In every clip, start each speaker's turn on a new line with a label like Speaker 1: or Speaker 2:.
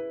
Speaker 1: I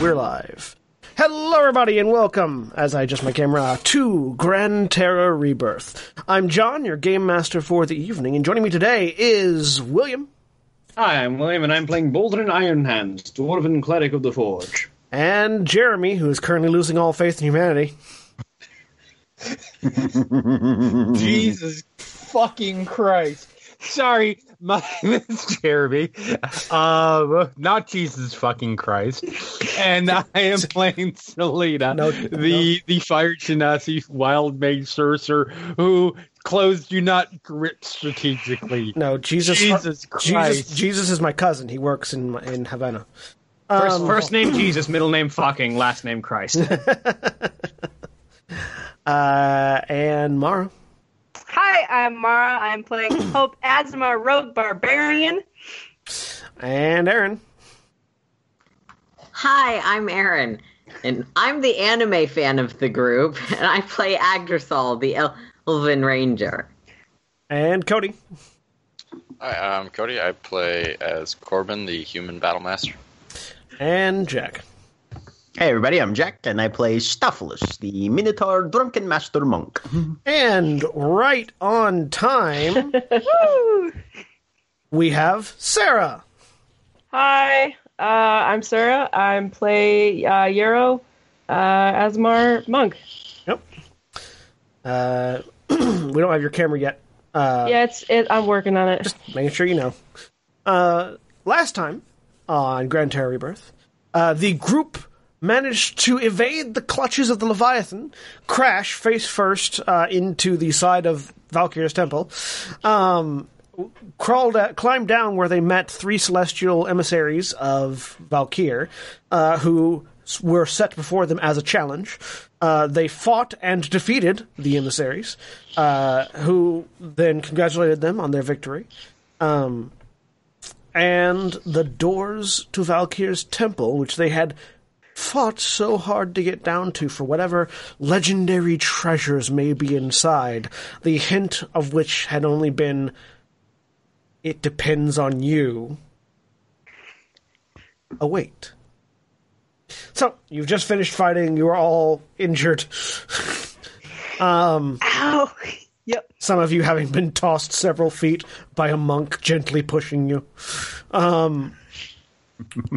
Speaker 1: We're live. Hello, everybody, and welcome, as I adjust my camera, to Grand Terra Rebirth. I'm John, your game master for the evening, and joining me today is William
Speaker 2: Hi, I'm William, and I'm playing Baldrin Ironhands, Dwarven Cleric of the Forge.
Speaker 1: and Jeremy, who is currently losing all faith in humanity.
Speaker 3: Jesus fucking Christ. Sorry, my name is Jeremy. Um, not Jesus fucking Christ. And I am playing Selena,
Speaker 1: No,
Speaker 3: the
Speaker 1: no.
Speaker 3: the fire genasi wild mage sorcerer who clothes do not grip strategically.
Speaker 1: No, Jesus.
Speaker 3: Jesus
Speaker 1: Jesus,
Speaker 3: Christ.
Speaker 1: Jesus is my cousin. He works in my, in Havana.
Speaker 2: First,
Speaker 1: Um,
Speaker 2: first name Jesus, middle name fucking, last name Christ.
Speaker 1: Uh, and Mara.
Speaker 4: Hi, I'm Mara. I'm playing Hope Azma, Rogue Barbarian.
Speaker 1: And Aaron.
Speaker 5: Hi, I'm Aaron, and I'm the anime fan of the group, and I play Agdrasol, the El- Elven Ranger.
Speaker 1: And Cody.
Speaker 6: Hi, I'm Cody. I play as Corbin, the human battle master.
Speaker 1: And Jack.
Speaker 7: Hey everybody, I'm Jack, and I play Staphylus, the Minotaur Drunken Master Monk.
Speaker 1: And right on time,
Speaker 4: Woo!
Speaker 1: we have Sarah.
Speaker 8: Hi, uh, I'm Sarah. I'm play uh, Yarrow uh, Asmar Monk.
Speaker 1: Uh, we don't have your camera yet. Uh,
Speaker 8: yeah, it's it. I'm working on it.
Speaker 1: making sure you know. Uh, last time on Grand Terror Rebirth, uh, the group managed to evade the clutches of the Leviathan, crash face first uh, into the side of Valkyr's temple, um, crawled out, climbed down where they met three celestial emissaries of Valkyr, uh, who s- were set before them as a challenge. Uh, they fought and defeated the emissaries, uh, who then congratulated them on their victory. Um, and the doors to Valkyr's temple, which they had fought so hard to get down to for whatever legendary treasures may be inside, the hint of which had only been it depends on you. Await. So, you've just finished fighting, you're all injured. Um,
Speaker 4: Ow! Yep.
Speaker 1: Some of you having been tossed several feet by a monk gently pushing you. Um,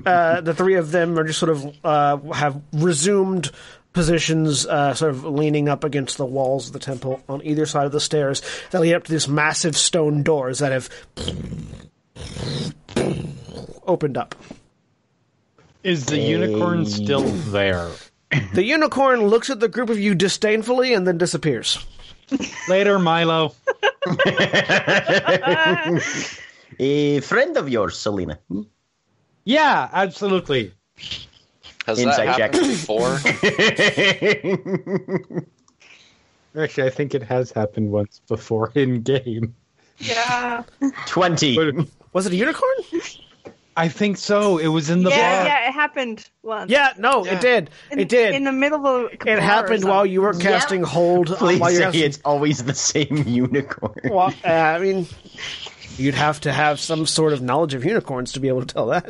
Speaker 1: uh, the three of them are just sort of uh, have resumed positions, uh, sort of leaning up against the walls of the temple on either side of the stairs that lead up to these massive stone doors that have opened up.
Speaker 3: Is the unicorn still there?
Speaker 1: The unicorn looks at the group of you disdainfully and then disappears.
Speaker 3: Later, Milo.
Speaker 7: A friend of yours, Hmm? Selena.
Speaker 3: Yeah, absolutely.
Speaker 6: Has
Speaker 7: Inside
Speaker 6: that
Speaker 7: check.
Speaker 6: happened before?
Speaker 3: Actually, I think it has happened once before in game.
Speaker 4: Yeah.
Speaker 7: Twenty.
Speaker 3: But
Speaker 1: Was it a unicorn?
Speaker 3: I think so. It was in the
Speaker 4: yeah,
Speaker 3: bar.
Speaker 4: yeah, it happened once.
Speaker 1: Yeah, no,
Speaker 2: Yeah.
Speaker 1: it did.
Speaker 4: Uh, In-
Speaker 1: it did.
Speaker 4: in the middle of.
Speaker 1: it happened while you were casting hold. on-
Speaker 7: Please
Speaker 1: while
Speaker 7: say
Speaker 1: you're
Speaker 7: it's always the same unicorn.
Speaker 1: Well, uh, I mean, you'd have to have some sort of knowledge of unicorns to be able to tell that.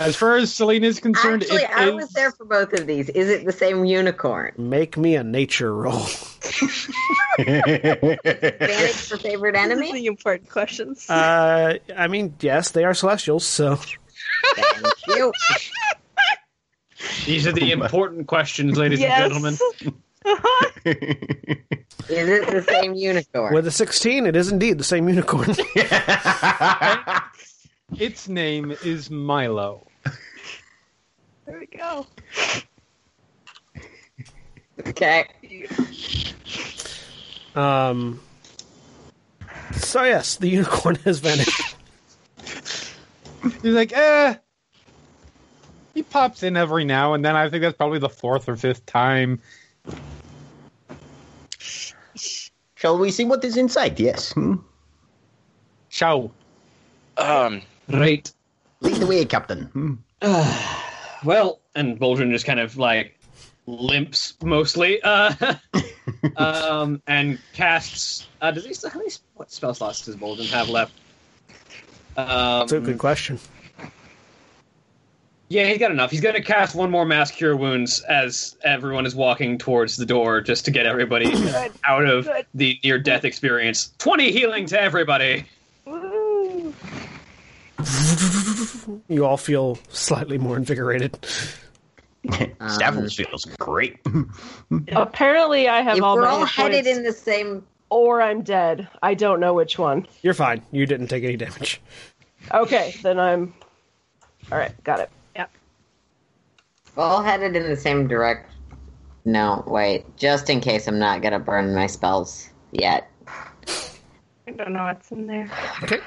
Speaker 3: As far as Selena is concerned,
Speaker 5: Actually,
Speaker 3: it
Speaker 5: I
Speaker 3: is-
Speaker 5: was there for both of these. Is it the same unicorn?
Speaker 1: Make me a nature roll.
Speaker 5: Vanish for favorite
Speaker 4: This is
Speaker 5: enemy?
Speaker 4: the important questions.
Speaker 1: Uh, I mean, yes, they are celestials, so
Speaker 5: Thank you.
Speaker 2: These are the important questions, ladies
Speaker 4: yes.
Speaker 2: and gentlemen.
Speaker 5: Is it the same unicorn?
Speaker 1: with a sixteen, it is indeed the same unicorn.
Speaker 3: its name is Milo.
Speaker 4: There we go.
Speaker 5: okay.
Speaker 1: Um, so yes, the unicorn has vanished.
Speaker 3: He's like, eh. He pops in every now and then. I think that's probably the fourth or fifth time.
Speaker 7: Shall we see what is inside? Yes. Hmm?
Speaker 3: Ciao.
Speaker 6: Um,
Speaker 2: Right.
Speaker 7: Lead the way, Captain. Hmm.
Speaker 2: Well, and Baldrin just kind of like limps mostly, uh, um, and casts. Uh, does he still, how many sp- what spell slots does Baldrin have left? Um,
Speaker 1: That's a good question.
Speaker 2: yeah, he's got enough. He's going to cast one more mass cure wounds as everyone is walking towards the door, just to get everybody
Speaker 4: Good.
Speaker 2: out of
Speaker 4: Good.
Speaker 2: the near death experience. Twenty healing to everybody.
Speaker 4: Woo.
Speaker 1: You all feel slightly more invigorated.
Speaker 7: Stavros feels great.
Speaker 8: Hmm. Apparently, I have
Speaker 5: If
Speaker 8: all
Speaker 5: we're
Speaker 8: my
Speaker 5: all
Speaker 8: hit
Speaker 5: headed
Speaker 8: points,
Speaker 5: in the same.
Speaker 8: or I'm dead. I don't know which one.
Speaker 1: You're fine. You didn't take any damage.
Speaker 8: Okay, then I'm. All right, got it.
Speaker 5: We're all headed in the same direct. No, wait. Just in case I'm not going to burn my spells yet.
Speaker 4: I don't know what's in there.
Speaker 1: Okay,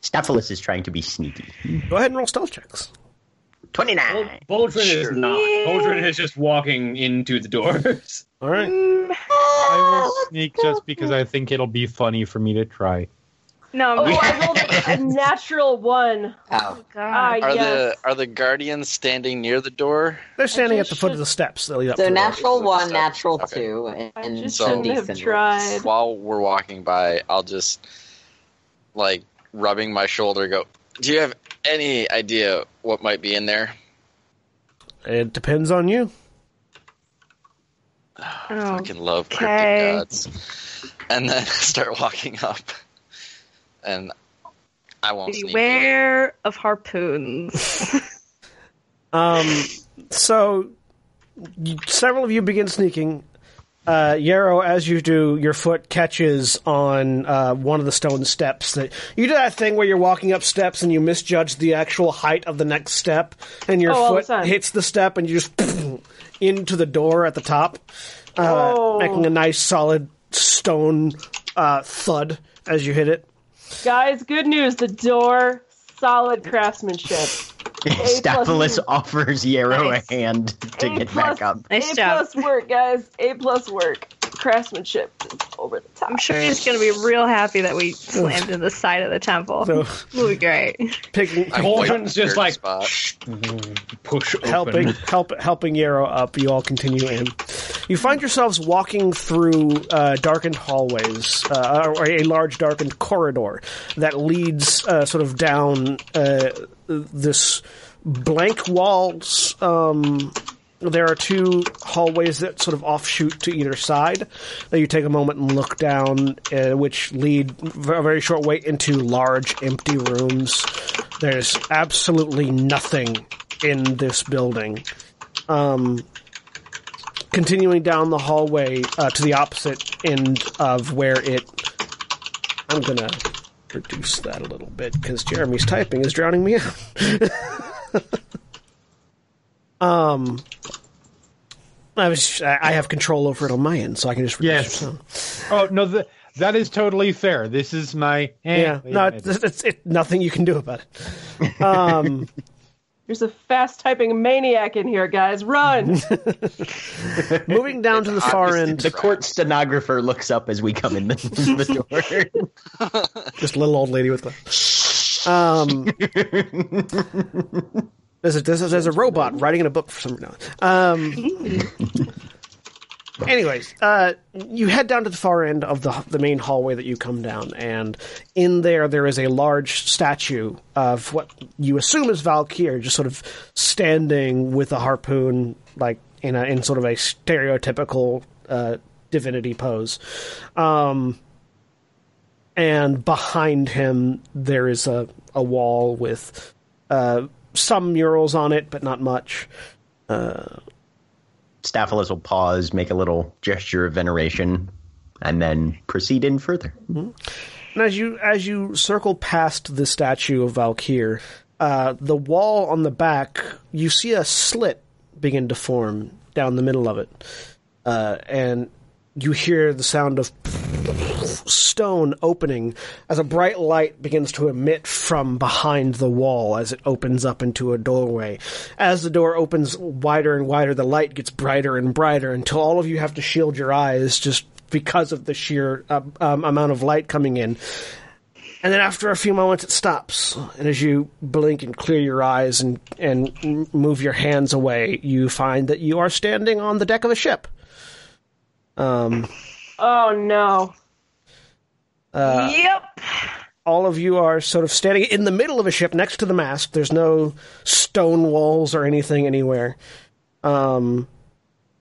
Speaker 7: Stavros is trying to be sneaky.
Speaker 1: go ahead and roll stealth checks.
Speaker 7: 29.
Speaker 8: Oh,
Speaker 2: Baldrin is not.
Speaker 4: Yeah.
Speaker 2: Baldrin is just walking into the doors.
Speaker 1: All right.
Speaker 4: Mm,
Speaker 3: I
Speaker 5: Oh,
Speaker 3: will sneak just because I think it'll be funny for me to try.
Speaker 4: no,
Speaker 8: Oh,
Speaker 4: I'm
Speaker 8: I rolled a natural one.
Speaker 5: Oh.
Speaker 8: Ah,
Speaker 4: God.
Speaker 6: are
Speaker 8: yes.
Speaker 6: the are the guardians standing near the door?
Speaker 1: They're standing at the foot
Speaker 8: should-
Speaker 1: of the steps that lead up.
Speaker 5: So
Speaker 1: to the door.
Speaker 6: Is
Speaker 5: natural
Speaker 6: it
Speaker 5: one,
Speaker 6: stuff?
Speaker 5: natural
Speaker 6: Okay.
Speaker 5: two, and,
Speaker 8: I
Speaker 5: and
Speaker 8: just
Speaker 6: So-
Speaker 5: some
Speaker 8: shouldn't
Speaker 5: decent.
Speaker 8: have
Speaker 5: rolls.
Speaker 8: tried.
Speaker 6: While we're walking by, I'll just like rubbing my shoulder. Go. Do you have any idea what might be in there?
Speaker 1: It depends on you.
Speaker 4: Oh.
Speaker 6: Fucking love
Speaker 4: Okay.
Speaker 6: cryptic gods. And then start walking up. And I won't sneak.
Speaker 4: Beware of harpoons.
Speaker 1: Um, so y- several of you begin sneaking. Uh, Yarrow, as you do, your foot catches on uh, one of the stone steps. That you do that thing where you're walking up steps and you misjudge the actual height of the next step, and your
Speaker 8: Oh, all the
Speaker 1: foot
Speaker 8: time.
Speaker 1: hits the step, and you just into the door at the top, uh,
Speaker 8: Oh.
Speaker 1: making a nice solid stone uh, thud as you hit it.
Speaker 8: Guys, good news. The door, solid craftsmanship. oh, plus
Speaker 7: Stavros
Speaker 8: move.
Speaker 7: offers Yarrow
Speaker 8: Nice.
Speaker 7: a hand to
Speaker 8: A
Speaker 7: get
Speaker 8: plus-
Speaker 7: back up.
Speaker 4: Nice
Speaker 8: a
Speaker 4: job.
Speaker 8: plus work, guys. A plus work. Craftsmanship is over the top.
Speaker 4: I'm sure he's going to be real happy that we slammed in the side of the temple.
Speaker 1: So
Speaker 4: It'll be great.
Speaker 1: picking,
Speaker 6: I wiped
Speaker 2: Baldrin's
Speaker 6: the
Speaker 2: just
Speaker 6: dirt
Speaker 2: like
Speaker 6: spot.
Speaker 2: push open.
Speaker 1: helping help helping Yarrow up. You all continue in. You find yourselves walking through uh, darkened hallways, uh, or a large darkened corridor that leads uh, sort of down uh, this blank walls. Um, there are two hallways that sort of offshoot to either side that you take a moment and look down, uh, which lead v- a very short way into large empty rooms. There's absolutely nothing in this building. Um, continuing down the hallway uh, to the opposite end of where it. I'm gonna reduce that a little bit because Jeremy's typing is drowning me out. um. I was I I have control over it on my end, so I can just reduce
Speaker 3: Yes.
Speaker 1: your sound.
Speaker 3: Oh no, th- that is totally fair. This is my eh,
Speaker 1: Yeah,
Speaker 3: wait a
Speaker 1: no,
Speaker 3: minute.
Speaker 1: it's, it's, it's nothing you can do about it. Um,
Speaker 8: There's a fast typing maniac in here, guys. Run!
Speaker 1: moving down to the
Speaker 6: It's
Speaker 1: far
Speaker 6: obviously
Speaker 1: end,
Speaker 7: The court stenographer looks up as we come in the, the door.
Speaker 1: just little old lady with the. Um, there's a there's a, there's a robot writing in a book for some reason. Um, anyways, uh, you head down to the far end of the the main hallway that you come down, and in there there is a large statue of what you assume is Valkyr, just sort of standing with a harpoon, like in a in sort of a stereotypical uh, divinity pose. Um, and behind him there is a, a wall with uh, some murals on it, but not much.
Speaker 7: Staphylus will pause, make a little gesture of veneration, and then proceed in further.
Speaker 1: And as you as you circle past the statue of Valkyr, uh, the wall on the back you see a slit begin to form down the middle of it, uh, and you hear the sound of stone opening as a bright light begins to emit from behind the wall as it opens up into a doorway. As the door opens wider and wider, the light gets brighter and brighter until all of you have to shield your eyes just because of the sheer uh, um, amount of light coming in. And then after a few moments, it stops. And as you blink and clear your eyes and, and m- move your hands away, you find that you are standing on the deck of a ship.
Speaker 8: Oh no.
Speaker 4: yep.
Speaker 1: all of you are sort of standing in the middle of a ship next to the mast. There's no stone walls or anything anywhere. Um,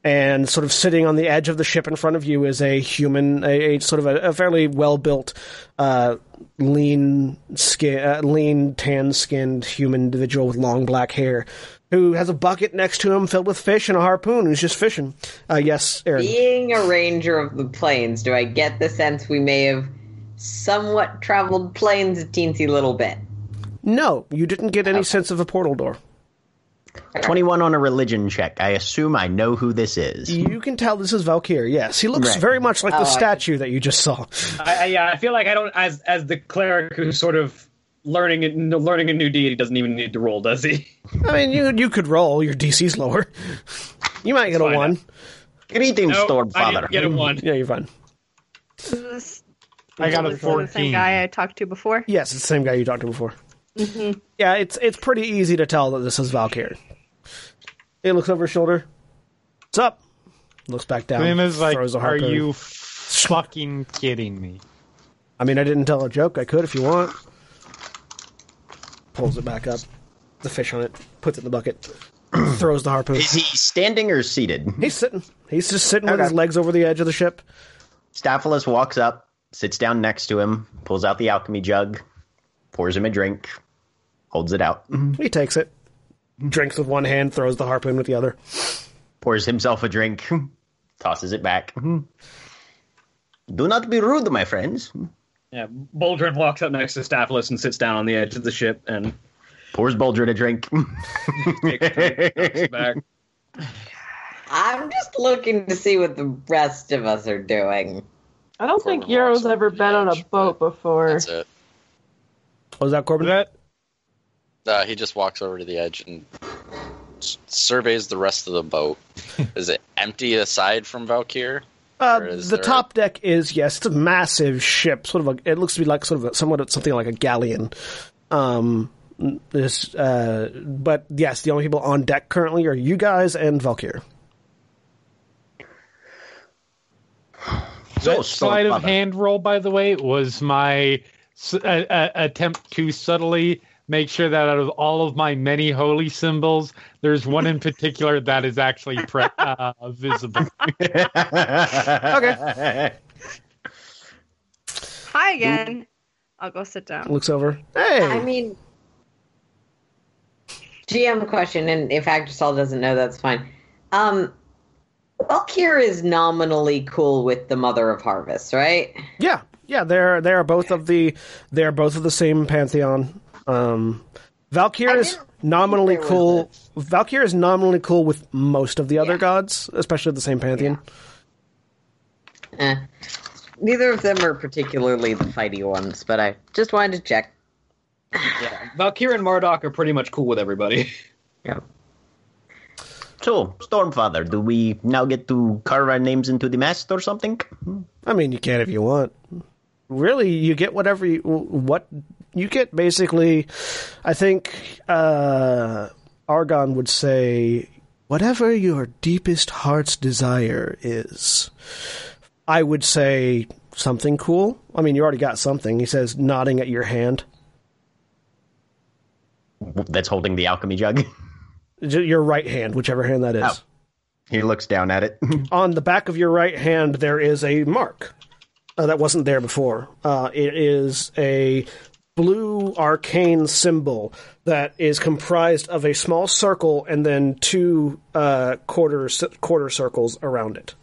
Speaker 1: and sort of sitting on the edge of the ship in front of you is a human, a, a sort of a, a fairly well built, uh, lean skin, uh, lean tan skinned human individual with long black hair who has a bucket next to him filled with fish and a harpoon who's just fishing. Uh, yes, Aaron.
Speaker 5: Being a ranger of the plains, do I get the sense we may have somewhat traveled plains a teensy little bit?
Speaker 1: No, you didn't get any sense of a portal door.
Speaker 7: 21 on a religion check. I assume I know who this is.
Speaker 1: You can tell this is Valkyr. Yes, he looks
Speaker 7: Right.
Speaker 1: very much like the
Speaker 5: I see.
Speaker 1: statue that you just saw.
Speaker 2: I, I, yeah, I feel like I don't as as the cleric who's sort of learning a- learning a new deity doesn't even need to roll, does he?
Speaker 1: I mean, you you could roll. Your DC's lower. You might get a
Speaker 2: Fine.
Speaker 1: one.
Speaker 7: Greetings,
Speaker 2: No, I
Speaker 7: Stormfather.
Speaker 2: didn't get a one.
Speaker 1: Yeah, you're fine.
Speaker 4: This-
Speaker 3: I got a
Speaker 4: this is the same
Speaker 3: 14.
Speaker 4: guy I talked to before.
Speaker 1: Yes, it's the same guy you talked to before. Yeah, it's it's pretty easy to tell that this is Valkyr. He looks over his shoulder. What's up? Looks back down.
Speaker 3: Lima's like,
Speaker 1: throws a
Speaker 3: are
Speaker 1: harpoon.
Speaker 3: you fucking kidding me?
Speaker 1: I mean, I didn't tell a joke. I could if you want. Pulls it back up. The fish on it. Puts it in the bucket. throws the harpoon.
Speaker 7: Is he standing or seated?
Speaker 1: He's sitting. He's just sitting with
Speaker 7: Okay.
Speaker 1: his legs over the edge of the ship.
Speaker 7: Staphylus walks up, sits down next to him, pulls out the alchemy jug, pours him a drink, holds it out,
Speaker 1: He takes it. Drinks with one hand, throws the harpoon with the other.
Speaker 7: pours himself a drink, tosses it back.
Speaker 2: Mm-hmm.
Speaker 7: Do not be rude, my friends.
Speaker 2: Yeah, Boldrin walks up next to Staphylus and sits down on the edge of the ship and
Speaker 7: Pours Boldrin a drink.
Speaker 2: takes it back.
Speaker 5: I'm just looking to see what the rest of us are doing.
Speaker 8: I don't
Speaker 6: Corbin
Speaker 8: think Euro's
Speaker 6: walks
Speaker 8: ever
Speaker 6: over the
Speaker 8: been on a
Speaker 6: edge,
Speaker 8: boat before.
Speaker 6: That's it.
Speaker 1: Was that Corbin?
Speaker 6: Uh, he just walks over to the edge and s- surveys the rest of the boat. Is it empty aside from Valkyr?
Speaker 1: Uh,
Speaker 6: Or is
Speaker 1: the
Speaker 6: there-
Speaker 1: top deck is yes, it's a massive ship. Sort of a, it looks to be like sort of a, somewhat something like a galleon. Um, this, uh, but yes, the only people on deck currently are you guys and Valkyr.
Speaker 7: So,
Speaker 3: that sleight of
Speaker 7: Stormfather.
Speaker 3: hand roll, by the way, was my s- a- a- attempt to subtly make sure that out of all of my many holy symbols, there's one in particular that is actually pre- uh, visible.
Speaker 7: okay.
Speaker 4: Hi again. I'll go sit down.
Speaker 1: Looks over. Hey,
Speaker 5: I mean, GM question, and if Actressol doesn't know, that's fine. Um, Valkyr is nominally cool with the Mother of Harvest, right?
Speaker 1: yeah, yeah. They're they are both of the they are both of the same pantheon. Um, Valkyr
Speaker 5: I
Speaker 1: is
Speaker 5: didn't
Speaker 1: nominally
Speaker 5: there was
Speaker 1: cool. Valkyr is nominally cool with most of the other
Speaker 5: Yeah.
Speaker 1: gods, especially the same pantheon.
Speaker 5: Eh. Neither of them are particularly the fighty ones, but I just wanted to check.
Speaker 2: Yeah. Valkyr and Marduk are pretty much cool with everybody.
Speaker 5: Yeah.
Speaker 7: So, Stormfather, do we now get to carve our names into the mast or something?
Speaker 1: I mean, you can if you want. Really, you get whatever you what you get basically, I think uh, Argon would say, whatever your deepest heart's desire is. I would say something cool. I mean, you already got something. He says, nodding at your hand.
Speaker 7: That's holding the alchemy jug.
Speaker 1: J- Your right hand, whichever hand that is.
Speaker 7: Oh. He looks down at it.
Speaker 1: on the back of your right hand there is a mark uh, that wasn't there before. Uh, it is a blue arcane symbol that is comprised of a small circle and then two uh, quarter quarter circles around it.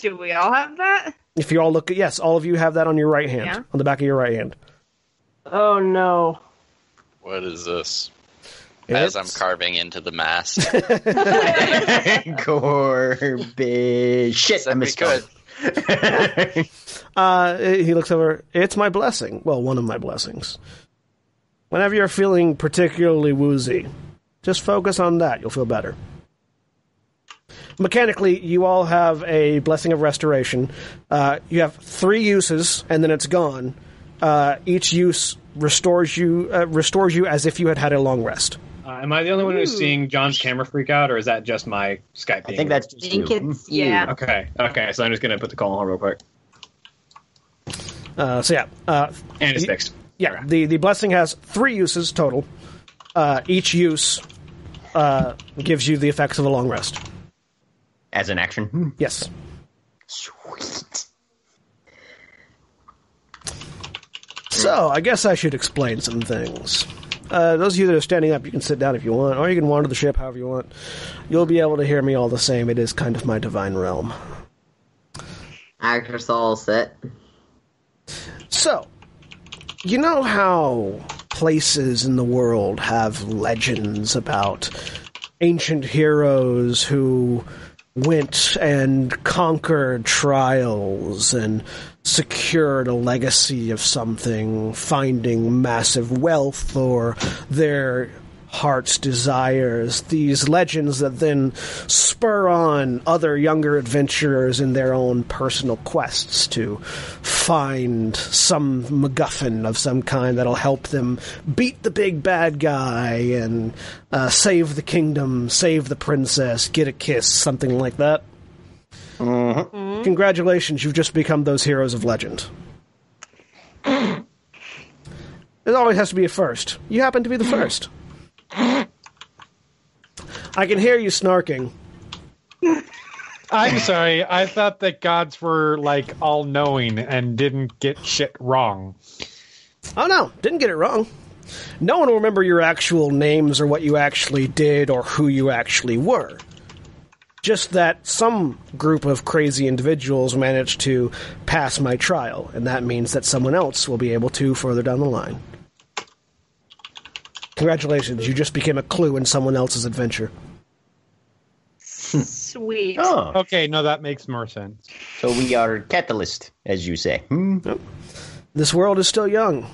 Speaker 4: Do we all have that?
Speaker 1: If you all look, at yes, all of you have that on your right hand,
Speaker 4: Yeah.
Speaker 1: on the back of your right hand.
Speaker 8: Oh no.
Speaker 6: What is this? As I'm
Speaker 1: It's-
Speaker 6: carving into the mast.
Speaker 7: Corby. Shit,
Speaker 6: That'd
Speaker 7: I
Speaker 6: be
Speaker 7: misspelled. it.
Speaker 1: Uh, he looks over. It's my blessing. Well, one of my blessings. Whenever you're feeling particularly woozy, just focus on that. You'll feel better. Mechanically, you all have a blessing of restoration. Uh, you have three uses, and then it's gone. Uh, each use restores you uh, restores you as if you had had a long rest.
Speaker 2: Uh, am I the only one who's seeing John's camera freak out, or is that just my Skype?
Speaker 7: I
Speaker 2: being
Speaker 7: think that's
Speaker 5: I
Speaker 7: just
Speaker 5: think
Speaker 7: you.
Speaker 5: it's you.
Speaker 4: Yeah.
Speaker 2: okay. Okay, so I'm just gonna put the call on hold real quick,
Speaker 1: Uh, so yeah, uh,
Speaker 2: and it's fixed.
Speaker 1: Yeah, the, the blessing has three uses total. Uh, each use uh, gives you the effects of a long rest.
Speaker 7: as an action.
Speaker 1: Yes.
Speaker 7: Sweet.
Speaker 1: So I guess I should explain some things. Uh, those of you that are standing up, you can sit down if you want, or you can wander the ship however you want. You'll be able to hear me all the same. It is kind of my divine realm.
Speaker 5: Actor Soul sit.
Speaker 1: So, you know how places in the world have legends about ancient heroes who went and conquered trials and secured a legacy of something, finding massive wealth or their heart's desires, these legends that then spur on other younger adventurers in their own personal quests to find some MacGuffin of some kind that'll help them beat the big bad guy and uh, save the kingdom, save the princess, get a kiss, something like that. Congratulations, you've just become those heroes of legend. It always has to be a first. You happen to be the first. I can hear you snarking.
Speaker 3: I'm sorry. I thought that gods were like all knowing and didn't get shit wrong.
Speaker 1: Oh no, didn't get it wrong. No one will remember your actual names or what you actually did or who you actually were. Just that some group of crazy individuals managed to pass my trial, and that means that someone else will be able to further down the line. Congratulations, you just became a clue in someone else's adventure.
Speaker 4: Sweet.
Speaker 7: Oh,
Speaker 3: Okay, no, that makes more sense.
Speaker 7: so we are catalyst, as you say. Hmm.
Speaker 1: This world is still young,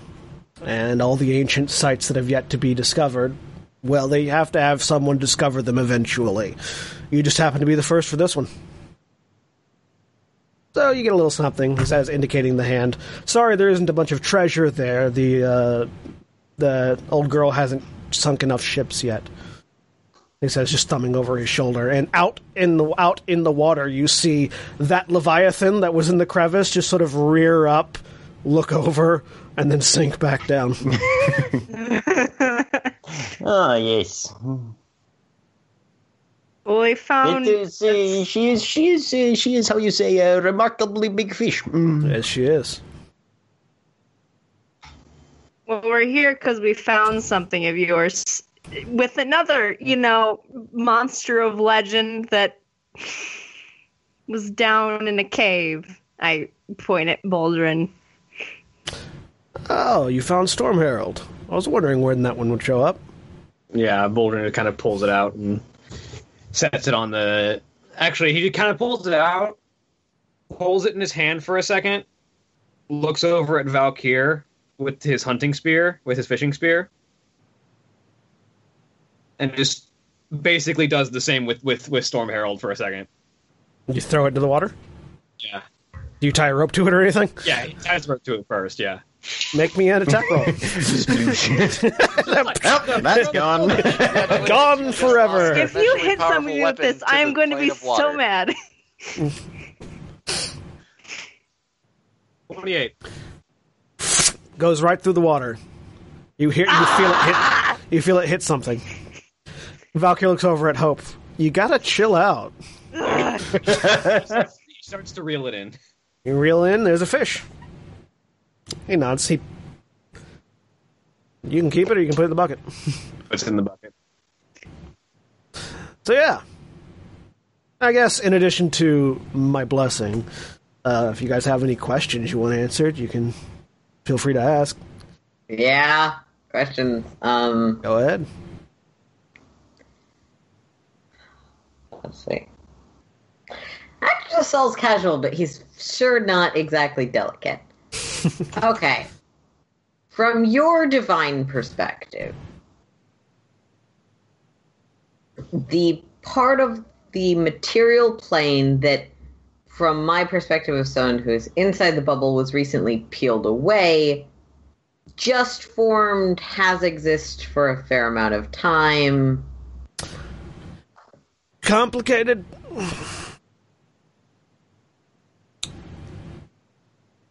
Speaker 1: and all the ancient sites that have yet to be discovered, well, they have to have someone discover them eventually. You just happen to be the first for this one. So you get a little something, he says, indicating the hand. Sorry, there isn't a bunch of treasure there. The uh, the old girl hasn't sunk enough ships yet. He says, just thumbing over his shoulder, and out in the out in the water, you see that leviathan that was in the crevice just sort of rear up, look over, and then sink back down.
Speaker 7: Oh, yes.
Speaker 4: Well, we
Speaker 5: Oh,
Speaker 4: found.
Speaker 7: It is, uh, she is, she is, uh, she is, how you say, a remarkably big fish. Hmm.
Speaker 1: yes, she is.
Speaker 4: Well, we're here because we found something of yours with another, you know, monster of legend that was down in a cave. I point at Baldrin.
Speaker 1: Oh, you found Storm Herald. I was wondering when that one would show up.
Speaker 2: Yeah, Boulder kind of pulls it out and sets it on the. Actually, he kind of pulls it out, holds it in his hand for a second, looks over at Valkyr with his hunting spear, with his fishing spear, and just basically does the same with with with Storm Herald for a second.
Speaker 1: You throw it into the water.
Speaker 2: Yeah.
Speaker 1: Do you tie a rope to it or anything?
Speaker 2: Yeah, he ties rope to it first. Yeah.
Speaker 1: Make me an attack roll.
Speaker 7: Oh, that's gone.
Speaker 1: Gone forever.
Speaker 4: If you hit somebody with this, I am going to be so mad.
Speaker 2: Twenty-eight.
Speaker 1: Goes right through the water. You hear, you feel it hit, you feel it hit something. Valkyrie looks over at Hope. You gotta chill out.
Speaker 2: He starts to reel it in.
Speaker 1: You reel in, there's a fish. He nods. He, you can keep it or you can put it in the bucket.
Speaker 2: Puts it in the bucket.
Speaker 1: So yeah, I guess in addition to my blessing, uh, if you guys have any questions you want answered, you can feel free to ask.
Speaker 5: yeah. Questions. Um,
Speaker 1: Go ahead.
Speaker 5: let's see. Actor sells casual, but he's sure not exactly delicate. okay. From your divine perspective, the part of the material plane that, from my perspective of someone who is inside the bubble, was recently peeled away, just formed, has existed for a fair amount of time.
Speaker 1: Complicated.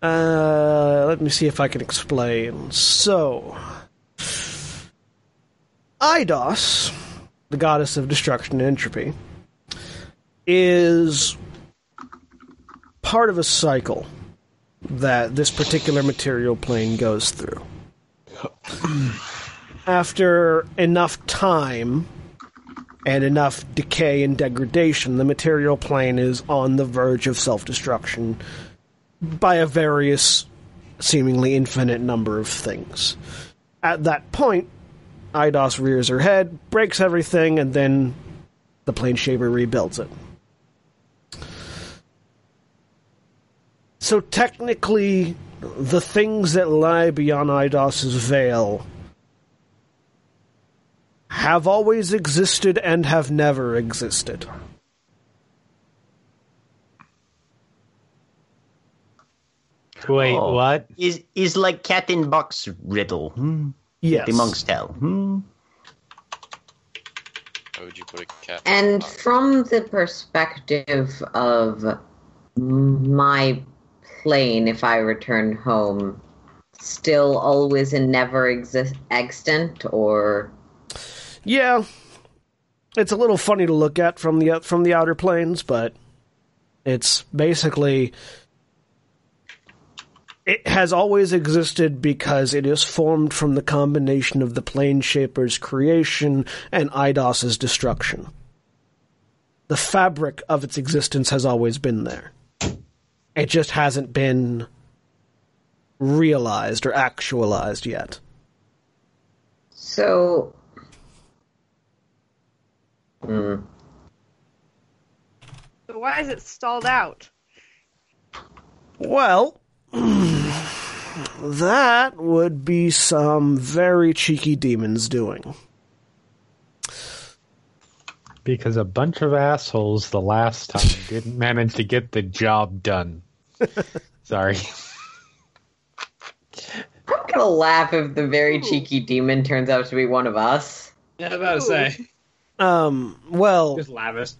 Speaker 1: Uh, let me see if I can explain. So, Eidos, the goddess of destruction and entropy, is part of a cycle that this particular material plane goes through. After enough time and enough decay and degradation, the material plane is on the verge of self destruction by a various, seemingly infinite number of things. At that point, Idos rears her head, breaks everything, and then the plane shaver rebuilds it. So technically, the things that lie beyond Idos's veil have always existed and have never existed.
Speaker 3: Wait,
Speaker 7: Oh.
Speaker 3: what?
Speaker 7: Is is like cat in box riddle. Hmm?
Speaker 1: Yes.
Speaker 7: The monks tell. Hmm?
Speaker 6: Why would you put a cat?
Speaker 5: And from the perspective of my plane, if I return home, still always and never exist extant, or
Speaker 1: Yeah, it's a little funny to look at from the from the outer planes, but it's basically it has always existed because it is formed from the combination of the plane shaper's creation and Idos's destruction. The fabric of its existence has always been there. It just hasn't been realized or actualized yet.
Speaker 5: so. hmm,
Speaker 4: So why is it stalled out?
Speaker 1: Well, that would be some very cheeky demons doing.
Speaker 3: Because a bunch of assholes the last time didn't manage to get the job done. Sorry.
Speaker 5: I'm gonna laugh if the very cheeky demon turns out to be one of us.
Speaker 2: Yeah, I was about to say.
Speaker 1: Um, well,
Speaker 2: Just lavish.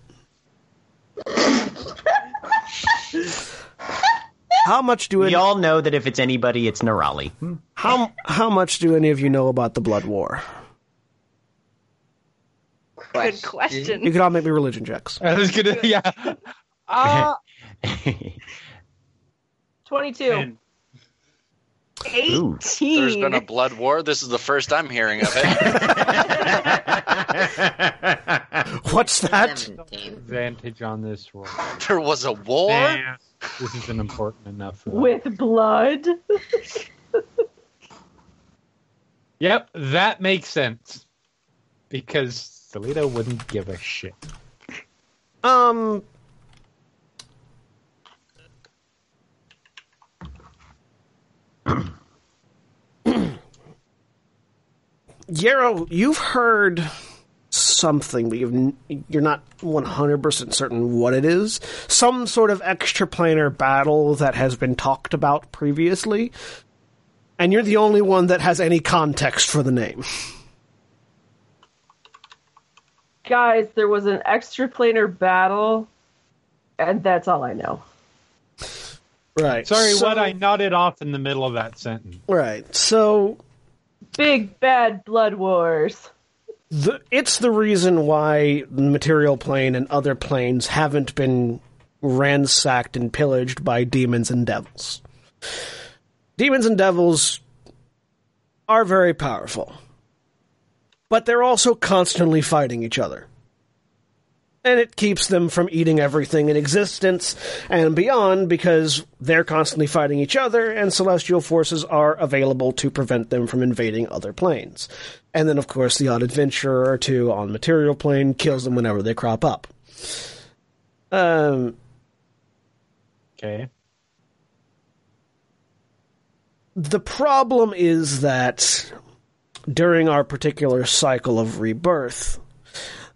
Speaker 1: how much do
Speaker 7: We
Speaker 1: any,
Speaker 7: all know that if it's anybody, it's Nerali.
Speaker 1: how how much do any of you know about the blood war?
Speaker 4: Good
Speaker 5: Question.
Speaker 1: You
Speaker 4: question.
Speaker 1: can all make me religion checks.
Speaker 3: I was gonna, yeah.
Speaker 8: Uh,
Speaker 2: And
Speaker 8: 22.
Speaker 4: Eighteen.
Speaker 6: There's been a blood war. This is the first I'm hearing of it.
Speaker 1: What's that?
Speaker 5: 17.
Speaker 3: Advantage on this roll.
Speaker 6: there was a war.
Speaker 3: Nah, this isn't important enough. For that.
Speaker 8: With blood?
Speaker 3: Yep, that makes sense. Because Toledo wouldn't give a shit.
Speaker 1: Um. Yarrow, you've heard something, but you've, n- you're not 100% certain what it is. Some sort of extraplanar battle that has been talked about previously, and you're the only one that has any context for the name.
Speaker 8: Guys, there was an extraplanar battle, and that's all I know.
Speaker 1: Right.
Speaker 3: Sorry,
Speaker 1: so-
Speaker 3: what? I nodded off in the middle of that sentence.
Speaker 1: Right. So
Speaker 8: Big bad blood wars.
Speaker 1: the, it's the reason why the material plane and other planes haven't been ransacked and pillaged by demons and devils. Demons and devils are very powerful, but they're also constantly fighting each other. And it keeps them from eating everything in existence and beyond because they're constantly fighting each other, and celestial forces are available to prevent them from invading other planes. And then, of course, the odd adventurer or two on material plane kills them whenever they crop up. Um,
Speaker 3: Okay.
Speaker 1: the problem is that during our particular cycle of rebirth,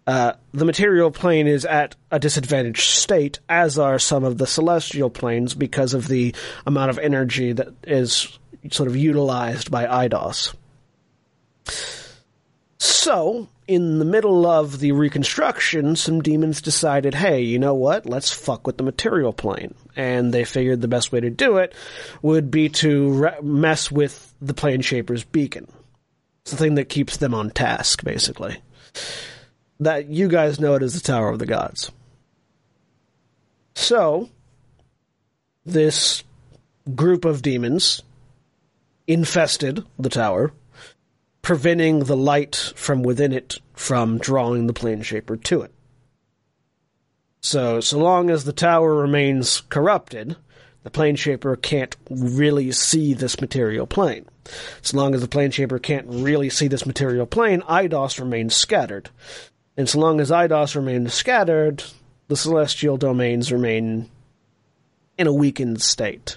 Speaker 1: uh, the material plane is at a disadvantaged state, as are some of the celestial planes, because of the amount of energy that is sort of utilized by IDOS. So, in the middle of the reconstruction, some demons decided, hey, you know what? Let's fuck with the material plane. And they figured the best way to do it would be to re- mess with the plane shaper's beacon. It's the thing that keeps them on task, basically. That you guys know it as the Tower of the Gods. So, this group of demons infested the tower preventing the light from within it from drawing the plane shaper to it. So, so long as the tower remains corrupted, the plane shaper can't really see this material plane. So long as the plane shaper can't really see this material plane, IDOS remains scattered. And so long as IDOS remains scattered, the celestial domains remain in a weakened state.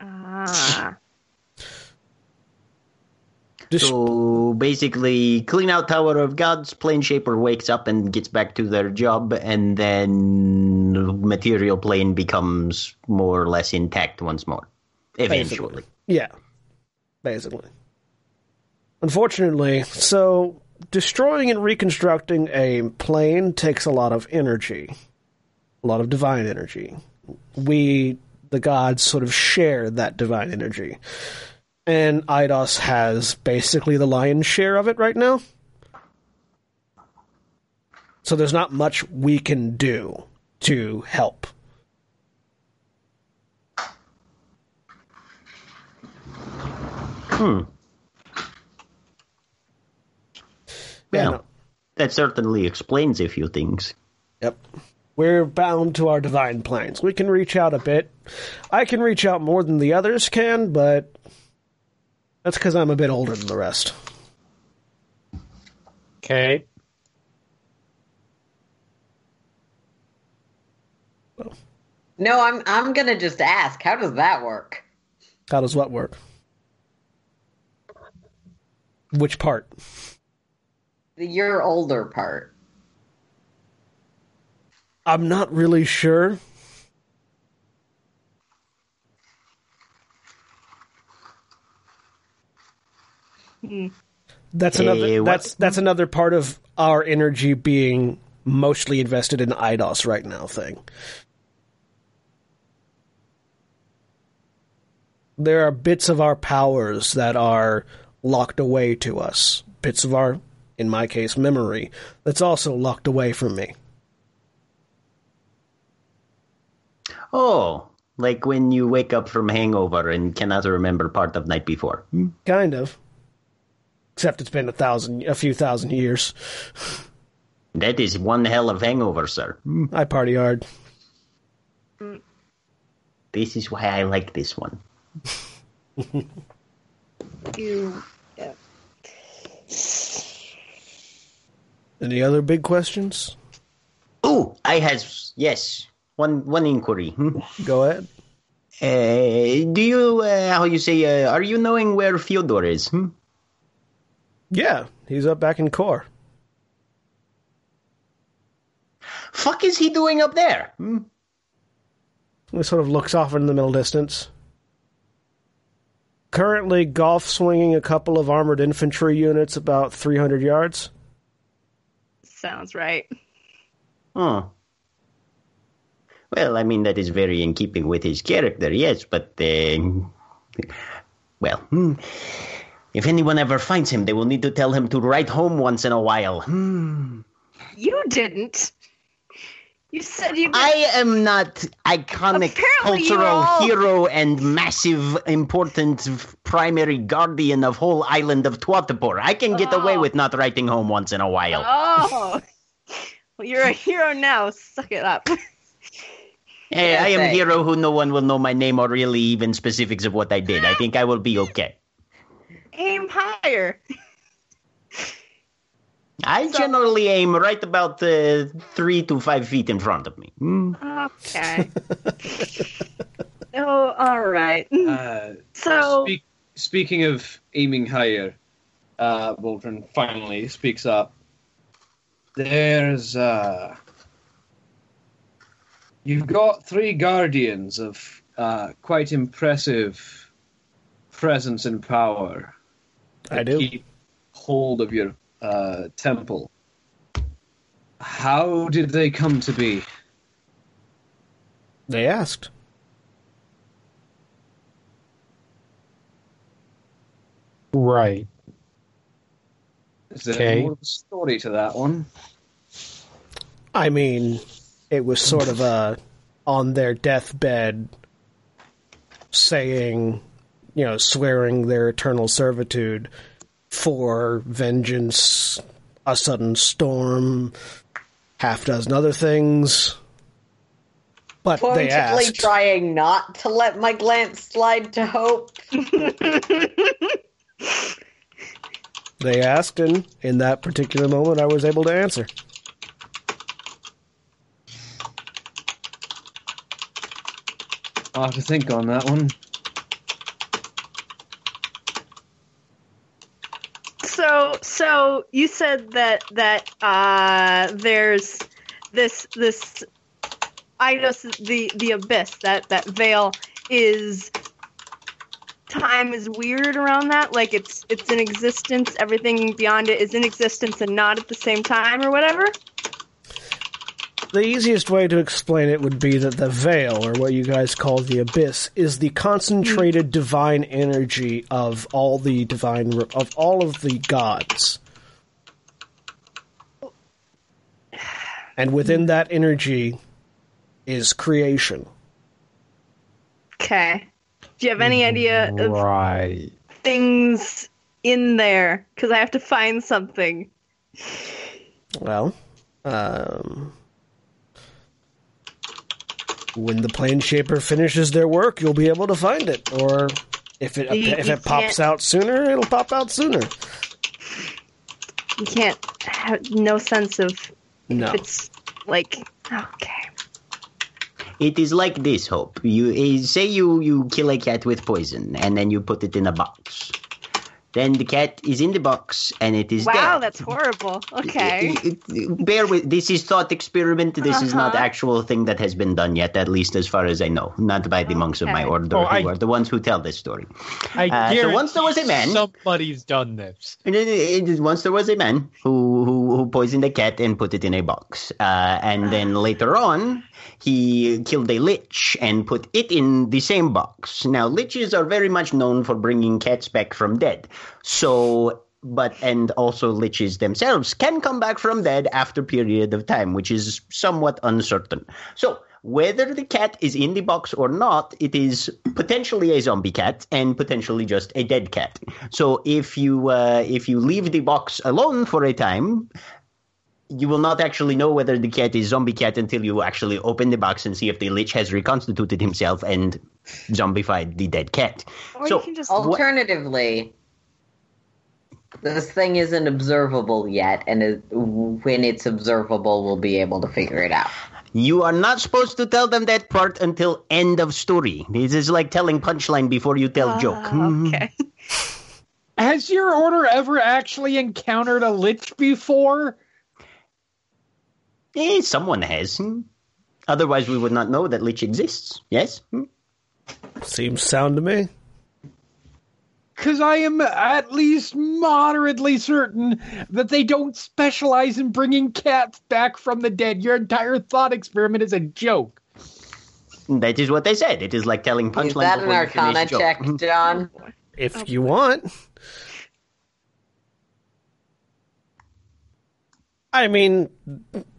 Speaker 4: Ah.
Speaker 1: Dis-
Speaker 7: So basically, clean out Tower of Gods. Plane Shaper wakes up and gets back to their job, and then material plane becomes more or less intact once more. Eventually,
Speaker 1: Yeah, basically. Unfortunately, so destroying and reconstructing a plane takes a lot of energy, a lot of divine energy. We, the gods, sort of share that divine energy. And Eidos has basically the lion's share of it right now. So there's not much we can do to help.
Speaker 7: Hmm. Yeah.
Speaker 1: no.
Speaker 7: that certainly explains a few things.
Speaker 1: Yep. We're bound to our divine planes. We can reach out a bit. I can reach out more than the others can, but that's because I'm a bit older than the rest.
Speaker 3: Okay.
Speaker 5: No, I'm I'm gonna just ask. How does that work?
Speaker 1: How does what work? Which part?
Speaker 5: The you're older part.
Speaker 1: I'm not really sure. That's
Speaker 7: Hey,
Speaker 1: another.
Speaker 7: what-
Speaker 1: That's that's another part of our energy being mostly invested in IDOS right now. Thing. There are bits of our powers that are locked away to us. Bits of our, in my case, memory that's also locked away from me.
Speaker 7: Oh, like when you wake up from hangover and cannot remember part of night before.
Speaker 1: Kind of. Except it's been a thousand, a few thousand years.
Speaker 7: That is one hell of hangover, sir.
Speaker 1: I party hard.
Speaker 7: This is why I like this one.
Speaker 4: You.
Speaker 1: Any other big questions?
Speaker 7: Oh, I has yes one one inquiry. Hmm?
Speaker 1: Go ahead.
Speaker 7: Uh, do you uh, how you say? Uh, are you knowing where Fyodor is? Hmm?
Speaker 1: Yeah, he's up back in core.
Speaker 7: Fuck is he doing up there? Hmm?
Speaker 1: He sort of looks off in the middle distance. Currently, golf swinging a couple of armored infantry units about 300 yards.
Speaker 4: Sounds right.
Speaker 7: Huh. Well, I mean, that is very in keeping with his character, yes, but, uh, well, hmm. if anyone ever finds him, they will need to tell him to write home once in a while. Hmm.
Speaker 4: You didn't. You said you.
Speaker 7: I am not iconic
Speaker 4: Apparently you
Speaker 7: cultural
Speaker 4: all-
Speaker 7: hero and massive, important f- primary guardian of whole island of Tuatapur. I can get away
Speaker 4: Oh.
Speaker 7: with not writing home once in a while.
Speaker 4: Oh. Well, you're a hero now. Suck it up.
Speaker 7: Hey, Eh, I am a
Speaker 5: Yes, I-
Speaker 7: hero who no one will know my name or really even specifics of what I did. I think I will be okay.
Speaker 4: Aim higher.
Speaker 7: I
Speaker 4: So-
Speaker 7: generally aim right about uh, three to five feet in front of me. Hmm.
Speaker 4: Okay. oh, all right.
Speaker 2: Uh,
Speaker 4: So,
Speaker 2: Speak, speaking of aiming higher, uh, Waldron finally speaks up. There's uh, you've got three guardians of uh, quite impressive presence and power.
Speaker 1: I
Speaker 2: that
Speaker 1: do.
Speaker 2: Keep hold of your uh, temple. How did they come to be?
Speaker 1: They asked.
Speaker 3: Right.
Speaker 2: Is there
Speaker 3: Okay.
Speaker 2: more of a story to that one?
Speaker 1: I mean, it was sort of a on their deathbed saying, you know, swearing their eternal servitude for vengeance, a sudden storm, half dozen other things. But they
Speaker 5: Pointedly
Speaker 1: asked.
Speaker 5: trying not to let my glance slide to hope.
Speaker 1: They asked, and in that particular moment, I was able to answer.
Speaker 2: I'll have to think on that one.
Speaker 4: so, so you said that that uh, there's this this Eidos, the the abyss, that that veil is time is weird around that. Like it's it's in existence. Everything beyond it is in existence and not at the same time or whatever.
Speaker 1: The easiest way to explain it would be that the veil, or what you guys call the abyss, is the concentrated divine energy of all the divine of all of the gods. And within that energy is creation.
Speaker 4: Okay. Do you have any idea of
Speaker 3: Right.
Speaker 4: things in there because I have to find something.
Speaker 1: Well, um, when the plane shaper finishes their work, you'll be able to find it. Or if it
Speaker 4: You-
Speaker 1: if
Speaker 4: you
Speaker 1: it pops
Speaker 4: can't-
Speaker 1: out sooner, it'll pop out sooner.
Speaker 4: You can't have no sense of
Speaker 1: No,
Speaker 4: if it's like okay.
Speaker 7: It is like this, Hope. You eh, say you, you kill a cat with poison, and then you put it in a box. Then the cat is in the box, and it is
Speaker 4: Wow,
Speaker 7: dead.
Speaker 4: that's horrible. Okay.
Speaker 7: It- it- it- eh, bear with. This is thought experiment. This is not
Speaker 4: Uh-huh.
Speaker 7: actual thing that has been done yet, at least as far as I know. Not by the monks of my
Speaker 4: Okay.
Speaker 7: order,
Speaker 3: Oh,
Speaker 7: who
Speaker 3: I-
Speaker 7: are the ones who tell this story.
Speaker 3: I
Speaker 7: Uh, so
Speaker 3: guarantee
Speaker 7: once there was a man-
Speaker 3: Somebody's done this.
Speaker 7: And then it- it- Once there was a man who, who who poisoned a cat and put it in a box, uh, and then later on he killed a lich and put it in the same box. Now liches are very much known for bringing cats back from dead, so but and also liches themselves can come back from dead after period of time, which is somewhat uncertain. So. Whether the cat is in the box or not, it is potentially a zombie cat and potentially just a dead cat. So if you uh, if you leave the box alone for a time, you will not actually know whether the cat is zombie cat until you actually open the box and see if the lich has reconstituted himself and zombified the dead cat.
Speaker 4: Or
Speaker 7: so
Speaker 4: you can just
Speaker 5: oh, Alternatively, this thing isn't observable yet, and it, when it's observable, we'll be able to figure it out.
Speaker 7: You are not supposed to tell them that part until end of story. This is like telling punchline before you tell
Speaker 4: Ah,
Speaker 7: joke. Hmm.
Speaker 4: Okay.
Speaker 3: Has your order ever actually encountered a lich before?
Speaker 7: Eh, someone has. hmm. Otherwise, we would not know that Lich exists. Yes? Hmm?
Speaker 1: Seems sound to me.
Speaker 3: Because I am at least moderately certain that they don't specialize in bringing cats back from the dead. Your entire thought experiment is a joke.
Speaker 7: That is what they said. It is like telling punchline.
Speaker 5: Is that an
Speaker 7: before you finish Mm-hmm.
Speaker 5: arcana
Speaker 7: joke. Hmm.
Speaker 5: check, John?
Speaker 1: If you want. I mean,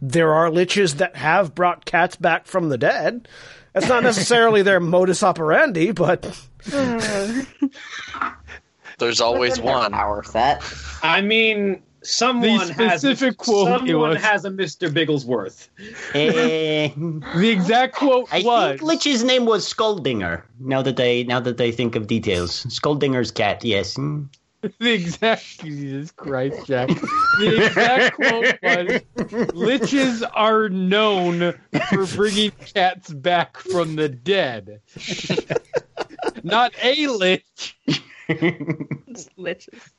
Speaker 1: there are liches that have brought cats back from the dead. That's not necessarily their modus operandi, but
Speaker 6: There's always
Speaker 5: Within their
Speaker 6: one.
Speaker 5: Power set.
Speaker 2: I mean, someone has
Speaker 3: specific quote it
Speaker 2: someone
Speaker 3: was-
Speaker 2: has a Mister Bigglesworth.
Speaker 7: Eh,
Speaker 3: The exact quote
Speaker 7: I
Speaker 3: was
Speaker 7: think Lich's name was Skuldinger. Now that I now that I think of details, Skuldinger's cat. Yes. Hmm.
Speaker 3: the exact Jesus Christ, Jack. The exact quote was Liches are known for bringing cats back from the dead. Not a lich.
Speaker 4: Just Liches.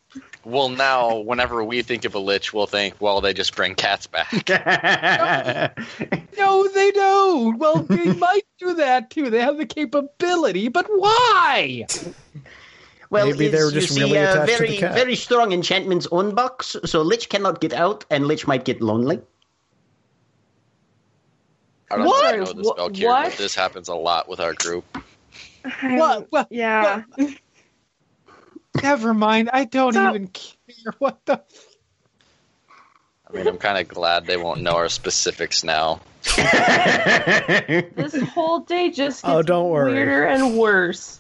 Speaker 6: Well, now whenever we think of a lich, we'll think, well, they just bring cats back.
Speaker 3: No, they don't. Well, they might do that too. They have the capability, but why?
Speaker 7: well,
Speaker 1: Maybe they
Speaker 7: it's,
Speaker 1: were just
Speaker 7: you see,
Speaker 1: really
Speaker 7: uh,
Speaker 1: attached to the
Speaker 7: very,
Speaker 1: cat.
Speaker 7: Very strong enchantments on box, so Lich cannot get out, and Lich might get lonely.
Speaker 6: I don't
Speaker 8: What?
Speaker 6: know if you know this,
Speaker 8: Wha-
Speaker 6: Valkyrie,
Speaker 8: what?
Speaker 6: but this happens a lot with our group.
Speaker 4: I
Speaker 3: What? what?
Speaker 4: Yeah.
Speaker 3: Never mind. I don't
Speaker 4: So-
Speaker 3: even care. What the?
Speaker 6: I mean, I'm kind of glad they won't know our specifics now.
Speaker 8: This whole day just gets
Speaker 1: Oh, don't worry.
Speaker 8: weirder and worse.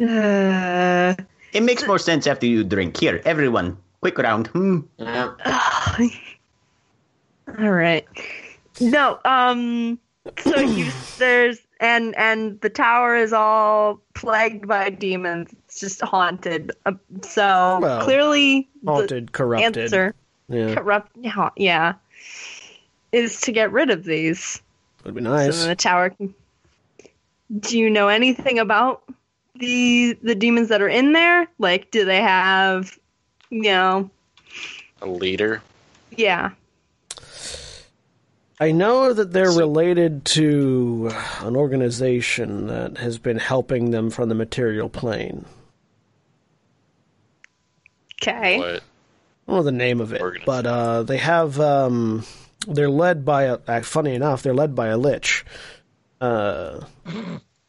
Speaker 4: Uh,
Speaker 7: It makes more sense after you drink. Here, everyone, quick round. Hmm.
Speaker 5: Yeah.
Speaker 4: all right. No. Um. So you there's and and the tower is all plagued by demons. It's just haunted. Uh, so
Speaker 1: Well,
Speaker 4: clearly the
Speaker 1: haunted, corrupted.
Speaker 4: answer
Speaker 1: Yeah,
Speaker 4: corrupt. ha- Yeah. Is to get rid of these.
Speaker 1: would be
Speaker 4: So
Speaker 1: nice.
Speaker 4: then the tower can. Do you know anything about the the demons that are in there? Like, do they have, you know,
Speaker 6: A leader.
Speaker 4: yeah,
Speaker 1: I know that they're
Speaker 6: So-
Speaker 1: related to an organization that has been helping them from the material plane.
Speaker 4: okay,
Speaker 6: What?
Speaker 1: I don't know the name of it,
Speaker 6: Organization.
Speaker 1: but uh, they have. Um, they're led by a. uh, Funny enough, they're led by a lich. Uh,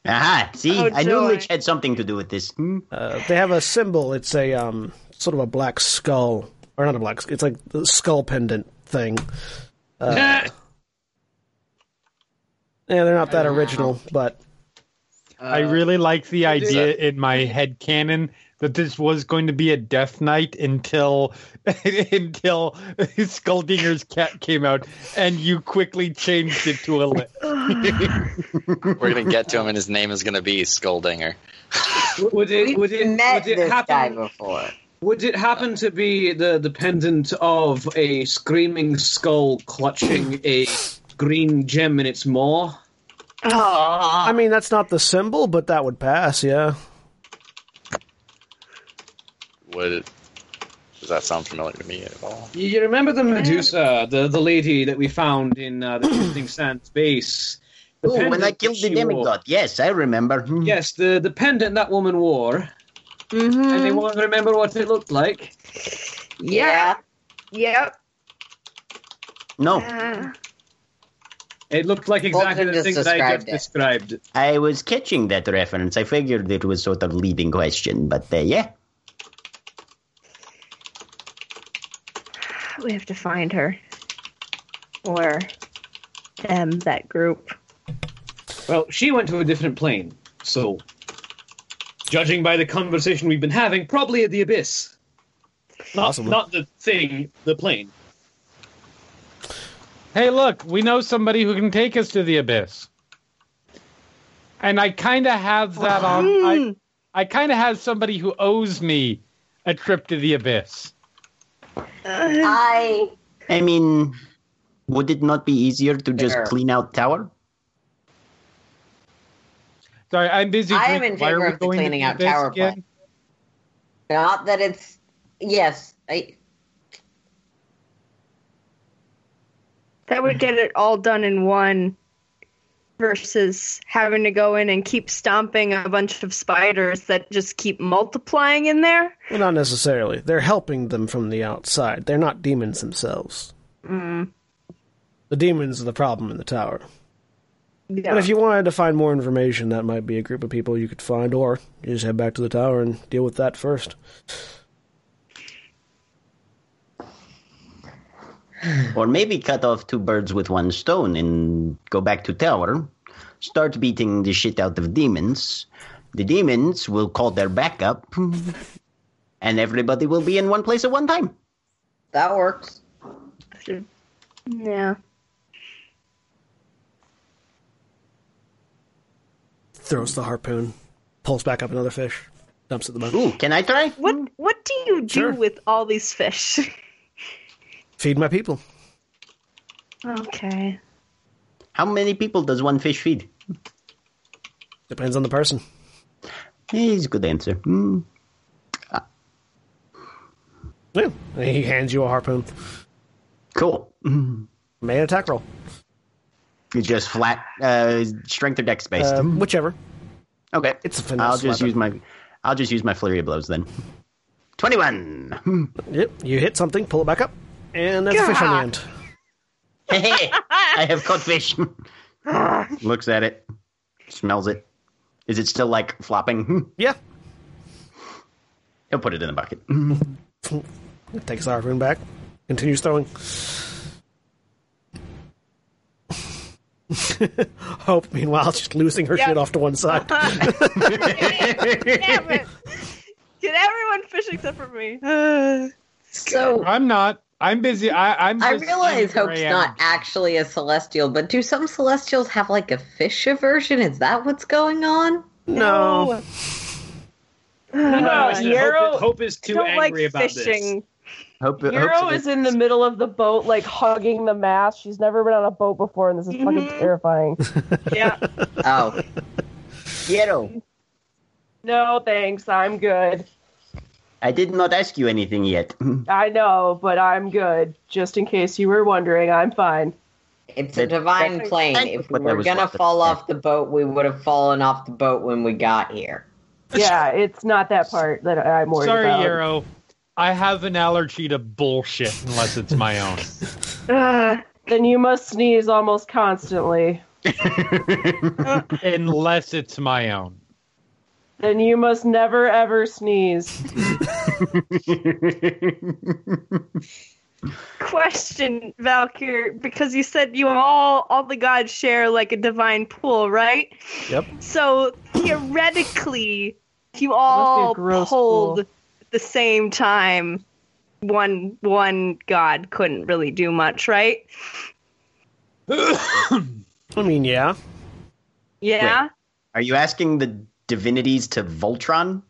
Speaker 7: Aha! See,
Speaker 4: Oh,
Speaker 7: I knew
Speaker 4: joy.
Speaker 7: Lich had something to do with this. Hmm.
Speaker 1: uh, they have a symbol. It's a um, sort of a black skull, or not a black. It's like the skull pendant thing.
Speaker 5: Uh,
Speaker 1: Yeah, they're not that original, but
Speaker 3: I
Speaker 2: Uh,
Speaker 3: really like the
Speaker 2: is
Speaker 3: idea in my head canon that this was going to be a death knight until until Skulldinger's cat came out and you quickly changed it to a lit.
Speaker 4: Uh,
Speaker 6: We're gonna get to him, and his name is gonna be Skuldinger.
Speaker 2: Would it would
Speaker 5: We've
Speaker 2: it,
Speaker 5: met
Speaker 2: would it
Speaker 5: this guy
Speaker 2: happen?
Speaker 5: before.
Speaker 2: Would it happen to be the the pendant of a screaming skull clutching a green gem in its maw?
Speaker 1: I mean that's not the symbol, but that would pass. Yeah,
Speaker 6: Would it? Does that sound familiar to me at all?
Speaker 2: You, you remember the Medusa, the the lady that we found in uh, the Shifting Sands base? The
Speaker 7: Oh, when
Speaker 2: pendant
Speaker 7: I
Speaker 2: that
Speaker 7: killed the
Speaker 2: she wore.
Speaker 7: demigod. Yes, I remember. Hmm.
Speaker 2: Yes, the, the pendant that woman wore.
Speaker 4: mm-hmm.
Speaker 8: Mm.
Speaker 2: Anyone remember what it looked like?
Speaker 4: yeah, yep,
Speaker 7: No,
Speaker 4: uh,
Speaker 2: It looked like exactly
Speaker 5: Bolton
Speaker 2: the
Speaker 5: just
Speaker 2: thing that I just
Speaker 5: described
Speaker 2: described.
Speaker 7: I was catching that reference. I figured it was sort of leading question, but uh, yeah.
Speaker 4: we have to find her or them that group.
Speaker 2: Well, she went to a different plane, so judging by the conversation we've been having, probably at the abyss. Not,
Speaker 1: Possibly.
Speaker 2: not the thing, the plane.
Speaker 3: Hey, look, we know somebody who can take us to the abyss. And I kind of have that on. I, I kind of have somebody who owes me a trip to the abyss.
Speaker 5: Uh, I
Speaker 7: I mean, would it not be easier to just
Speaker 5: Fair.
Speaker 7: clean out tower?
Speaker 3: Sorry, I'm busy.
Speaker 5: I am
Speaker 3: drinking.
Speaker 5: in
Speaker 3: Why are
Speaker 5: favor
Speaker 3: we
Speaker 5: of the
Speaker 3: going to
Speaker 5: cleaning
Speaker 3: the
Speaker 5: out
Speaker 3: abyss
Speaker 5: tower
Speaker 3: again?
Speaker 5: plan. Not that it's yes. I
Speaker 4: That would get it all done in one versus having to go in and keep stomping a bunch of spiders that just keep multiplying in there.
Speaker 1: Well, not necessarily. They're helping them from the outside. They're not demons themselves.
Speaker 4: Mm-hmm.
Speaker 1: The demons are the problem in the tower.
Speaker 4: Yeah.
Speaker 1: But if you wanted to find more information, that might be a group of people you could find, or you just head back to the tower and deal with that first.
Speaker 7: Or maybe cut off two birds with one stone and go back to tower, start beating the shit out of demons. The demons will call their backup, and everybody will be in one place at one time.
Speaker 5: that works.
Speaker 4: yeah.
Speaker 1: Throws the harpoon, pulls back up another fish, dumps it in the mouth.
Speaker 7: Ooh, can I try?
Speaker 4: What what do you
Speaker 1: Hmm.
Speaker 4: do
Speaker 1: Sure.
Speaker 4: with all these fish?
Speaker 1: Feed my people.
Speaker 4: okay.
Speaker 7: How many people does one fish feed?
Speaker 1: Depends on the person.
Speaker 7: Eh, It's a good answer. Hmm.
Speaker 1: Yeah. And He hands you a harpoon.
Speaker 7: cool.
Speaker 1: Made an attack roll.
Speaker 7: It's just flat uh, strength or dex based.
Speaker 1: Uh, whichever.
Speaker 7: okay,
Speaker 1: it's a finesse
Speaker 7: I'll just
Speaker 1: weapon.
Speaker 7: use my, I'll just use my flurry of blows then. Twenty-one. Hmm.
Speaker 1: Yep. You hit something, pull it back up, and there's a fish on the end.
Speaker 7: Hey, I have caught fish. Looks at it, smells it. Is it still like flopping?
Speaker 1: Yeah.
Speaker 7: He'll put it in the bucket.
Speaker 1: Takes the harpoon back. Continues throwing. Hope, meanwhile, just losing her
Speaker 4: Yeah.
Speaker 1: shit off to one side.
Speaker 4: Damn it. Get everyone fish except for me.
Speaker 5: So
Speaker 3: I'm not. I'm busy. I, I'm.
Speaker 5: I
Speaker 3: just
Speaker 5: realize
Speaker 3: where I
Speaker 5: Hope's
Speaker 3: am.
Speaker 5: not actually a celestial, but do some celestials have like a fish aversion? Is that what's going on?
Speaker 1: no.
Speaker 8: No, no,
Speaker 2: Hope-
Speaker 8: Yarrow.
Speaker 2: Hope, is
Speaker 8: Ah, I
Speaker 2: too
Speaker 8: don't like
Speaker 2: angry about
Speaker 8: fishing.
Speaker 7: Hope,
Speaker 8: Yarrow
Speaker 7: hope-
Speaker 8: is in the middle of the boat, like hugging the mast. She's never been on a boat before, and this is fucking
Speaker 2: Mm-hmm.
Speaker 4: Mhm.
Speaker 8: terrifying.
Speaker 4: Yeah.
Speaker 5: Oh,
Speaker 7: Piero,
Speaker 8: No, thanks. I'm good.
Speaker 7: I did not ask you anything yet.
Speaker 8: I know, but I'm good. Just in case you were wondering, I'm fine.
Speaker 5: it's a
Speaker 7: That-
Speaker 5: divine
Speaker 8: that-
Speaker 5: plane.
Speaker 7: that-
Speaker 5: If we
Speaker 7: what I
Speaker 5: were
Speaker 7: was
Speaker 5: gonna
Speaker 7: about to
Speaker 5: fall
Speaker 7: say.
Speaker 5: off the boat, we would have fallen off the boat when we got here.
Speaker 8: Yeah, it's not that part that I'm worried
Speaker 3: Sorry,
Speaker 8: about.
Speaker 3: Yarrow. I have an allergy to bullshit unless it's my own.
Speaker 4: Uh,
Speaker 8: Then you must sneeze almost constantly.
Speaker 3: unless it's my own.
Speaker 8: Then you must never ever sneeze.
Speaker 4: question, Valkyr, because you said you all all the gods share like a divine pool, right?
Speaker 1: Yep.
Speaker 4: So theoretically, if you
Speaker 8: Must be
Speaker 4: all
Speaker 8: a gross
Speaker 4: pulled
Speaker 8: pool.
Speaker 4: at the same time, one one god couldn't really do much, right?
Speaker 1: I mean, yeah.
Speaker 4: Yeah.
Speaker 7: Are you asking the divinities to Voltron?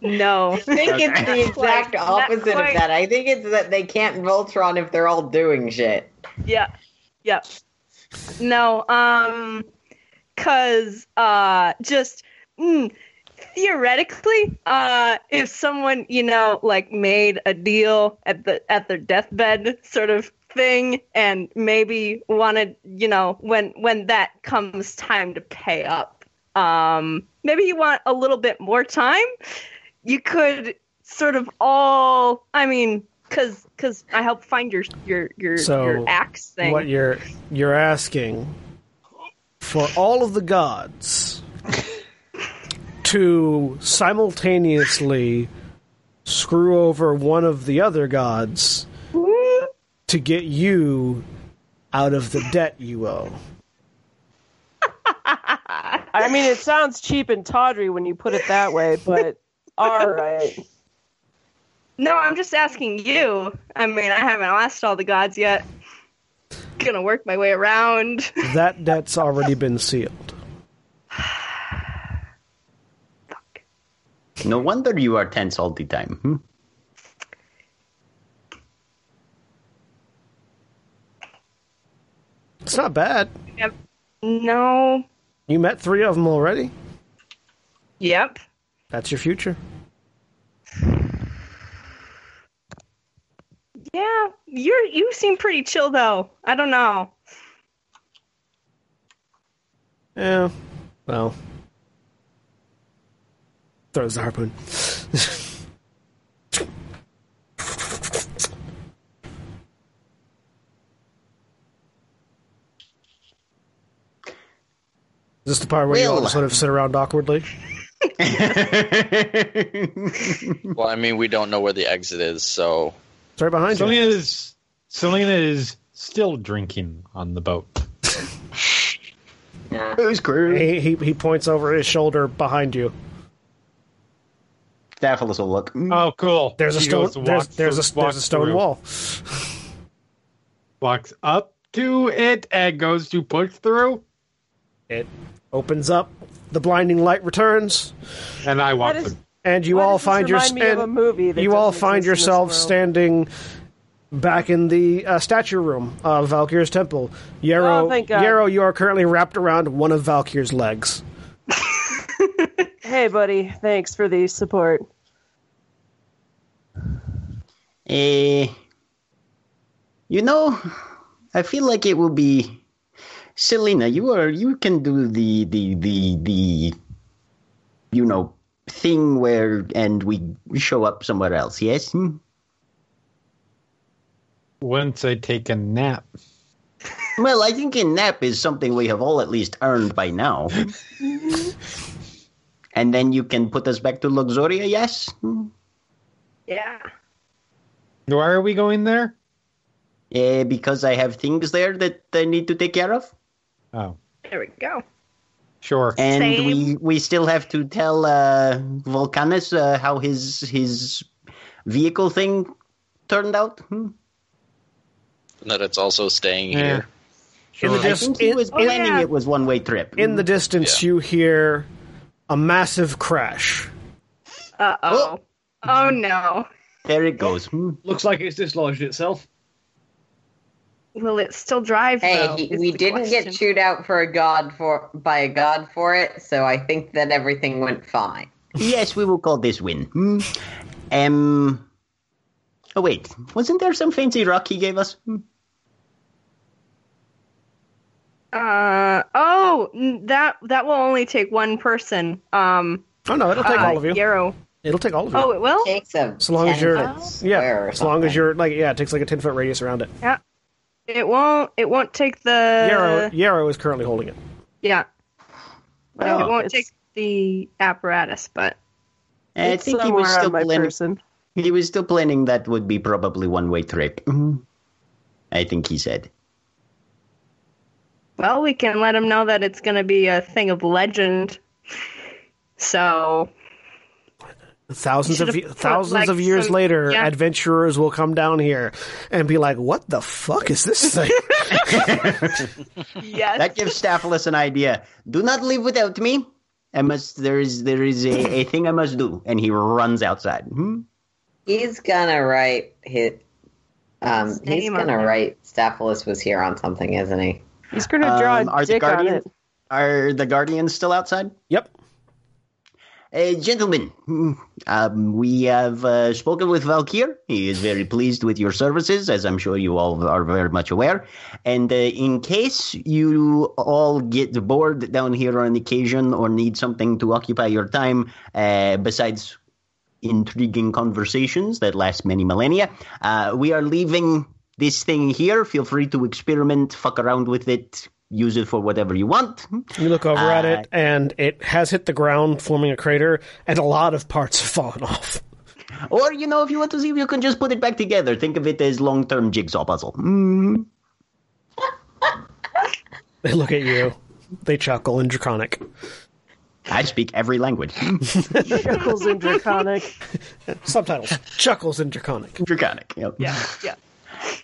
Speaker 4: No.
Speaker 5: I think it's the
Speaker 4: quite.
Speaker 5: exact
Speaker 4: Not
Speaker 5: opposite
Speaker 4: quite.
Speaker 5: of that. I think it's that they can't Voltron if they're all doing shit.
Speaker 4: Yeah. Yeah. No, um cuz uh just mm, theoretically, uh if someone, you know, like made a deal at the at their deathbed sort of thing and maybe wanted, you know, when when that comes time to pay up. Um maybe you want a little bit more time. You could sort of all, I mean, cuz cuz I help find your your your
Speaker 1: So,
Speaker 4: your axe thing.
Speaker 1: What you're you're asking for all of the gods to simultaneously screw over one of the other gods to get you out of the debt you owe.
Speaker 8: I mean, it sounds cheap and tawdry when you put it that way, but all right.
Speaker 4: No, I'm just asking you. I mean, I haven't asked all the gods yet. Gonna work my way around.
Speaker 1: That debt's already been sealed.
Speaker 7: No wonder you are tense all the time. Hmm.
Speaker 1: It's not bad.
Speaker 4: No.
Speaker 1: You met three of them already.
Speaker 4: Yep.
Speaker 1: That's your future.
Speaker 4: Yeah, you're you seem pretty chill though. I don't know.
Speaker 1: Yeah. Well. Throws the harpoon. Is this the part where you all
Speaker 7: Will.
Speaker 1: just sort of sit around awkwardly?
Speaker 6: Well, I mean, we don't know where the exit is, so
Speaker 1: It's right behind you.
Speaker 3: Selena is Selena is still drinking on the boat.
Speaker 5: Nah.
Speaker 7: Who's crew?
Speaker 1: He, he, he points over his shoulder behind you.
Speaker 7: Daphilus will look. Mm.
Speaker 3: Oh, cool.
Speaker 1: There's a
Speaker 3: She
Speaker 1: stone.
Speaker 3: goes to
Speaker 1: There's, there's
Speaker 3: walk through-
Speaker 1: a there's a
Speaker 3: walk
Speaker 1: stone
Speaker 3: through.
Speaker 1: wall.
Speaker 3: Walks up to it and goes to push through,
Speaker 1: It opens up. The blinding light returns,
Speaker 3: and I walk
Speaker 8: That is-
Speaker 3: through.
Speaker 1: and you
Speaker 8: Why
Speaker 1: all
Speaker 8: does this
Speaker 1: find your
Speaker 8: remind me of a
Speaker 1: and
Speaker 8: movie that
Speaker 1: you all
Speaker 8: doesn't
Speaker 1: find
Speaker 8: exist in this
Speaker 1: yourselves
Speaker 8: world?
Speaker 1: standing back in the uh, statue room of Valkyr's temple. Yarrow,
Speaker 8: Oh, thank God.
Speaker 1: Yarrow, you are currently wrapped around one of Valkyr's legs.
Speaker 8: Hey, buddy, thanks for the support.
Speaker 7: Eh, you know, I feel like it will be Selena. You are you can do the the the the you know thing where and we show up somewhere else. Yes. Hmm?
Speaker 3: Once I take a nap.
Speaker 7: Well, I think a nap is something we have all at least earned by now. and then you can put us back to Luxuria. Yes. Hmm?
Speaker 4: Yeah.
Speaker 3: Why are we going there?
Speaker 7: Eh, because I have things there that I need to take care of.
Speaker 3: Oh,
Speaker 4: There we go.
Speaker 3: sure.
Speaker 7: and
Speaker 4: Same.
Speaker 7: we we still have to tell uh, Volcanus uh, how his his vehicle thing turned out. Hmm?
Speaker 6: that it's also staying
Speaker 3: Yeah.
Speaker 6: here.
Speaker 1: In the
Speaker 7: I
Speaker 1: dis-
Speaker 7: think he
Speaker 1: in-
Speaker 7: was
Speaker 4: Oh,
Speaker 7: planning
Speaker 4: yeah.
Speaker 7: it was one way trip.
Speaker 1: in the distance, you hear a massive crash.
Speaker 4: Uh oh. Oh no.
Speaker 7: there it goes. Hmm?
Speaker 2: Looks like it's dislodged itself.
Speaker 4: Will it still drive?
Speaker 5: Hey,
Speaker 4: though,
Speaker 5: he,
Speaker 4: is
Speaker 5: we
Speaker 4: the
Speaker 5: didn't
Speaker 4: question.
Speaker 5: get chewed out for a god for by a god for it, so I think that everything went fine.
Speaker 7: Yes, we will call this win. Hmm? Um. Oh wait, wasn't there some fancy rock he gave us? Hmm?
Speaker 4: Uh oh, n- that that will only take one person. Um,
Speaker 1: Oh no, it'll take
Speaker 4: uh,
Speaker 1: all of you.
Speaker 4: Yarrow.
Speaker 1: It'll take all of you.
Speaker 4: Oh, it will.
Speaker 5: Takes a
Speaker 1: As long as
Speaker 5: 10
Speaker 1: you're-
Speaker 5: foot square
Speaker 1: yeah,
Speaker 5: or
Speaker 1: as long as
Speaker 5: something.
Speaker 1: you're like yeah, it takes like a ten foot radius around it.
Speaker 4: It won't. It won't take
Speaker 8: Uh,
Speaker 4: the.
Speaker 1: Yarrow Yarrow is currently holding it.
Speaker 4: Yeah.
Speaker 7: Well,
Speaker 4: it won't
Speaker 8: Oh, it's-
Speaker 4: take the apparatus, but
Speaker 7: Uh, I
Speaker 8: It's
Speaker 7: think he
Speaker 8: somewhere
Speaker 7: was still
Speaker 8: on my
Speaker 7: planning.
Speaker 8: person.
Speaker 7: He was still planning that would be probably one way trip. Hmm? I think he said.
Speaker 4: well, we can let him know that it's going to be a thing of legend. So
Speaker 1: Thousands of
Speaker 4: Should've
Speaker 1: ye-
Speaker 4: put,
Speaker 1: thousands
Speaker 4: like,
Speaker 1: of years
Speaker 4: some-
Speaker 1: later,
Speaker 4: yeah.
Speaker 1: adventurers will come down here and be like, "What the fuck is this thing?"
Speaker 4: yes,
Speaker 7: That gives Staphylus an idea. Do not leave without me. I must. There is there is a, a thing I must do, and he runs outside. Hmm?
Speaker 5: He's gonna write his. Um,
Speaker 4: His
Speaker 5: he's
Speaker 4: name on
Speaker 5: gonna
Speaker 4: there.
Speaker 5: write. Staphylus was here on something, isn't he?
Speaker 8: He's gonna draw
Speaker 7: Um,
Speaker 8: a
Speaker 7: are the
Speaker 8: dick on
Speaker 7: Guardian-
Speaker 8: it.
Speaker 7: Are the guardians still outside?
Speaker 1: yep.
Speaker 7: Uh, gentlemen, hmm, um, we have uh, spoken with Valkyr. He is very pleased with your services, as I'm sure you all are very much aware. And uh, in case you all get bored down here on occasion or need something to occupy your time, uh, besides intriguing conversations that last many millennia, uh, we are leaving this thing here. Feel free to experiment, fuck around with it, use it for whatever you want.
Speaker 1: You look over at it, and it has hit the ground, forming a crater, and a lot of parts have fallen off.
Speaker 7: Or, you know, if you want to see if you can just put it back together, think of it as long term jigsaw puzzle. Mm.
Speaker 1: They look at you, they chuckle in draconic.
Speaker 7: I speak every language.
Speaker 8: Chuckles and draconic.
Speaker 1: Subtitles: chuckles in draconic.
Speaker 7: Draconic. Yep.
Speaker 4: yeah, yeah.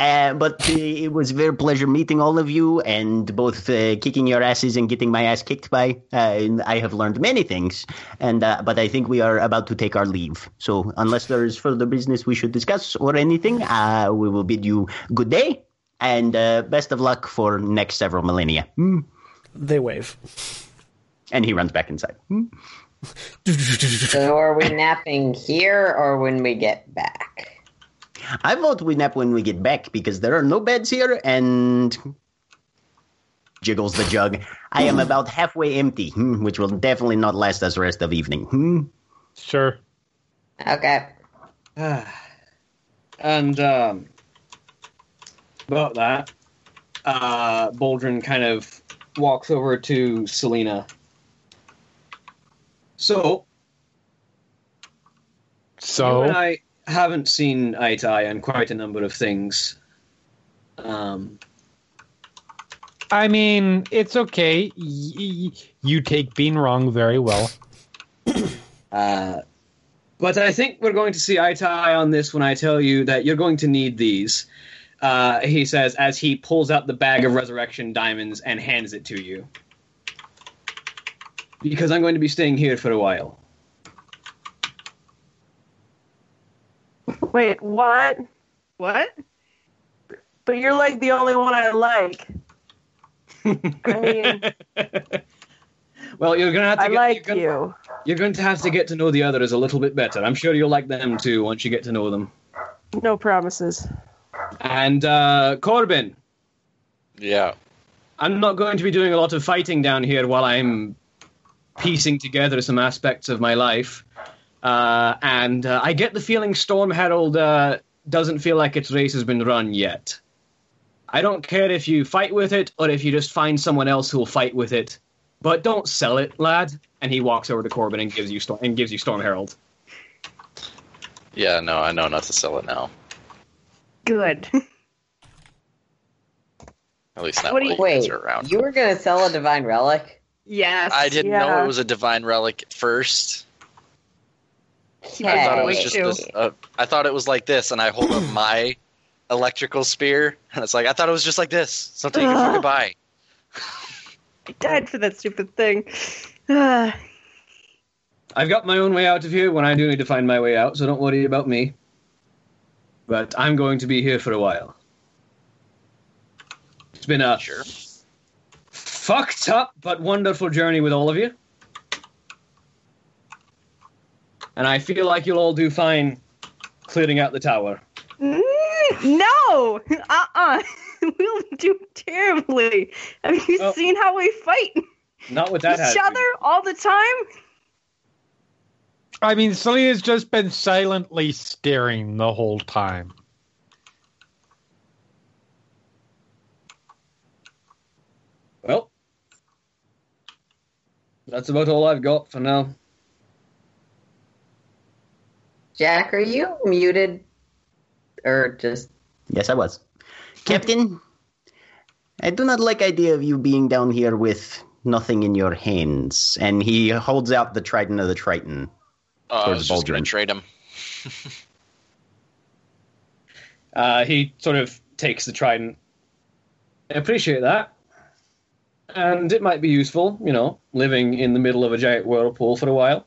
Speaker 7: Uh, but uh, it was a very pleasure meeting all of you and both uh, kicking your asses and getting my ass kicked by. Uh, and I have learned many things, and uh, but I think we are about to take our leave. So unless there is further business we should discuss or anything, uh, we will bid you good day and uh, best of luck for next several millennia. Mm.
Speaker 1: They wave.
Speaker 7: And he runs back inside. Mm.
Speaker 5: So are we napping here or when we get back?
Speaker 7: I vote we nap when we get back because there are no beds here and jiggles the jug. I am about halfway empty, hmm, which will definitely not last us rest of evening. Hmm.
Speaker 3: Sure.
Speaker 5: Okay.
Speaker 2: and um, about that, uh, Boldrin kind of walks over to Selena. So, you
Speaker 3: So
Speaker 2: and I haven't seen eye to eye on quite a number of things. Um,
Speaker 3: I mean, it's okay. Y- y- you take being wrong very well.
Speaker 2: uh, but I think we're going to see eye to eye on this when I tell you that you're going to need these. Uh, he says as he pulls out the bag of resurrection diamonds and hands it to you. Because I'm going to be staying here for a while.
Speaker 8: Wait, what?
Speaker 4: What?
Speaker 8: But you're like the only one I like. I mean,
Speaker 2: Well, you're gonna have to
Speaker 8: I
Speaker 2: get, you're,
Speaker 8: like
Speaker 2: gonna,
Speaker 8: you.
Speaker 2: you're going to have to get to know the others a little bit better. I'm sure you'll like them too once you get to know them.
Speaker 8: No promises.
Speaker 2: And uh, Corbin,
Speaker 6: Yeah.
Speaker 2: I'm not going to be doing a lot of fighting down here while I'm piecing together some aspects of my life. Uh, and uh, I get the feeling Storm Herald uh, doesn't feel like its race has been run yet. I don't care if you fight with it or if you just find someone else who will fight with it, but don't sell it, lad. And he walks over to Corbin and gives you Storm and gives you Storm Herald.
Speaker 6: Yeah, no, I know not to sell it now.
Speaker 4: Good.
Speaker 6: At least not
Speaker 4: What do
Speaker 6: while
Speaker 4: you-
Speaker 6: you
Speaker 5: Wait,
Speaker 6: guys are around.
Speaker 5: you were going to sell a divine relic?
Speaker 4: Yes.
Speaker 6: I didn't know
Speaker 8: Yeah.
Speaker 6: it was a divine relic at first. I
Speaker 5: Okay.
Speaker 6: thought it
Speaker 4: Me
Speaker 6: was just
Speaker 4: too.
Speaker 6: this. Uh, I thought it was like this, and I hold up my electrical spear, and it's like I thought it was just like this. Something you can
Speaker 4: Ugh.
Speaker 6: fucking buy.
Speaker 4: I died for that stupid thing. Uh,
Speaker 2: I've got my own way out of here when I do need to find my way out, so don't worry about me. But I'm going to be here for a while. It's been a
Speaker 6: Sure.
Speaker 2: fucked up but wonderful journey with all of you. And I feel like you'll all do fine clearing out the tower.
Speaker 4: no. Uh uh-uh. uh. we will do terribly. Have you
Speaker 2: Oh.
Speaker 4: seen how we fight
Speaker 2: Not with that
Speaker 4: each
Speaker 2: attitude.
Speaker 4: other all the time?
Speaker 3: I mean, Selena's just been silently staring the whole time.
Speaker 2: Well, that's about all I've got for now.
Speaker 5: Jack, are you muted? Or just.
Speaker 7: Yes, I was. Captain, I do not like idea of you being down here with nothing in your hands. And he holds out the trident of the Triton.
Speaker 6: Oh, I
Speaker 7: Towards
Speaker 6: was just gonna
Speaker 7: Baldwin.
Speaker 6: trade him.
Speaker 2: Uh, he sort of takes the trident. I appreciate that. And it might be useful, you know, living in the middle of a giant whirlpool for a while.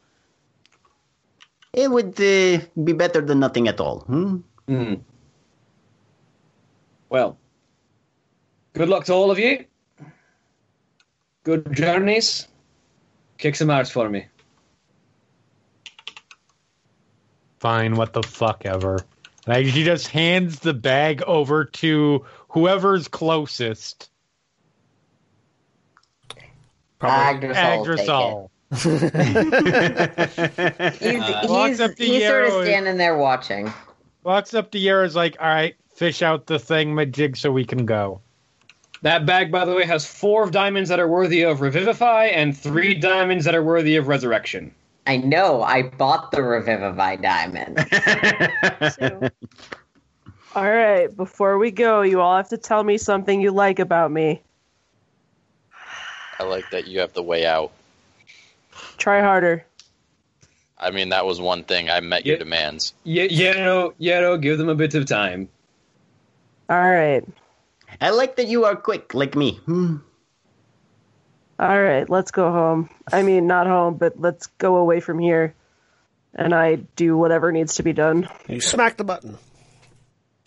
Speaker 7: It would uh, be better than nothing at all. Hmm?
Speaker 2: Hmm. Well, good luck to all of you. Good journeys. Kick some ass for me.
Speaker 3: Fine, what the fuck ever. And I, she just hands the bag over to whoever's closest.
Speaker 1: Probably.
Speaker 5: Agdrisol. will take it.
Speaker 3: Agrisol.
Speaker 5: He's,
Speaker 3: Walks
Speaker 5: he's,
Speaker 3: up to
Speaker 5: he's sort of
Speaker 3: Yarrow and-
Speaker 5: standing there watching.
Speaker 3: Walks up to Yara's like, all right, fish out the thing, my jig, so we can go.
Speaker 2: That bag, by the way, has four diamonds that are worthy of Revivify and three diamonds that are worthy of Resurrection.
Speaker 5: I know, I bought the Revivify diamond.
Speaker 4: So,
Speaker 8: All right, before we go, you all have to tell me something you like about me.
Speaker 6: I like that you have the way out.
Speaker 8: Try harder.
Speaker 6: I mean, that was one thing. I met your
Speaker 2: Yeah.
Speaker 6: demands.
Speaker 2: Ye- Yero, Yero, give them a bit of time.
Speaker 8: All right.
Speaker 7: I like that you are quick, like me. Hmm?
Speaker 8: All right, let's go home. I mean, not home, but let's go away from here. And I do whatever needs to be done.
Speaker 1: You smack the button.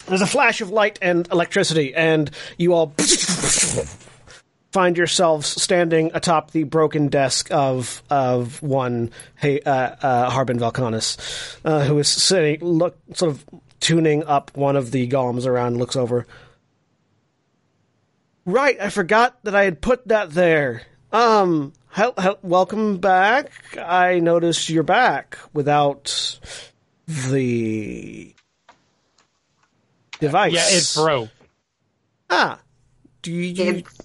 Speaker 1: There's a flash of light and electricity, and you all find yourselves standing atop the broken desk of of one hey, uh, uh, Harbin Valkanis, uh, who is sitting, look, sort of tuning up one of the golems around. Looks over. Right, I forgot that I had put that there. Um, hel- hel- welcome back. I noticed you're back without the device.
Speaker 3: Yeah, it broke.
Speaker 1: Ah, do you?
Speaker 5: It's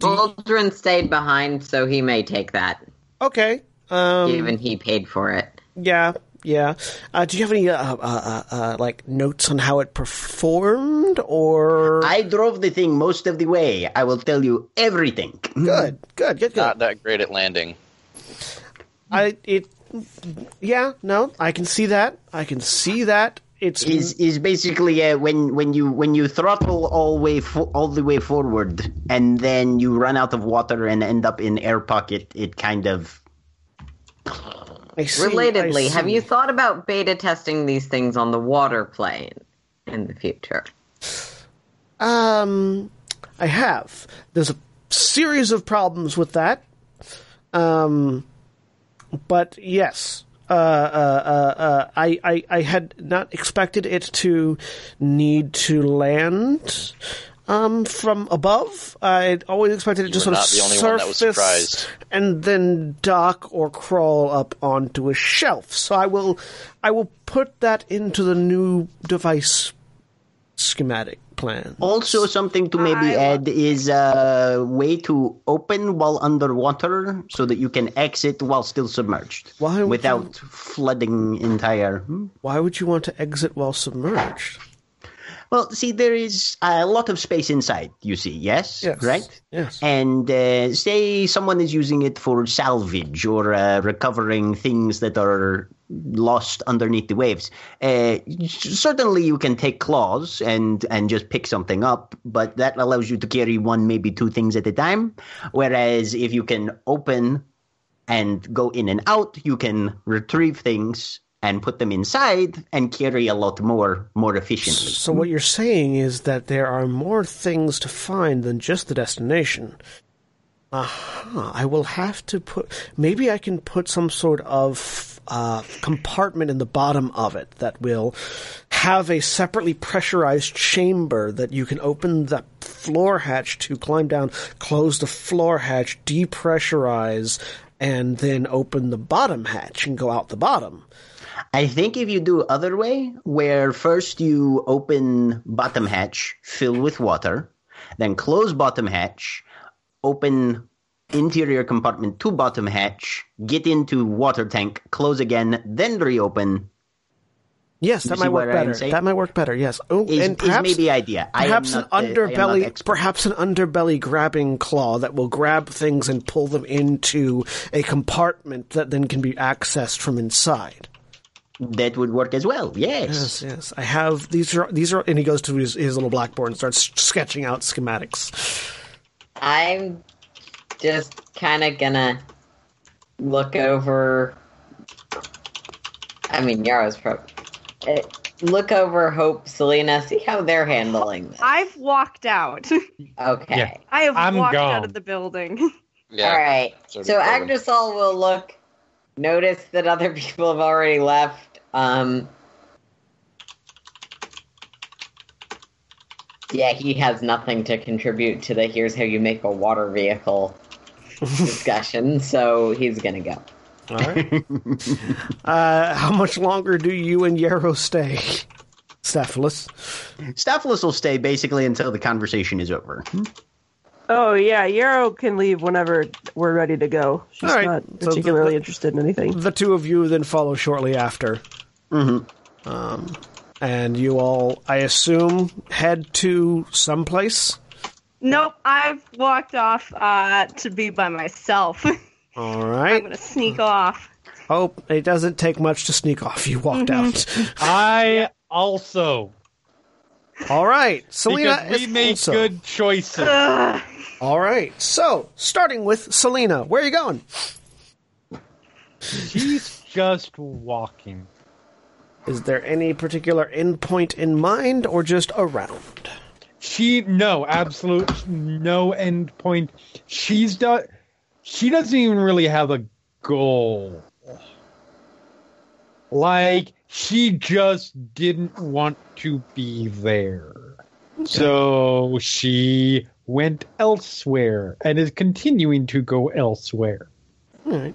Speaker 5: Baldrin stayed behind, so he may take that.
Speaker 1: okay. Um,
Speaker 5: Even he paid for it.
Speaker 1: Yeah, yeah. Uh, do you have any uh, uh, uh, uh, like notes on how it performed, or
Speaker 7: I drove the thing most of the way. I will tell you everything.
Speaker 1: good, good, good, good.
Speaker 6: Not that great at landing.
Speaker 1: I it, yeah, no, I can see that. I can see that. It's
Speaker 7: Is is basically uh, when when you when you throttle all way fo- all the way forward and then you run out of water and end up in air pocket. It kind of
Speaker 1: I see, I
Speaker 5: Relatedly, have
Speaker 1: see.
Speaker 5: you thought about beta testing these things on the water plane in the future?
Speaker 1: Um, I have. There's a series of problems with that. Um, but yes, uh, uh, uh, uh, I, I, I had not expected it to need to land. Um, from above, I always expected it to sort
Speaker 6: were
Speaker 1: of
Speaker 6: not the only one that was
Speaker 1: surface
Speaker 6: surprised.
Speaker 1: and then dock or crawl up onto a shelf. So I will, I will put that into the new device schematic plan.
Speaker 7: also something to maybe
Speaker 4: I
Speaker 7: add is a way to open while underwater so that you can exit while still submerged
Speaker 1: Why would you-
Speaker 7: without flooding entire. Hmm?
Speaker 1: Why would you want to exit while submerged?
Speaker 7: Well, see, there is a lot of space inside, you see, yes?
Speaker 1: Yes.
Speaker 7: Right?
Speaker 1: Yes.
Speaker 7: And uh, say someone is using it for salvage or uh, recovering things that are lost underneath the waves. Uh, certainly, you can take claws and, and just pick something up, but that allows you to carry one, maybe two things at a time. Whereas if you can open and go in and out, you can retrieve things and put them inside and carry a lot more more efficiently.
Speaker 1: So what you're saying is that there are more things to find than just the destination. Aha! I will have to put. Maybe I can put some sort of uh, compartment in the bottom of it that will have a separately pressurized chamber that you can open the floor hatch to climb down, close the floor hatch, depressurize, and then open the bottom hatch and go out the bottom.
Speaker 7: I think if you do other way, where first you open bottom hatch, fill with water, then close bottom hatch, open interior compartment to bottom hatch, get into water tank, close again, then reopen.
Speaker 1: Yes,
Speaker 7: You
Speaker 1: that
Speaker 7: see
Speaker 1: might work
Speaker 7: what I'm
Speaker 1: better.
Speaker 7: saying?
Speaker 1: That might work better. Yes. Oh,
Speaker 7: Is,
Speaker 1: and perhaps
Speaker 7: is maybe idea. I am
Speaker 1: perhaps an
Speaker 7: not, uh, I am not
Speaker 1: underbelly,
Speaker 7: expert.
Speaker 1: perhaps an underbelly grabbing claw that will grab things and pull them into a compartment that then can be accessed from inside.
Speaker 7: that would work as well.
Speaker 1: Yes, yes. I have these are these are, and he goes to his, his little blackboard and starts sketching out schematics.
Speaker 5: I'm just kind of gonna look over. I mean, Yara's probably. Look over Hope, Selena, see how they're handling this.
Speaker 4: I've walked out.
Speaker 5: Okay.
Speaker 3: Yeah.
Speaker 4: I have
Speaker 3: I'm
Speaker 4: walked
Speaker 3: gone.
Speaker 4: out of the building.
Speaker 6: Yeah.
Speaker 5: All right.
Speaker 6: sort of
Speaker 5: So
Speaker 6: program.
Speaker 5: Agdasol will look, notice that other people have already left. Um, yeah, he has nothing to contribute to the here's how you make a water vehicle discussion, so he's gonna go.
Speaker 1: All right. uh, how much longer do you and Yarrow stay, Stephalus?
Speaker 7: Staphylus will stay basically until the conversation is over. Hmm?
Speaker 8: Oh yeah, Yarrow can leave whenever we're ready to go. She's
Speaker 1: All right. So
Speaker 8: not
Speaker 1: the-
Speaker 8: particularly
Speaker 1: the-
Speaker 8: interested in anything.
Speaker 1: The two of you then follow shortly after.
Speaker 7: Mhm.
Speaker 1: Um, and you all, I assume, head to someplace.
Speaker 4: Nope, I've walked off uh, to be by myself.
Speaker 1: All
Speaker 4: I'm
Speaker 1: right.
Speaker 4: gonna
Speaker 1: Hmm.
Speaker 4: sneak off.
Speaker 1: Oh, it doesn't take much to sneak off. You walked
Speaker 4: Mm-hmm.
Speaker 1: out.
Speaker 3: I also
Speaker 1: All right, Selena.
Speaker 3: because we
Speaker 1: is
Speaker 3: make
Speaker 1: also-
Speaker 3: good choices.
Speaker 4: Ugh.
Speaker 1: All right. So, starting with Selena, where are you going?
Speaker 3: She's just walking.
Speaker 1: Is there any particular endpoint in mind, or just around?
Speaker 3: She no, absolute no end point. She's done. She doesn't even really have a goal. Like she just didn't want to be there, so she went elsewhere and is continuing to go elsewhere.
Speaker 1: All right.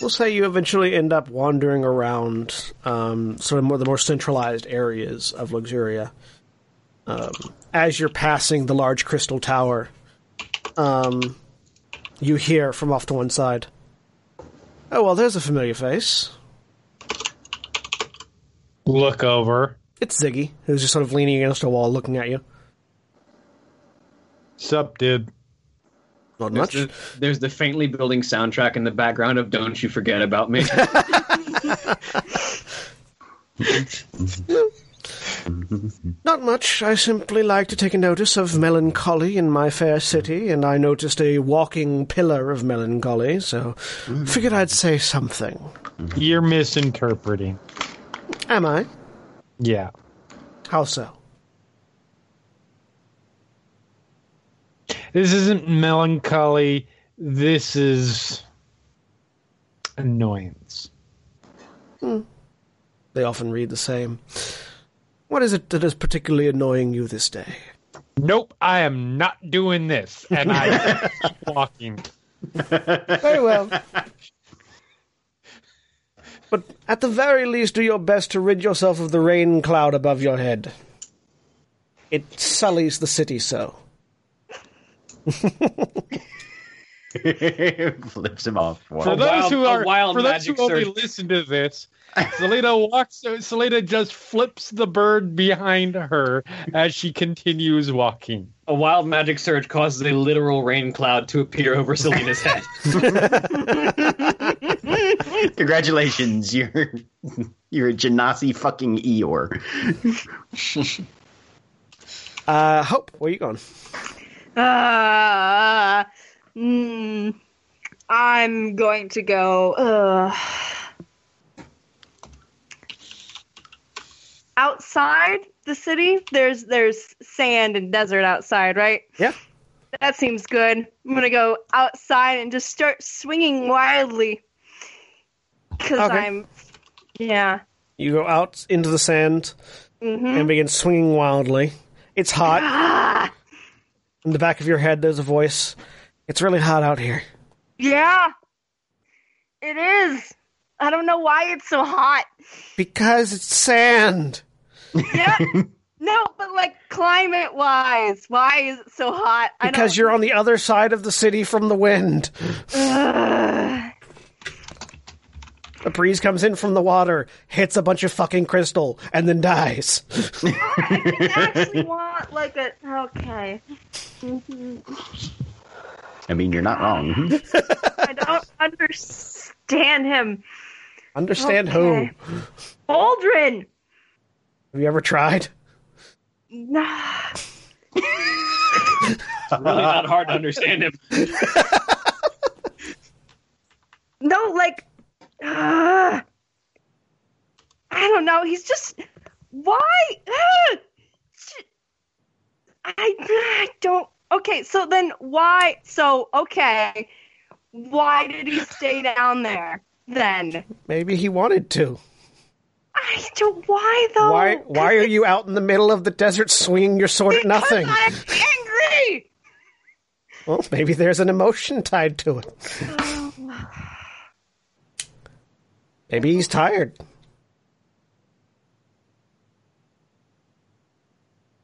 Speaker 1: We'll say you eventually end up wandering around um, sort of more the more centralized areas of Luxuria. Um, as you're passing the large crystal tower, um, you hear from off to one side, "Oh well, there's a familiar face.
Speaker 3: Look over.
Speaker 1: It's Ziggy, who's just sort of leaning against a wall, looking at you.
Speaker 3: Sup, dude.
Speaker 1: Not
Speaker 2: There's
Speaker 1: much.
Speaker 2: the, there's the faintly building soundtrack in the background of "Don't You Forget About Me."
Speaker 1: Not much. I simply like to take a notice of melancholy in my fair city, and I noticed a walking pillar of melancholy, so figured I'd say something.
Speaker 3: You're misinterpreting.
Speaker 1: Am I?
Speaker 3: Yeah.
Speaker 1: How so?
Speaker 3: This isn't melancholy. This is annoyance.
Speaker 1: They often read the same. What is it that is particularly annoying you this day?
Speaker 3: Nope, I am not doing this. And I keep walking.
Speaker 1: Very well. but at the very least, do your best to rid yourself of the rain cloud above your head. It sullies the city so.
Speaker 7: Mm-hmm. Flips him off.
Speaker 3: For
Speaker 7: Wow.
Speaker 3: those
Speaker 2: wild-
Speaker 3: who
Speaker 2: a
Speaker 3: are
Speaker 2: wild
Speaker 3: for those who
Speaker 2: magic
Speaker 3: only
Speaker 2: surge.
Speaker 3: listen to this, Salida walks. Salida just flips the bird behind her as she continues walking.
Speaker 2: a wild magic surge causes a literal rain cloud to appear over Selena's head.
Speaker 7: Congratulations, you're you're a Genasi fucking Eeyore.
Speaker 1: Uh, Hope, where you going?
Speaker 4: Uh, mm, I'm going to go uh, outside the city. There's there's sand and desert outside, right?
Speaker 1: Yeah.
Speaker 4: That seems good. I'm gonna go outside and just start swinging wildly because
Speaker 1: Okay.
Speaker 4: I'm, yeah.
Speaker 1: You go out into the sand
Speaker 4: Mm-hmm.
Speaker 1: and begin swinging wildly. It's hot.
Speaker 4: Ah,
Speaker 1: In the back of your head, there's a voice. It's really hot out here.
Speaker 4: yeah. It is. I don't know why it's so hot.
Speaker 1: Because it's sand.
Speaker 4: yeah. No, but like climate wise, why is it so hot?
Speaker 1: Because you're on the other side of the city from the wind.
Speaker 4: Ugh.
Speaker 1: The breeze comes in from the water, hits a bunch of fucking crystal, and then dies.
Speaker 4: I actually want like a okay.
Speaker 7: I mean, you're not wrong.
Speaker 4: I don't understand him.
Speaker 1: Understand
Speaker 4: Okay. Aldrin.
Speaker 1: who? Have you ever tried?
Speaker 4: Nah.
Speaker 2: It's really not hard to understand him.
Speaker 4: No, like ugh. I don't know. He's just why? Ugh. I I don't. Okay, so then why? So okay, why did he stay down there then?
Speaker 1: Maybe he wanted to.
Speaker 4: I don't. Why though?
Speaker 1: Why? Why are you out in the middle of the desert swinging your sword at
Speaker 4: Because
Speaker 1: nothing?
Speaker 4: I'm angry.
Speaker 1: Well, maybe there's an emotion tied to it. Maybe he's tired.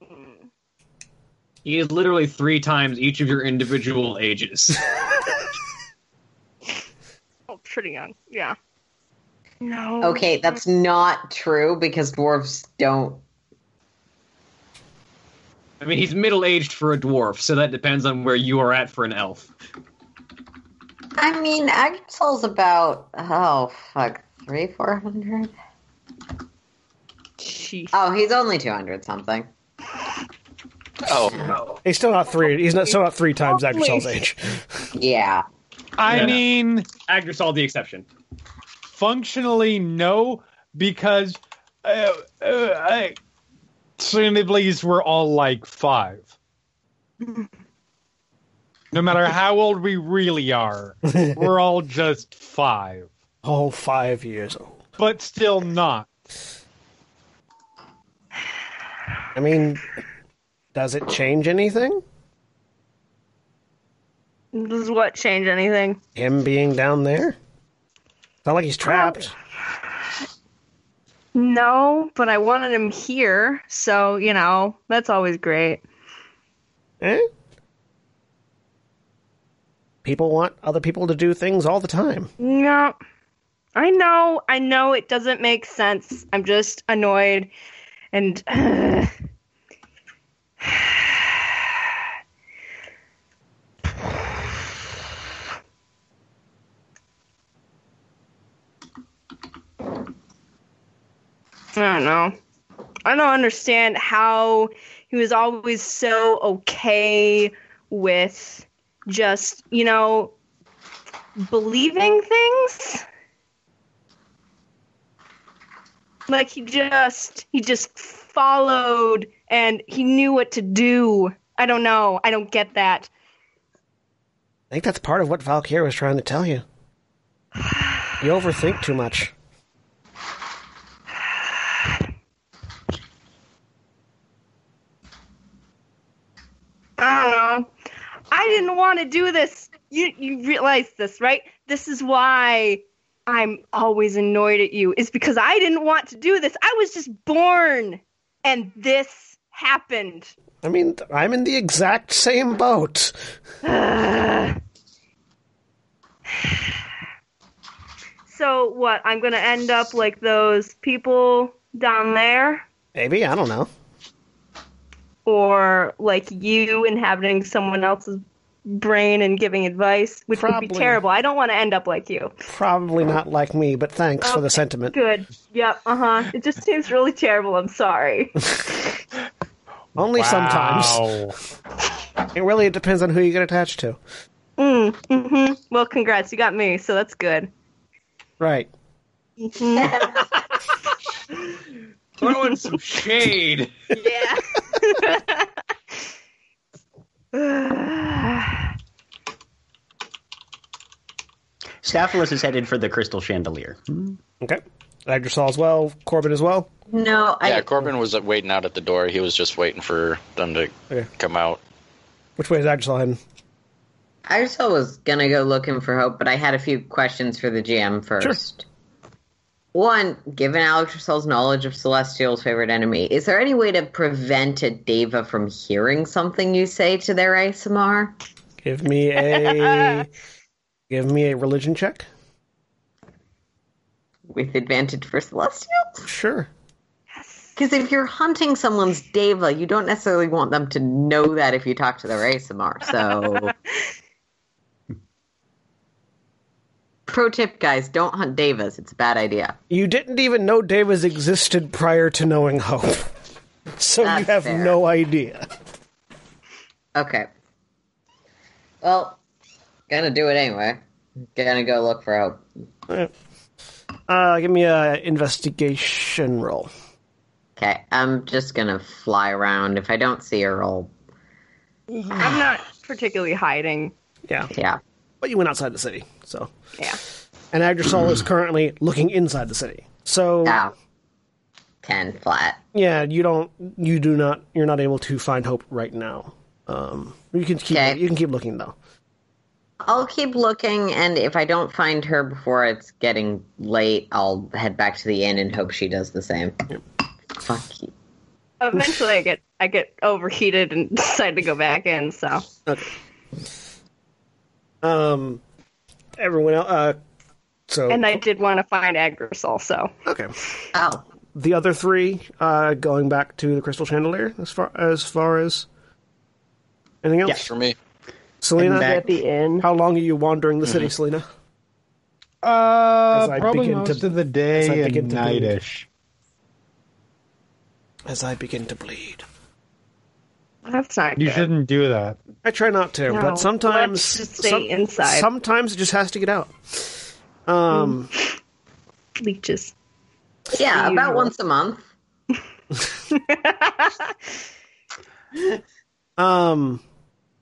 Speaker 2: He is literally three times each of your individual ages.
Speaker 4: Oh, pretty young. Yeah. No.
Speaker 5: Okay, that's not true because dwarves don't.
Speaker 2: I mean, he's middle aged for a dwarf, so that depends on where you are at for an elf.
Speaker 5: I mean, Agatol's about oh fuck three four hundred.
Speaker 4: Jeez.
Speaker 5: Oh, he's only two hundred something.
Speaker 6: Oh,
Speaker 1: He's still not three. He's not still not three times
Speaker 4: Holy.
Speaker 1: Agrisol's age.
Speaker 5: Yeah,
Speaker 3: I
Speaker 2: Yeah.
Speaker 3: mean,
Speaker 2: Agrisol, the exception.
Speaker 3: functionally no, because uh, uh, I, Presumably, we're all like five. No matter how old we really are, we're all just five,
Speaker 1: Oh, five years old.
Speaker 3: but still not.
Speaker 1: I mean, does it change anything?
Speaker 4: Does what change anything?
Speaker 1: Him being down there? Not like he's trapped.
Speaker 4: No, but I wanted him here, so you know that's always great.
Speaker 1: Eh? People want other people to do things all the time.
Speaker 4: No, I know, I know it doesn't make sense. I'm just annoyed, and I don't know. I don't understand how he was always so okay with just, you know, believing things. Like he just he just followed and he knew what to do. I don't know. I don't get that.
Speaker 1: I think that's part of what Valkyr was trying to tell you. You overthink too much.
Speaker 4: I don't know. I didn't want to do this. You you realize this, right? This is why I'm always annoyed at you. Is because I didn't want to do this. I was just born and this happened.
Speaker 1: I mean, th- I'm in the exact same boat.
Speaker 4: So what? I'm going to end up like those people down there
Speaker 1: Maybe, I don't know.
Speaker 4: or like you inhabiting someone else's brain and giving advice, which would
Speaker 1: Probably.
Speaker 4: be terrible. I don't want to end up like you.
Speaker 1: Probably not like me, but thanks for the sentiment.
Speaker 4: Good. Yep. Uh huh. It just seems really terrible. I'm sorry.
Speaker 1: Only sometimes.
Speaker 3: Wow.
Speaker 1: It really depends on who you get attached to.
Speaker 4: Mm, hmm Well, congrats. You got me, so that's good. Mm-hmm.
Speaker 1: Right.
Speaker 2: Throwing some shade.
Speaker 4: Yeah.
Speaker 7: Staphylus is headed for the crystal chandelier.
Speaker 1: Okay. Agdra saw as well, Corbin as well.
Speaker 5: No, I
Speaker 6: Yeah, Corbin was uh, waiting out at the door. He was just waiting for them to
Speaker 1: Okay.
Speaker 6: come out.
Speaker 1: Which way is Agdra saw him?
Speaker 5: I still was gonna go looking for hope, but I had a few questions for the GM first. One, given Alexasol's knowledge of Celestial's favorite enemy, is there any way to prevent a Deva from hearing something you say to their ASMR?
Speaker 1: Give me a give me a religion check.
Speaker 5: With advantage for Celestials?
Speaker 1: Sure.
Speaker 5: Because if you're hunting someone's Deva, you don't necessarily want them to know that if you talk to their ASMR. So. Pro tip, guys, don't hunt Devas. It's a bad idea.
Speaker 1: You didn't even know Davis existed prior to knowing Hope. So you
Speaker 5: That's
Speaker 1: have
Speaker 5: fair.
Speaker 1: no idea.
Speaker 5: Okay. Well, gonna do it anyway. Gonna go look for hope.
Speaker 1: Uh, give me a investigation roll.
Speaker 5: Okay, I'm just gonna fly around. If I don't see her, I'll.
Speaker 4: I'm not particularly hiding.
Speaker 1: Yeah.
Speaker 5: Yeah.
Speaker 1: But you went outside the city, so.
Speaker 4: Yeah.
Speaker 1: And Agdrasol is currently looking inside the city. So
Speaker 5: Ow. 10 flat.
Speaker 1: yeah, you don't, you do not, you're not able to find hope right now. Um, you can keep,
Speaker 5: Okay.
Speaker 1: you can keep looking though.
Speaker 5: I'll keep looking, and if I don't find her before it's getting late, I'll head back to the inn and hope she does the same. Fuck you.
Speaker 4: Eventually, I get I get overheated and decide to go back in. So
Speaker 1: Um, everyone else, uh, so
Speaker 4: and I did want to find Agris also.
Speaker 1: okay.
Speaker 5: Oh,
Speaker 1: The other three, uh, going back to the crystal chandelier as far as far as anything else.
Speaker 6: For me,
Speaker 1: Selena,
Speaker 7: Heading
Speaker 8: At the inn.
Speaker 1: how long are you wandering the city, Selena? As
Speaker 3: Uh,
Speaker 1: I
Speaker 3: probably
Speaker 1: begin to-
Speaker 3: most of the
Speaker 1: as I
Speaker 3: day
Speaker 1: begin
Speaker 3: and
Speaker 1: to
Speaker 3: nightish.
Speaker 1: As I begin to bleed,
Speaker 4: That's not
Speaker 3: You
Speaker 4: good.
Speaker 3: shouldn't do that.
Speaker 1: I try not to,
Speaker 4: No,
Speaker 1: but sometimes
Speaker 4: let's just stay inside.
Speaker 1: Sometimes it just has to get out. Um,
Speaker 4: Leeches.
Speaker 5: yeah, about
Speaker 4: Ew.
Speaker 5: once a month.
Speaker 4: Mm.
Speaker 1: Um,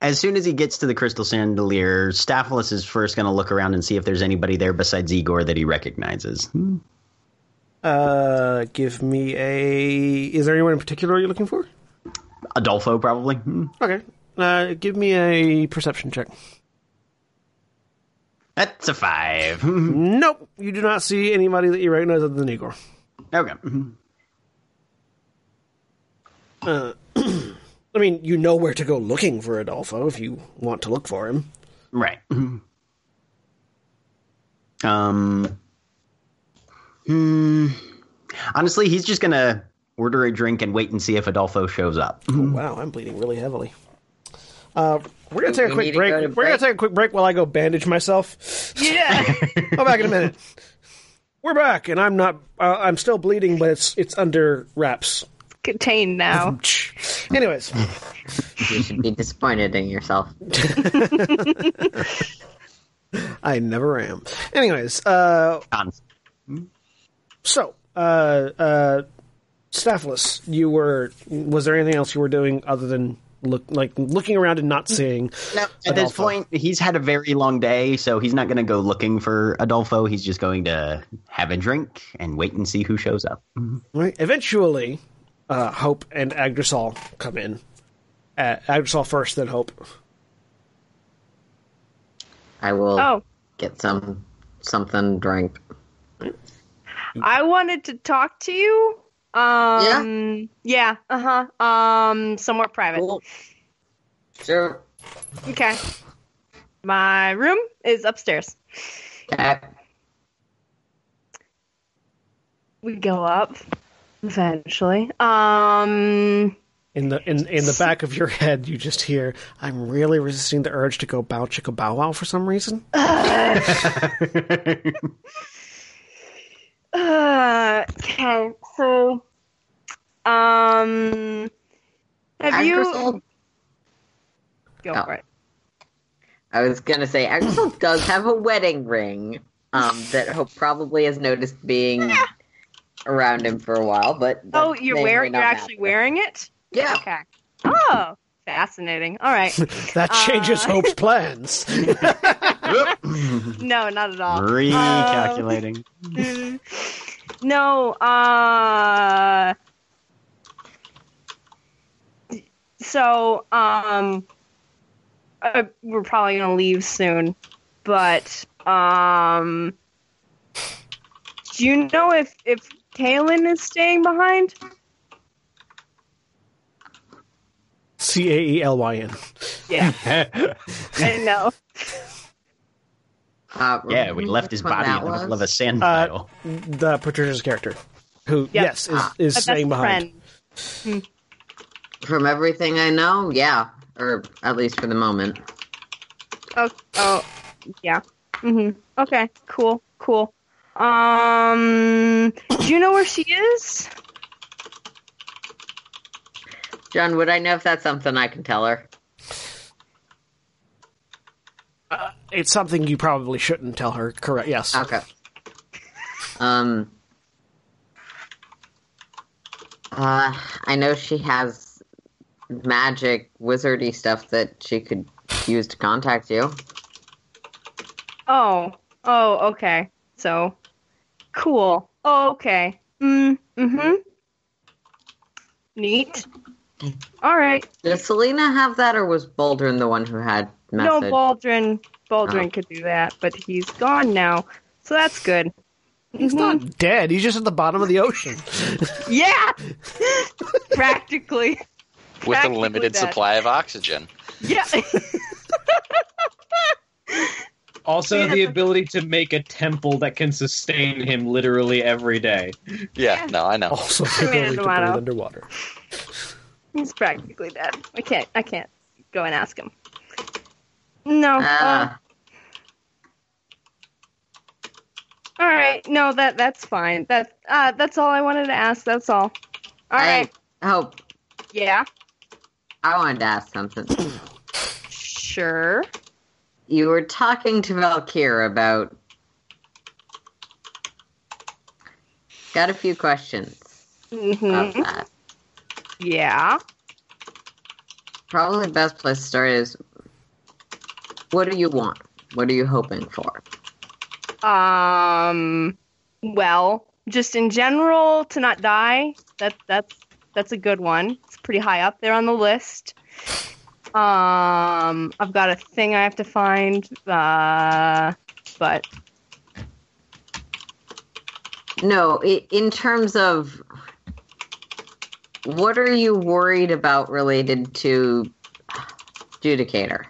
Speaker 7: As soon as he gets to the crystal chandelier, Staphylus is first going to look around and see if there's anybody there besides Igor that he recognizes. Hmm.
Speaker 1: uh, give me a. Is there anyone in particular you're looking for?
Speaker 7: Adolfo, probably. Hmm.
Speaker 1: Okay. Uh, give me a perception check.
Speaker 7: That's a five. Hmm.
Speaker 1: Nope, you do not see anybody that you recognize other than Igor.
Speaker 7: okay. Hmm.
Speaker 1: I mean, you know where to go looking for Adolfo if you want to look for him. Oh,
Speaker 7: Right. Um. Hmm. Honestly, he's just gonna order a drink and wait and see if Adolfo shows up.
Speaker 1: Wow, I'm bleeding really heavily. Uh, we're gonna take a
Speaker 5: We
Speaker 1: quick
Speaker 5: need to
Speaker 1: break.
Speaker 5: go to
Speaker 1: We're gonna
Speaker 5: break.
Speaker 1: take a quick break while I go bandage myself.
Speaker 4: yeah.
Speaker 1: I'll be back in a minute. We're back, and I'm not. Uh, I'm still bleeding, but it's it's under wraps.
Speaker 4: Contained now.
Speaker 1: Anyways,
Speaker 5: You should be disappointed in yourself.
Speaker 1: I never am. Anyways, uh,
Speaker 7: Um,
Speaker 1: so uh, uh, Staphylus, you were. Was there anything else you were doing other than look like looking around and not seeing?
Speaker 7: No, at this
Speaker 1: Adolfo.
Speaker 7: point, he's had a very long day, so he's not going to go looking for Adolfo. He's just going to have a drink and wait and see who shows up.
Speaker 1: Right. Eventually, uh, Hope and Agdrasol come in. Uh, Agdrasol first, then Hope.
Speaker 5: I will
Speaker 4: Oh,
Speaker 5: get some something drink.
Speaker 4: I wanted to talk to you. Um, yeah. Uh huh. Um, somewhere private.
Speaker 5: Cool. Sure.
Speaker 4: Okay. My room is upstairs.
Speaker 5: Okay.
Speaker 4: We go up eventually. Um,
Speaker 1: In the in in the back of your head, you just hear, "I'm really resisting the urge to go bow chicka bow wow for some reason."
Speaker 4: uh, okay. So, um, have you
Speaker 5: Agrisol-
Speaker 4: go
Speaker 5: Oh.
Speaker 4: for it?
Speaker 5: I was gonna say Agrisol does have a wedding ring um, that Hope probably has noticed being around him for a while, but
Speaker 4: Oh,
Speaker 5: that
Speaker 4: you're
Speaker 5: may or may
Speaker 4: wearing.
Speaker 5: not
Speaker 4: You're actually
Speaker 5: matter.
Speaker 4: wearing it.
Speaker 5: Yeah,
Speaker 4: Okay. Oh, fascinating. All right.
Speaker 1: That changes
Speaker 4: Uh.
Speaker 1: Hope's plans.
Speaker 4: No, not at all. Um,
Speaker 7: Recalculating.
Speaker 4: Mm. no, uh so um uh, we're probably gonna leave soon, but um do you know if if Kaylin is staying behind?
Speaker 1: C a e l y n.
Speaker 4: Yeah, I know.
Speaker 5: uh,
Speaker 7: yeah, we left his
Speaker 5: which one
Speaker 7: body in
Speaker 5: that
Speaker 7: the middle
Speaker 5: was?
Speaker 7: of a sand
Speaker 1: Uh,
Speaker 7: pile.
Speaker 1: The Patricia's character, who
Speaker 4: Yep.
Speaker 1: yes is is
Speaker 4: My
Speaker 1: staying
Speaker 4: best
Speaker 1: behind.
Speaker 4: friend.
Speaker 5: From everything I know, yeah, or at least for the moment.
Speaker 4: Oh, oh yeah. hmm Okay, cool, cool. Um, do you know where she is?
Speaker 5: John, would I know if that's something I can tell her?
Speaker 1: Uh, It's something you probably shouldn't tell her. Correct? Yes.
Speaker 5: Okay. Um. Uh, I know she has magic, wizardy stuff that she could use to contact you.
Speaker 4: Oh, oh, okay. So, cool. Oh, okay. Mm, mm-hmm. Neat. All right.
Speaker 5: Did Selena have that, or was Baldrin the one who had message?
Speaker 4: No, Baldrin. Baldrin
Speaker 5: Oh.
Speaker 4: could do that, but he's gone now, so that's good. Mm-hmm.
Speaker 1: He's not dead. He's just at the bottom of the ocean.
Speaker 4: Yeah, practically.
Speaker 6: with a
Speaker 4: Practically
Speaker 6: limited
Speaker 4: that.
Speaker 6: supply of oxygen.
Speaker 4: Yeah.
Speaker 2: Also, the ability to make a temple that can sustain him literally every day.
Speaker 6: Yeah,
Speaker 4: Yeah.
Speaker 6: no, I know.
Speaker 1: Also, the
Speaker 4: Tomato,
Speaker 1: ability to breathe
Speaker 4: tomato.
Speaker 1: underwater.
Speaker 4: He's practically dead. I can't. I can't go and ask him. No. uh,
Speaker 5: Ah,
Speaker 4: all right. No. That. That's fine. That. Uh, that's all I wanted to ask. That's all. All
Speaker 5: I-
Speaker 4: right.
Speaker 5: oh,
Speaker 4: Yeah.
Speaker 5: I wanted to ask something.
Speaker 4: Sure.
Speaker 5: You were talking to Valkyr about. Got a few questions
Speaker 4: hmm Um,
Speaker 5: about that.
Speaker 4: Mm-hmm. Yeah.
Speaker 5: Probably the best place to start is what do you want? What are you hoping for?
Speaker 4: Um. Well, just in general, to not die. That that's that's a good one. It's pretty high up there on the list. Um, I've got a thing I have to find. Uh, but
Speaker 5: No, i in terms of what are you worried about related to Judicator?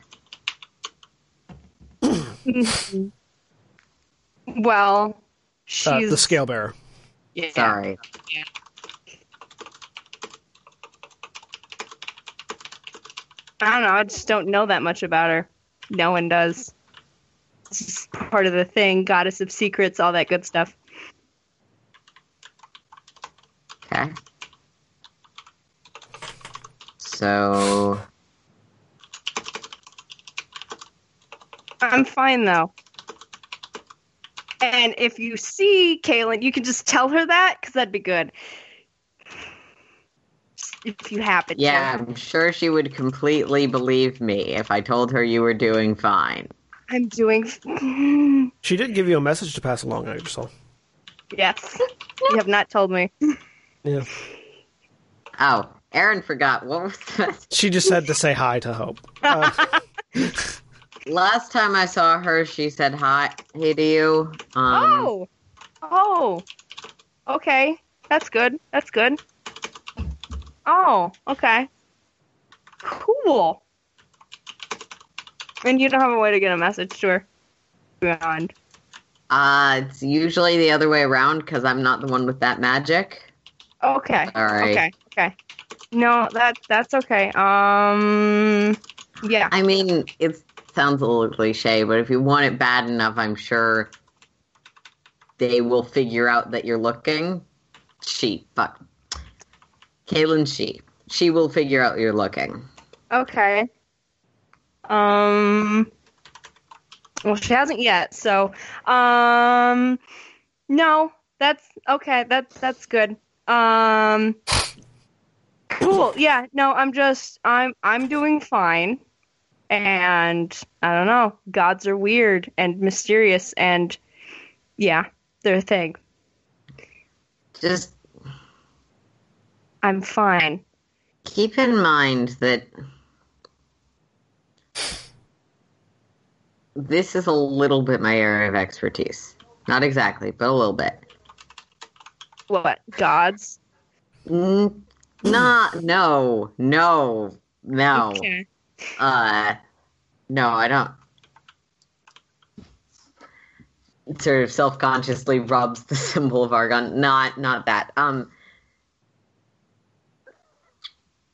Speaker 4: Mm-hmm. well, she's
Speaker 1: Uh, the scale bearer.
Speaker 4: yeah.
Speaker 5: Sorry.
Speaker 4: I don't know. I just don't know that much about her. No one does. It's just part of the thing. Goddess of secrets, all that good stuff.
Speaker 5: Okay. So
Speaker 4: I'm fine though. And if you see Kaylin, you can just tell her that because that'd be good. If you happen, to.
Speaker 5: yeah, I'm sure she would completely believe me if I told her you were doing fine.
Speaker 4: I'm doing.
Speaker 1: She did give you a message to pass along, I saw.
Speaker 4: yes, you have not told me.
Speaker 1: Yeah.
Speaker 5: Oh, Aaron forgot. What was the message?
Speaker 1: She just said to say hi to Hope. Uh,
Speaker 5: Last time I saw her, she said hi, hey to you. Um,
Speaker 4: oh, oh, okay. That's good. That's good. Oh, okay. Cool. And you don't have a way to get a message to her. Beyond.
Speaker 5: Uh, it's usually the other way around because I'm not the one with that magic.
Speaker 4: Okay.
Speaker 5: All right.
Speaker 4: Okay. Okay. No, that that's okay. Um. Yeah.
Speaker 5: I mean, it sounds a little cliche, but if you want it bad enough, I'm sure they will figure out that you're looking. She, fuck. Kaylin, she. She will figure out you're looking.
Speaker 4: Okay. Um. Well, she hasn't yet, so um. No, that's okay. That's that's good. Um. Cool. Yeah. No, I'm just I'm I'm doing fine, and I don't know. Gods are weird and mysterious, and yeah, they're a thing.
Speaker 5: Just
Speaker 4: I'm fine.
Speaker 5: keep in mind that this is a little bit my area of expertise. Not exactly, but a little bit.
Speaker 4: What gods?
Speaker 5: Mm, not no no no
Speaker 4: Okay.
Speaker 5: uh no i don't sort of self-consciously rubs the symbol of argon not not that um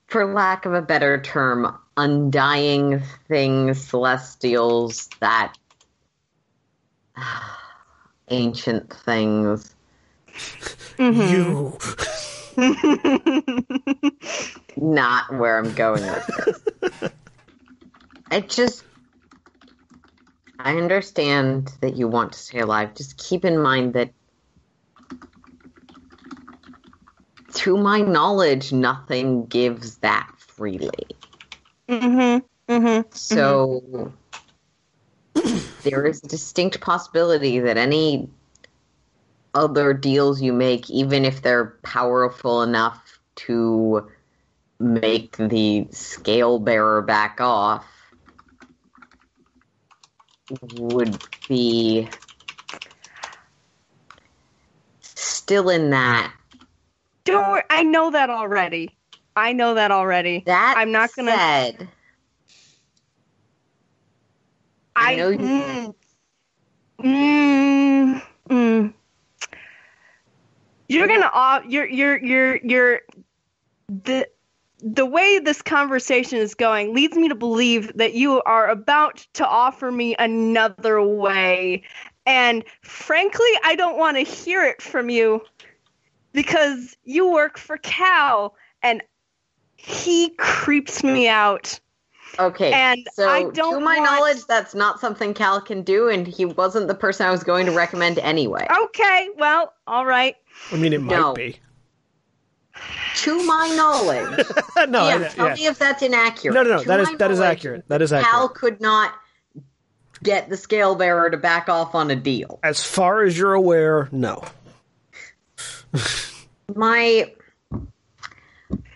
Speaker 5: for lack of a better term undying things celestials that ancient things Mm-hmm.
Speaker 4: Mhm.
Speaker 1: You.
Speaker 4: Mm-hmm.
Speaker 5: not where I'm going with this. I just I understand that you want to stay alive. Just keep in mind that to my knowledge, nothing gives that freely.
Speaker 4: Mhm. Mhm.
Speaker 5: So
Speaker 4: Mm-hmm.
Speaker 5: there is a distinct possibility that any other deals you make, even if they're powerful enough to make the scale bearer back off, would be still in that.
Speaker 4: Don't worry. I know that already. I know that already.
Speaker 5: That
Speaker 4: I'm not gonna-
Speaker 5: said, I
Speaker 4: I
Speaker 5: know you-
Speaker 4: Mm, mm, mm. You're gonna. Uh, you're. You're. You're. You're. The. The way this conversation is going leads me to believe that you are about to offer me another way. And frankly, I don't want to hear it from you because you work for Cal and he creeps me out.
Speaker 5: Okay.
Speaker 4: And
Speaker 5: so,
Speaker 4: I
Speaker 5: to
Speaker 4: don't
Speaker 5: my
Speaker 4: want-
Speaker 5: knowledge, that's not something Cal can do, and he wasn't the person I was going
Speaker 1: Uh,
Speaker 5: to recommend anyway.
Speaker 4: Okay, well, all right.
Speaker 1: I mean, it might
Speaker 5: No.
Speaker 1: be.
Speaker 5: to my knowledge.
Speaker 1: no,
Speaker 5: yeah,
Speaker 1: I-
Speaker 5: tell
Speaker 1: yeah.
Speaker 5: me if that's inaccurate.
Speaker 1: no, no, no.
Speaker 5: To
Speaker 1: That is
Speaker 5: my
Speaker 1: that is
Speaker 5: knowledge,
Speaker 1: accurate. That is
Speaker 5: Hal
Speaker 1: accurate.
Speaker 5: could not get the scale bearer to back off on a deal.
Speaker 1: As far as you're aware, no.
Speaker 5: My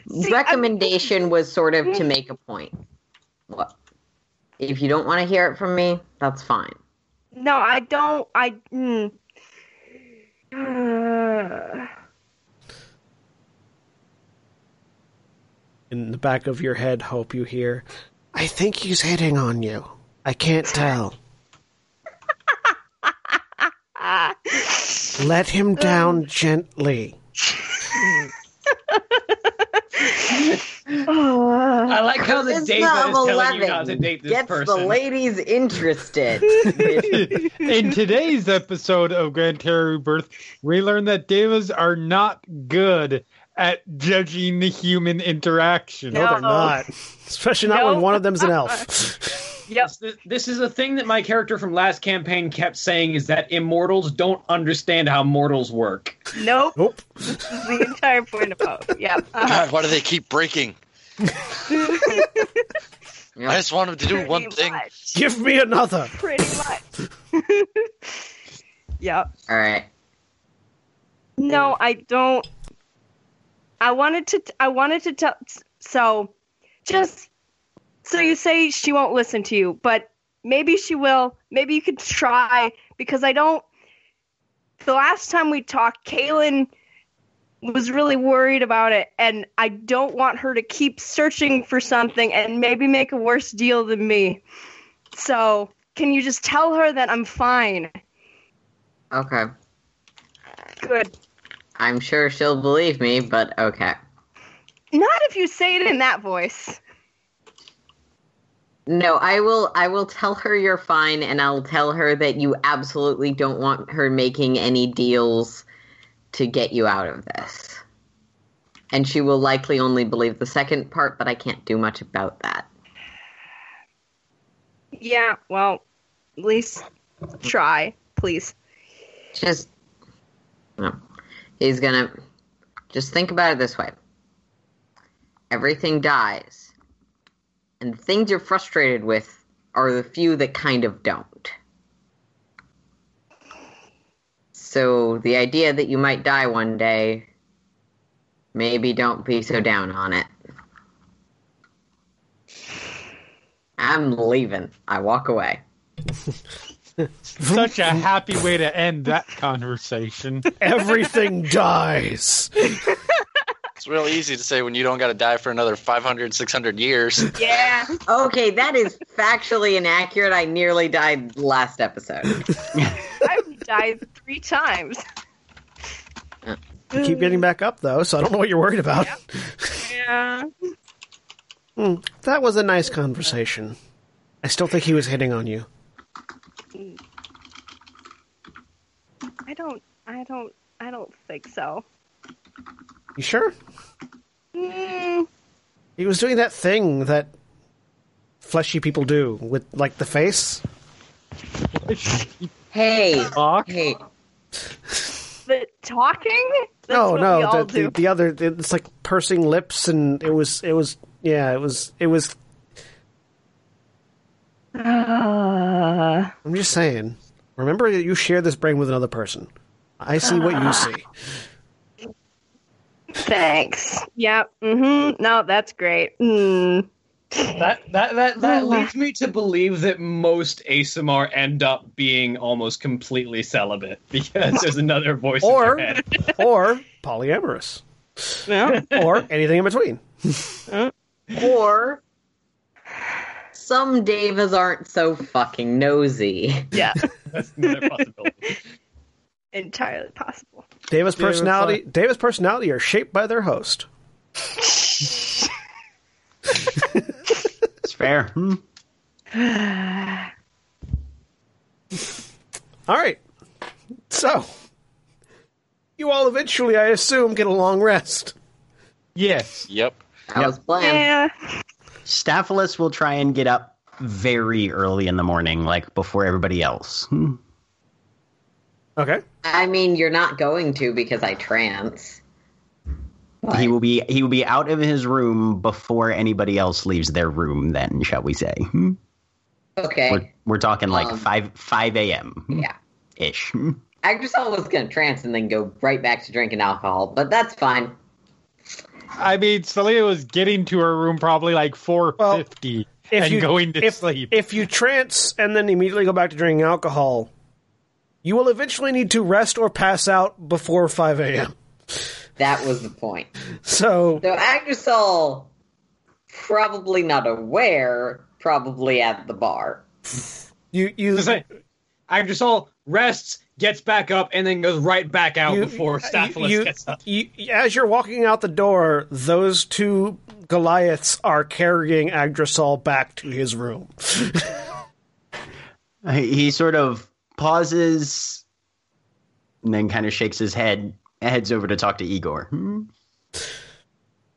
Speaker 4: See,
Speaker 5: recommendation was sort of to make a point. Look, if you don't want to hear it from me, that's fine.
Speaker 4: No, I don't. I. Mm. Uh,
Speaker 1: In the back of your head, hope you hear. I think he's hitting on you. I can't tell.
Speaker 4: ah.
Speaker 1: Let him down gently.
Speaker 4: Oh,
Speaker 2: I like how the
Speaker 5: Charisma
Speaker 2: data is
Speaker 5: of
Speaker 2: telling you not to
Speaker 5: 11
Speaker 2: date this
Speaker 5: gets
Speaker 2: person.
Speaker 5: the ladies interested. which
Speaker 3: In today's episode of Grand Terror Rebirth, we learn that devas are not good at judging the human interaction.
Speaker 1: No,
Speaker 4: No.
Speaker 1: they're not. Especially not when
Speaker 4: No.
Speaker 1: one of them's an elf.
Speaker 2: Yes, th- this is a thing that my character from last campaign kept saying is that immortals don't understand how mortals work.
Speaker 4: nope.
Speaker 1: nope.
Speaker 4: This is the entire point of hope. Yep. Uh,
Speaker 6: God, why do they keep breaking? I just want them to do one
Speaker 4: pretty
Speaker 6: thing.
Speaker 4: Much,
Speaker 1: Give me another.
Speaker 4: pretty much. yep.
Speaker 5: All right.
Speaker 4: No, I don't. I wanted to. I wanted to tell. So, just so you say she won't listen to you, but maybe she will. Maybe you could try because I don't. The last time we talked, Kaylin was really worried about it, and I don't want her to keep searching for something and maybe make a worse deal than me. So, can you just tell her that I'm fine?
Speaker 5: Okay.
Speaker 4: Good.
Speaker 5: I'm sure she'll believe me, but okay.
Speaker 4: Not if you say it in that voice.
Speaker 5: No, I will I will tell her you're fine and I'll tell her that you absolutely don't want her making any deals to get you out of this. And she will likely only believe the second part, but I can't do much about that.
Speaker 4: Yeah, well, at least try, please.
Speaker 5: Just no. He's gonna just think about it this way. Everything dies. And the things you're frustrated with are the few that kind of don't. So the idea that you might die one day, maybe don't be so down on it. I'm leaving. I walk away.
Speaker 3: Such a happy way to end that conversation.
Speaker 1: Everything dies.
Speaker 6: It's real easy to say when you don't got to die for another 500, 600 years.
Speaker 4: Yeah.
Speaker 5: Okay, that is factually inaccurate. I nearly died last episode.
Speaker 4: I've died three times.
Speaker 1: You keep getting back up though, so I don't know what you're worried about.
Speaker 4: Yeah.
Speaker 1: Hmm, that was a nice conversation. I still think he was hitting on you.
Speaker 4: I don't, I don't, I don't think so.
Speaker 1: You sure?
Speaker 4: Mm,
Speaker 1: He was doing that thing that fleshy people do with like the face.
Speaker 5: Hey,
Speaker 3: Fuck.
Speaker 5: hey,
Speaker 4: the talking? That's
Speaker 1: no,
Speaker 4: what
Speaker 1: no,
Speaker 4: we all
Speaker 1: the,
Speaker 4: do.
Speaker 1: The, the other it's like pursing lips and it was it was yeah, it was it was
Speaker 4: Uh,
Speaker 1: I'm just saying. Remember that you share this brain with another person. I see what you see.
Speaker 4: thanks. Yeah. Mm-hmm. No, that's great. Mm.
Speaker 2: That that that, that leads me to believe that most ASMR end up being almost completely celibate because there's another voice
Speaker 1: Or-
Speaker 2: in their head.
Speaker 1: Or polyamorous.
Speaker 4: No.
Speaker 1: Or anything in between.
Speaker 5: or some Davas aren't so fucking nosy.
Speaker 4: Yeah.
Speaker 2: That's another possibility.
Speaker 4: Entirely possible.
Speaker 1: Davis
Speaker 3: Davis
Speaker 1: personality Davis personality are shaped by their host.
Speaker 7: It's fair. Hmm.
Speaker 1: All right. So, you all eventually, I assume, get a long rest.
Speaker 3: Yes.
Speaker 6: Yep.
Speaker 5: That was bland.
Speaker 4: Yeah.
Speaker 7: Staphylus will try and get up very early in the morning, like before everybody else. Hmm.
Speaker 1: Okay.
Speaker 5: I mean, you're not going to because I trance.
Speaker 7: He
Speaker 5: Right.
Speaker 7: will be he will be out of his room before anybody else leaves their room. Then, shall we say? Hmm?
Speaker 5: Okay.
Speaker 7: We're we're talking like
Speaker 5: Um,
Speaker 7: five five a.m. hmm,
Speaker 5: yeah.
Speaker 7: ish. Hmm?
Speaker 5: Agrisol was going to trance and then go right back to drinking alcohol, but that's fine.
Speaker 3: I mean, Celia was getting to her room probably like four fifty
Speaker 1: if
Speaker 3: and
Speaker 1: you-
Speaker 3: going to
Speaker 1: if-
Speaker 3: sleep.
Speaker 1: If you trance and then immediately go back to drinking alcohol, you will eventually need to rest or pass out before 5 a.m.
Speaker 5: That was the point.
Speaker 1: So,
Speaker 5: So Agrisol, probably not aware, probably at the bar.
Speaker 1: you, you,
Speaker 2: Just like, Agrisol rests, gets back up, and then goes right back out
Speaker 1: You-
Speaker 2: before Staphylos
Speaker 1: you,
Speaker 2: gets up.
Speaker 1: you, as you're walking out the door, those two Goliaths are carrying Agdrasol back to his room.
Speaker 7: He he sort of pauses and then kind of shakes his head, heads over to talk to Igor. Hmm?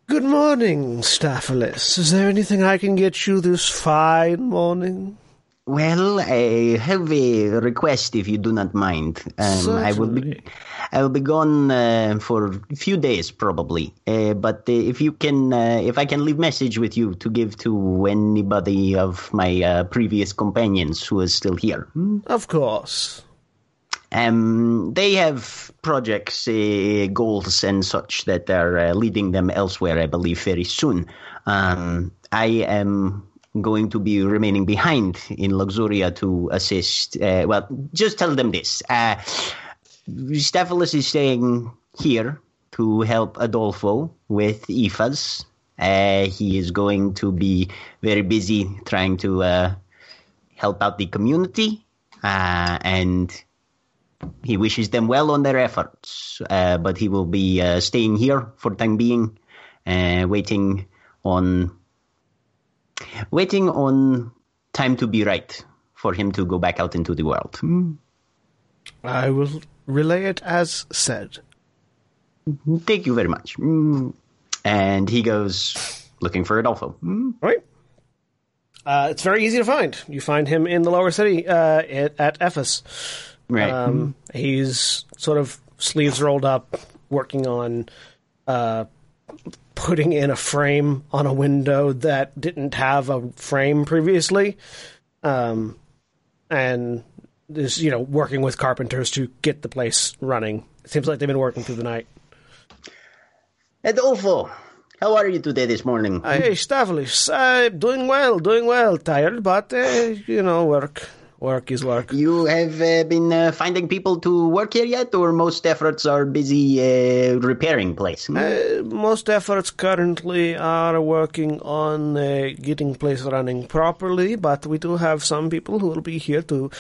Speaker 1: Good morning, Staphylos. Is there anything I can get you this fine morning?
Speaker 7: Well, I have a request if you do not mind. Um, I will be, I will be gone uh, for a few days probably. Uh, but uh, if you can, uh, if I can leave message with you to give to anybody of my uh, previous companions who is still here. hmm?
Speaker 1: Of course.
Speaker 7: Um, they have projects, uh, goals, and such that are uh, leading them elsewhere, I believe, very soon. Um, I am going to be remaining behind in Luxuria to assist. Uh, well, just tell them this. Uh, Stephalos is staying here to help Adolfo with IFAs. Uh, he is going to be very busy trying to uh, help out the community. Uh, and he wishes them well on their efforts, uh, but he will be uh, staying here for time being, uh, waiting on waiting on time to be right for him to go back out into the world. Hmm.
Speaker 1: I will relay it as said.
Speaker 7: Thank you very much. Hmm. And he goes looking for Adolfo. Hmm.
Speaker 1: Right. Uh, it's very easy to find. You find him in the lower city uh, at, at Ephesus.
Speaker 7: Right. Mm.
Speaker 1: Um, He's sort of sleeves rolled up, working on uh, putting in a frame on a window that didn't have a frame previously, um, and is you know working with carpenters to get the place running. It seems like they've been working through the night.
Speaker 7: Adolfo, how are you today this morning? Mm,
Speaker 1: Hey, Stavlis, I'm doing well, doing well. Tired, but uh, you know, work, work is work.
Speaker 7: you have uh, been uh, finding people to work here yet, or most efforts are busy uh, repairing place? Hmm?
Speaker 1: Uh, most efforts currently are working on uh, getting place running properly, but we do have some people who will be here to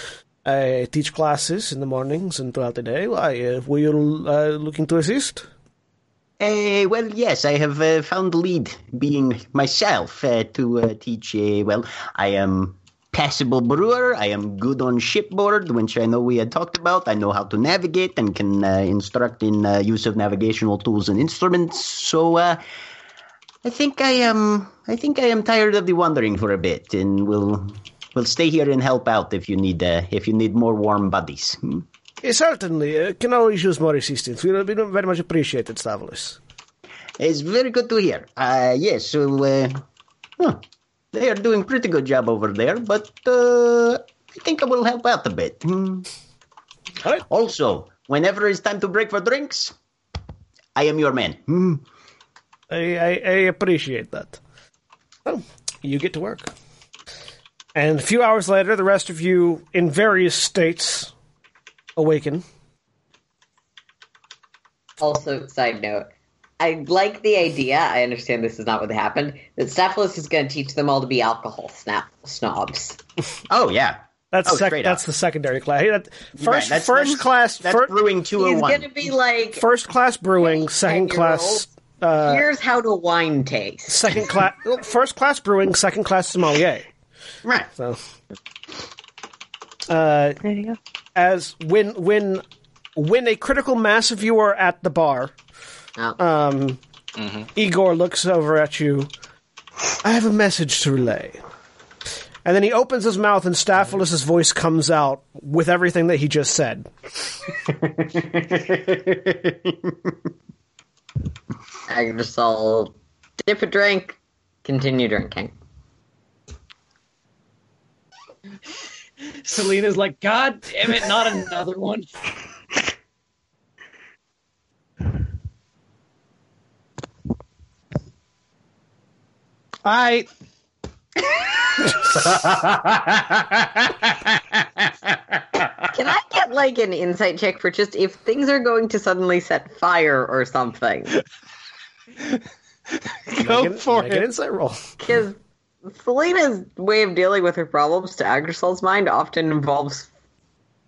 Speaker 1: uh, teach classes in the mornings and throughout the day. Why, uh, were you uh, looking to assist?
Speaker 7: Uh, well, yes, I have uh, found lead being myself uh, to uh, teach. Uh, well, I am passable brewer. I am good on shipboard, which I know we had talked about. I know how to navigate and can uh, instruct in uh, use of navigational tools and instruments. So uh, I think I am. I think I am tired of the wandering for a bit, and will will stay here and help out if you need uh, if you need more warm bodies. Hmm?
Speaker 1: Eh, certainly, uh, can always use more assistance. We will be very much appreciated, Stavlis.
Speaker 7: It's very good to hear. Uh, yes, so uh, huh, they are doing pretty good job over there, but uh, I think I will help out a bit. Hmm.
Speaker 1: All right.
Speaker 7: Also, whenever it's time to break for drinks, I am your man. Hmm.
Speaker 1: I, I, I appreciate that. So, you get to work. And a few hours later, the rest of you, in various states, awaken.
Speaker 5: Also, side note, I like the idea. I understand this is not what happened. That Staphylos is going to teach them all to be alcohol snap snobs.
Speaker 7: Oh, yeah.
Speaker 1: That's
Speaker 7: Oh,
Speaker 1: sec-
Speaker 7: straight
Speaker 1: that's
Speaker 7: up.
Speaker 1: the secondary class. Hey, that- first
Speaker 7: Right, that's-
Speaker 1: first
Speaker 7: that's-
Speaker 1: class
Speaker 7: That's
Speaker 1: fir-
Speaker 7: brewing
Speaker 5: He's going
Speaker 7: 201.
Speaker 5: to be like,
Speaker 1: first class brewing, second class uh,
Speaker 5: here's how to wine taste.
Speaker 1: second class first class brewing, second class sommelier.
Speaker 7: Right.
Speaker 1: So uh,
Speaker 8: There you go.
Speaker 1: as when when when a critical mass of you are at the bar,
Speaker 5: Oh.
Speaker 1: um, Igor looks over at you. I have a message to relay. And then he opens his mouth, and Staphylos' voice comes out with everything that he just said.
Speaker 5: Agrisol, dip a drink, continue drinking.
Speaker 2: Selena's like, God damn it, not another one.
Speaker 3: All right.
Speaker 5: Can I get like an insight check for just if things are going to suddenly set fire or something?
Speaker 3: Go
Speaker 1: Make an-
Speaker 3: for
Speaker 1: make
Speaker 3: it.
Speaker 1: An insight roll.
Speaker 5: Because Selena's way of dealing with her problems to Agrisol's mind often involves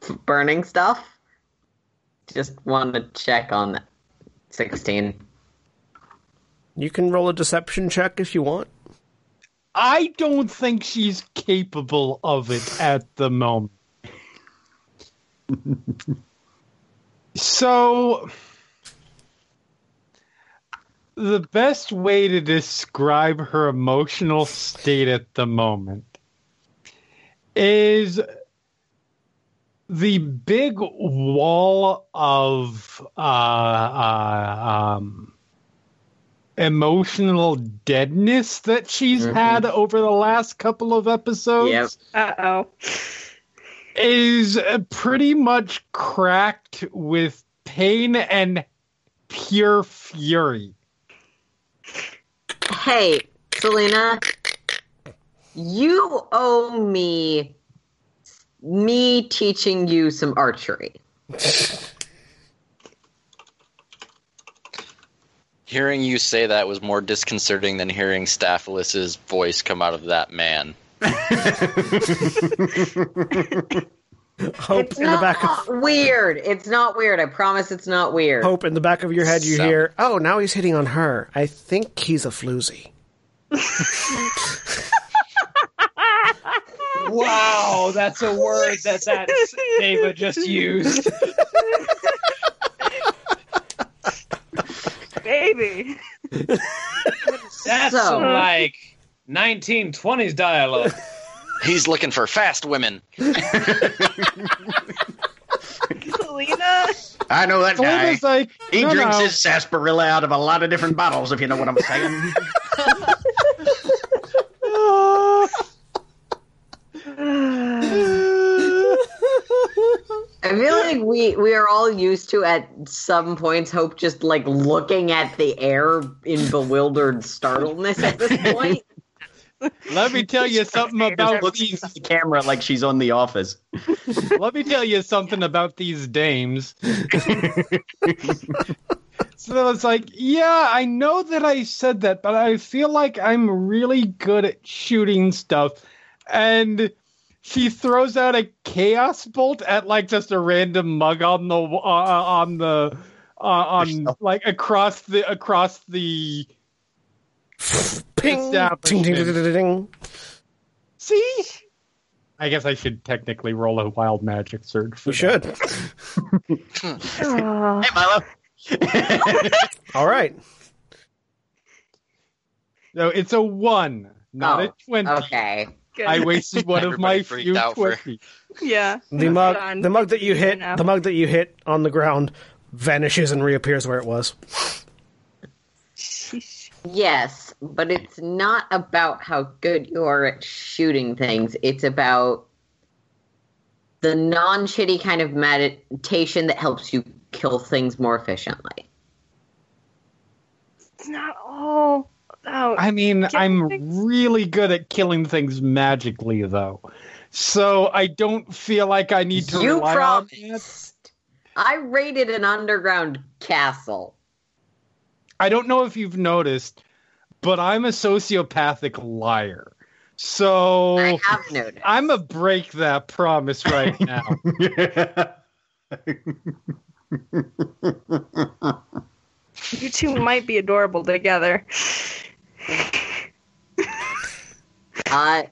Speaker 5: f- burning stuff. Just want to check on that. 16.
Speaker 1: You can roll a deception check if you want.
Speaker 3: I don't think she's capable of it at the moment. so, the best way to describe her emotional state at the moment is the big wall of uh, uh, um, emotional deadness that she's
Speaker 5: Mhm.
Speaker 3: had over the last couple of episodes
Speaker 5: Yep.
Speaker 4: Uh oh.
Speaker 3: is uh, pretty much cracked with pain and pure fury.
Speaker 5: Hey, Selena, you owe me me teaching you some archery.
Speaker 6: Hearing you say that was more disconcerting than hearing Staphylus's voice come out of that man.
Speaker 1: Hope
Speaker 5: it's
Speaker 1: in the
Speaker 5: not
Speaker 1: back of
Speaker 5: weird. It's not weird. I promise it's not weird.
Speaker 1: hope in the back of your head you
Speaker 6: So-
Speaker 1: hear, "Oh, now he's hitting on her. I think he's a floozy."
Speaker 2: Wow, that's a word that that Dava just used.
Speaker 4: Baby.
Speaker 2: That's
Speaker 5: So-
Speaker 2: some, like 1920s dialogue.
Speaker 6: He's looking for fast women.
Speaker 4: Selena.
Speaker 7: I know that guy.
Speaker 3: Selena's like,
Speaker 7: He
Speaker 3: no,
Speaker 7: drinks
Speaker 3: no.
Speaker 7: his sarsaparilla out of a lot of different bottles, if you know what I'm saying.
Speaker 5: I feel like we we are all used to at some points hope just like looking at the air in bewildered startledness at this point.
Speaker 3: let me tell you something about
Speaker 7: looks
Speaker 3: these.
Speaker 7: at the camera like she's on the office.
Speaker 3: Let me tell you something about these dames. so it's like, yeah, I know that I said that, but I feel like I'm really good at shooting stuff. And she throws out a chaos bolt at like just a random mug on the wa- uh, on the uh, on like across the across the
Speaker 1: Ping, ding, ding, ding, ding, ding, ding.
Speaker 3: see. I guess I should technically roll a wild magic surge. For
Speaker 1: You
Speaker 3: that.
Speaker 1: should.
Speaker 4: Oh.
Speaker 7: Hey, Milo.
Speaker 1: All right.
Speaker 3: No, it's a one, not
Speaker 5: Oh,
Speaker 3: a twenty.
Speaker 5: Okay.
Speaker 4: Good.
Speaker 3: I wasted one of my
Speaker 6: Everybody freaked
Speaker 3: few
Speaker 6: out for-
Speaker 3: twenty.
Speaker 4: yeah.
Speaker 1: The mug,
Speaker 4: Done.
Speaker 1: the mug that you hit,
Speaker 4: enough.
Speaker 1: the mug that you hit on the ground vanishes and reappears where it was.
Speaker 5: Yes, but it's not about how good you are at shooting things. It's about the non shitty kind of meditation that helps you kill things more efficiently.
Speaker 4: It's not all about.
Speaker 3: I mean,
Speaker 4: Killing
Speaker 3: I'm
Speaker 4: things?
Speaker 3: really good at killing things magically, though, so I don't feel like I need to
Speaker 5: You
Speaker 3: rely on that.
Speaker 5: promised. I raided an underground castle.
Speaker 3: I don't know if you've noticed, but I'm a sociopathic liar,
Speaker 5: Oh. I
Speaker 3: so
Speaker 5: have noticed.
Speaker 3: I'm a break that promise right now.
Speaker 4: You two might be adorable together.
Speaker 5: I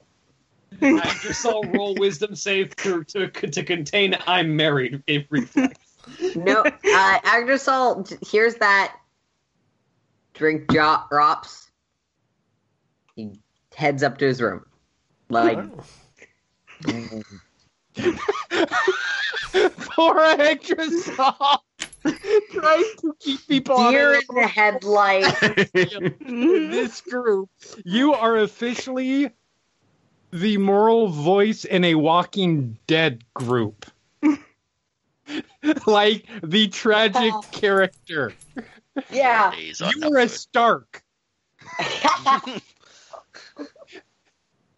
Speaker 2: I just saw roll wisdom save to, to, to contain I'm married. If reflex.
Speaker 5: no, uh, Agdasol, d- here's that. Drink jo- drops. He heads up to his room. Like,
Speaker 3: Poor actress trying to keep people out
Speaker 5: Deer
Speaker 3: of
Speaker 5: in the headlight.
Speaker 3: in this group. You are officially the moral voice in a Walking Dead group. like the tragic
Speaker 5: Oh.
Speaker 3: character.
Speaker 5: yeah.
Speaker 6: Days on
Speaker 3: You are a
Speaker 6: episode.
Speaker 3: Stark.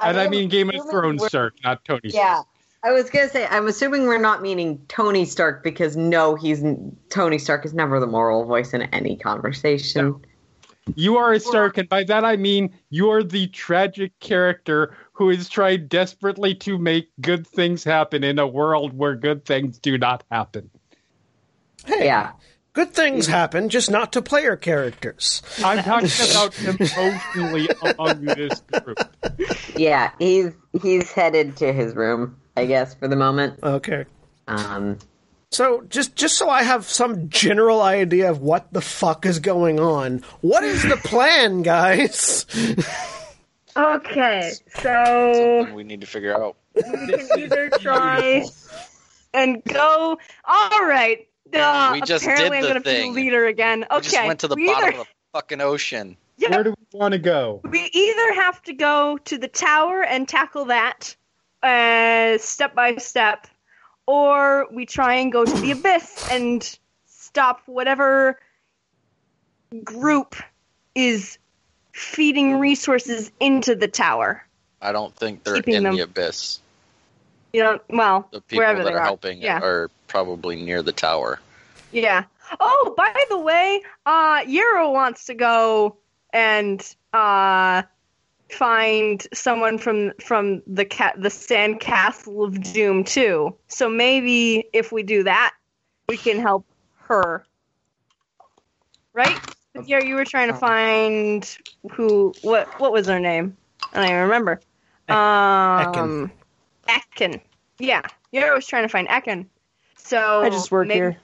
Speaker 3: And I
Speaker 5: I'm
Speaker 3: mean Game of
Speaker 5: assuming
Speaker 3: Thrones
Speaker 5: we're-
Speaker 3: Stark, not Tony
Speaker 5: Yeah.
Speaker 3: Stark.
Speaker 5: I was gonna say, I'm assuming we're not meaning Tony Stark because no, he's n- Tony Stark is never the moral voice in any conversation.
Speaker 3: You are a Stark, and by that I mean you are the tragic character who is trying desperately to make good things happen in a world where good things do not happen.
Speaker 1: Hey,
Speaker 5: Yeah,
Speaker 1: good things
Speaker 3: Mm-hmm.
Speaker 1: happen, just not to player characters.
Speaker 3: I'm talking about emotionally among this group.
Speaker 5: yeah, he's he's headed to his room, I guess, for the moment.
Speaker 1: Okay.
Speaker 5: Um,
Speaker 1: So just just so I have some general idea of what the fuck is going on, what is the plan, guys?
Speaker 4: Okay, so
Speaker 6: Something we need to figure out.
Speaker 4: we can either try and go. All right. Uh,
Speaker 6: We just
Speaker 4: apparently,
Speaker 6: did
Speaker 4: I'm
Speaker 6: the
Speaker 4: gonna
Speaker 6: thing.
Speaker 4: be the leader again. Okay.
Speaker 6: We just went to the
Speaker 4: we
Speaker 6: bottom
Speaker 4: either-
Speaker 6: of the fucking ocean.
Speaker 4: yeah,
Speaker 3: Where do we want to go?
Speaker 4: we either have to go to the tower and tackle that uh, step by step, or we try and go to the abyss and stop whatever group is feeding resources into the tower.
Speaker 6: I don't think they're
Speaker 4: Keeping
Speaker 6: in
Speaker 4: them.
Speaker 6: the abyss.
Speaker 4: You know, well,
Speaker 6: The people
Speaker 4: wherever
Speaker 6: that
Speaker 4: they
Speaker 6: are, helping
Speaker 4: Yeah.
Speaker 6: are probably near the tower.
Speaker 4: Yeah. Oh, by the way, uh Yero wants to go and uh find someone from from the cat the sand castle of doom too. So maybe if we do that, we can help her. Right? Yeah, you were trying to find who what what was her name? I don't even remember. Um Ekin. Yeah. Yero was trying to find Ekin. So
Speaker 8: I just work
Speaker 4: maybe-
Speaker 8: here.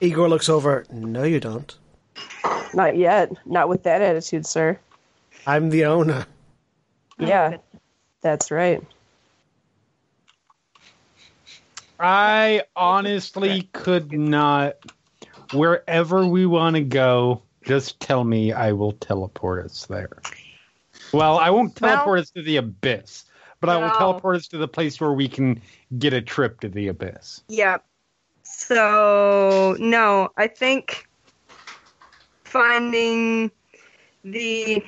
Speaker 1: Igor looks over. No, you don't.
Speaker 8: Not yet. Not with that attitude, sir.
Speaker 1: I'm the owner.
Speaker 4: Oh,
Speaker 8: Yeah, that's right.
Speaker 3: I honestly could not. Wherever we want to go, just tell me. I will teleport us there. Well, I won't
Speaker 4: Well-
Speaker 3: teleport us to the abyss, but I will
Speaker 4: No.
Speaker 3: teleport us to the place where we can get a trip to the abyss.
Speaker 4: Yeah. So no, I think finding the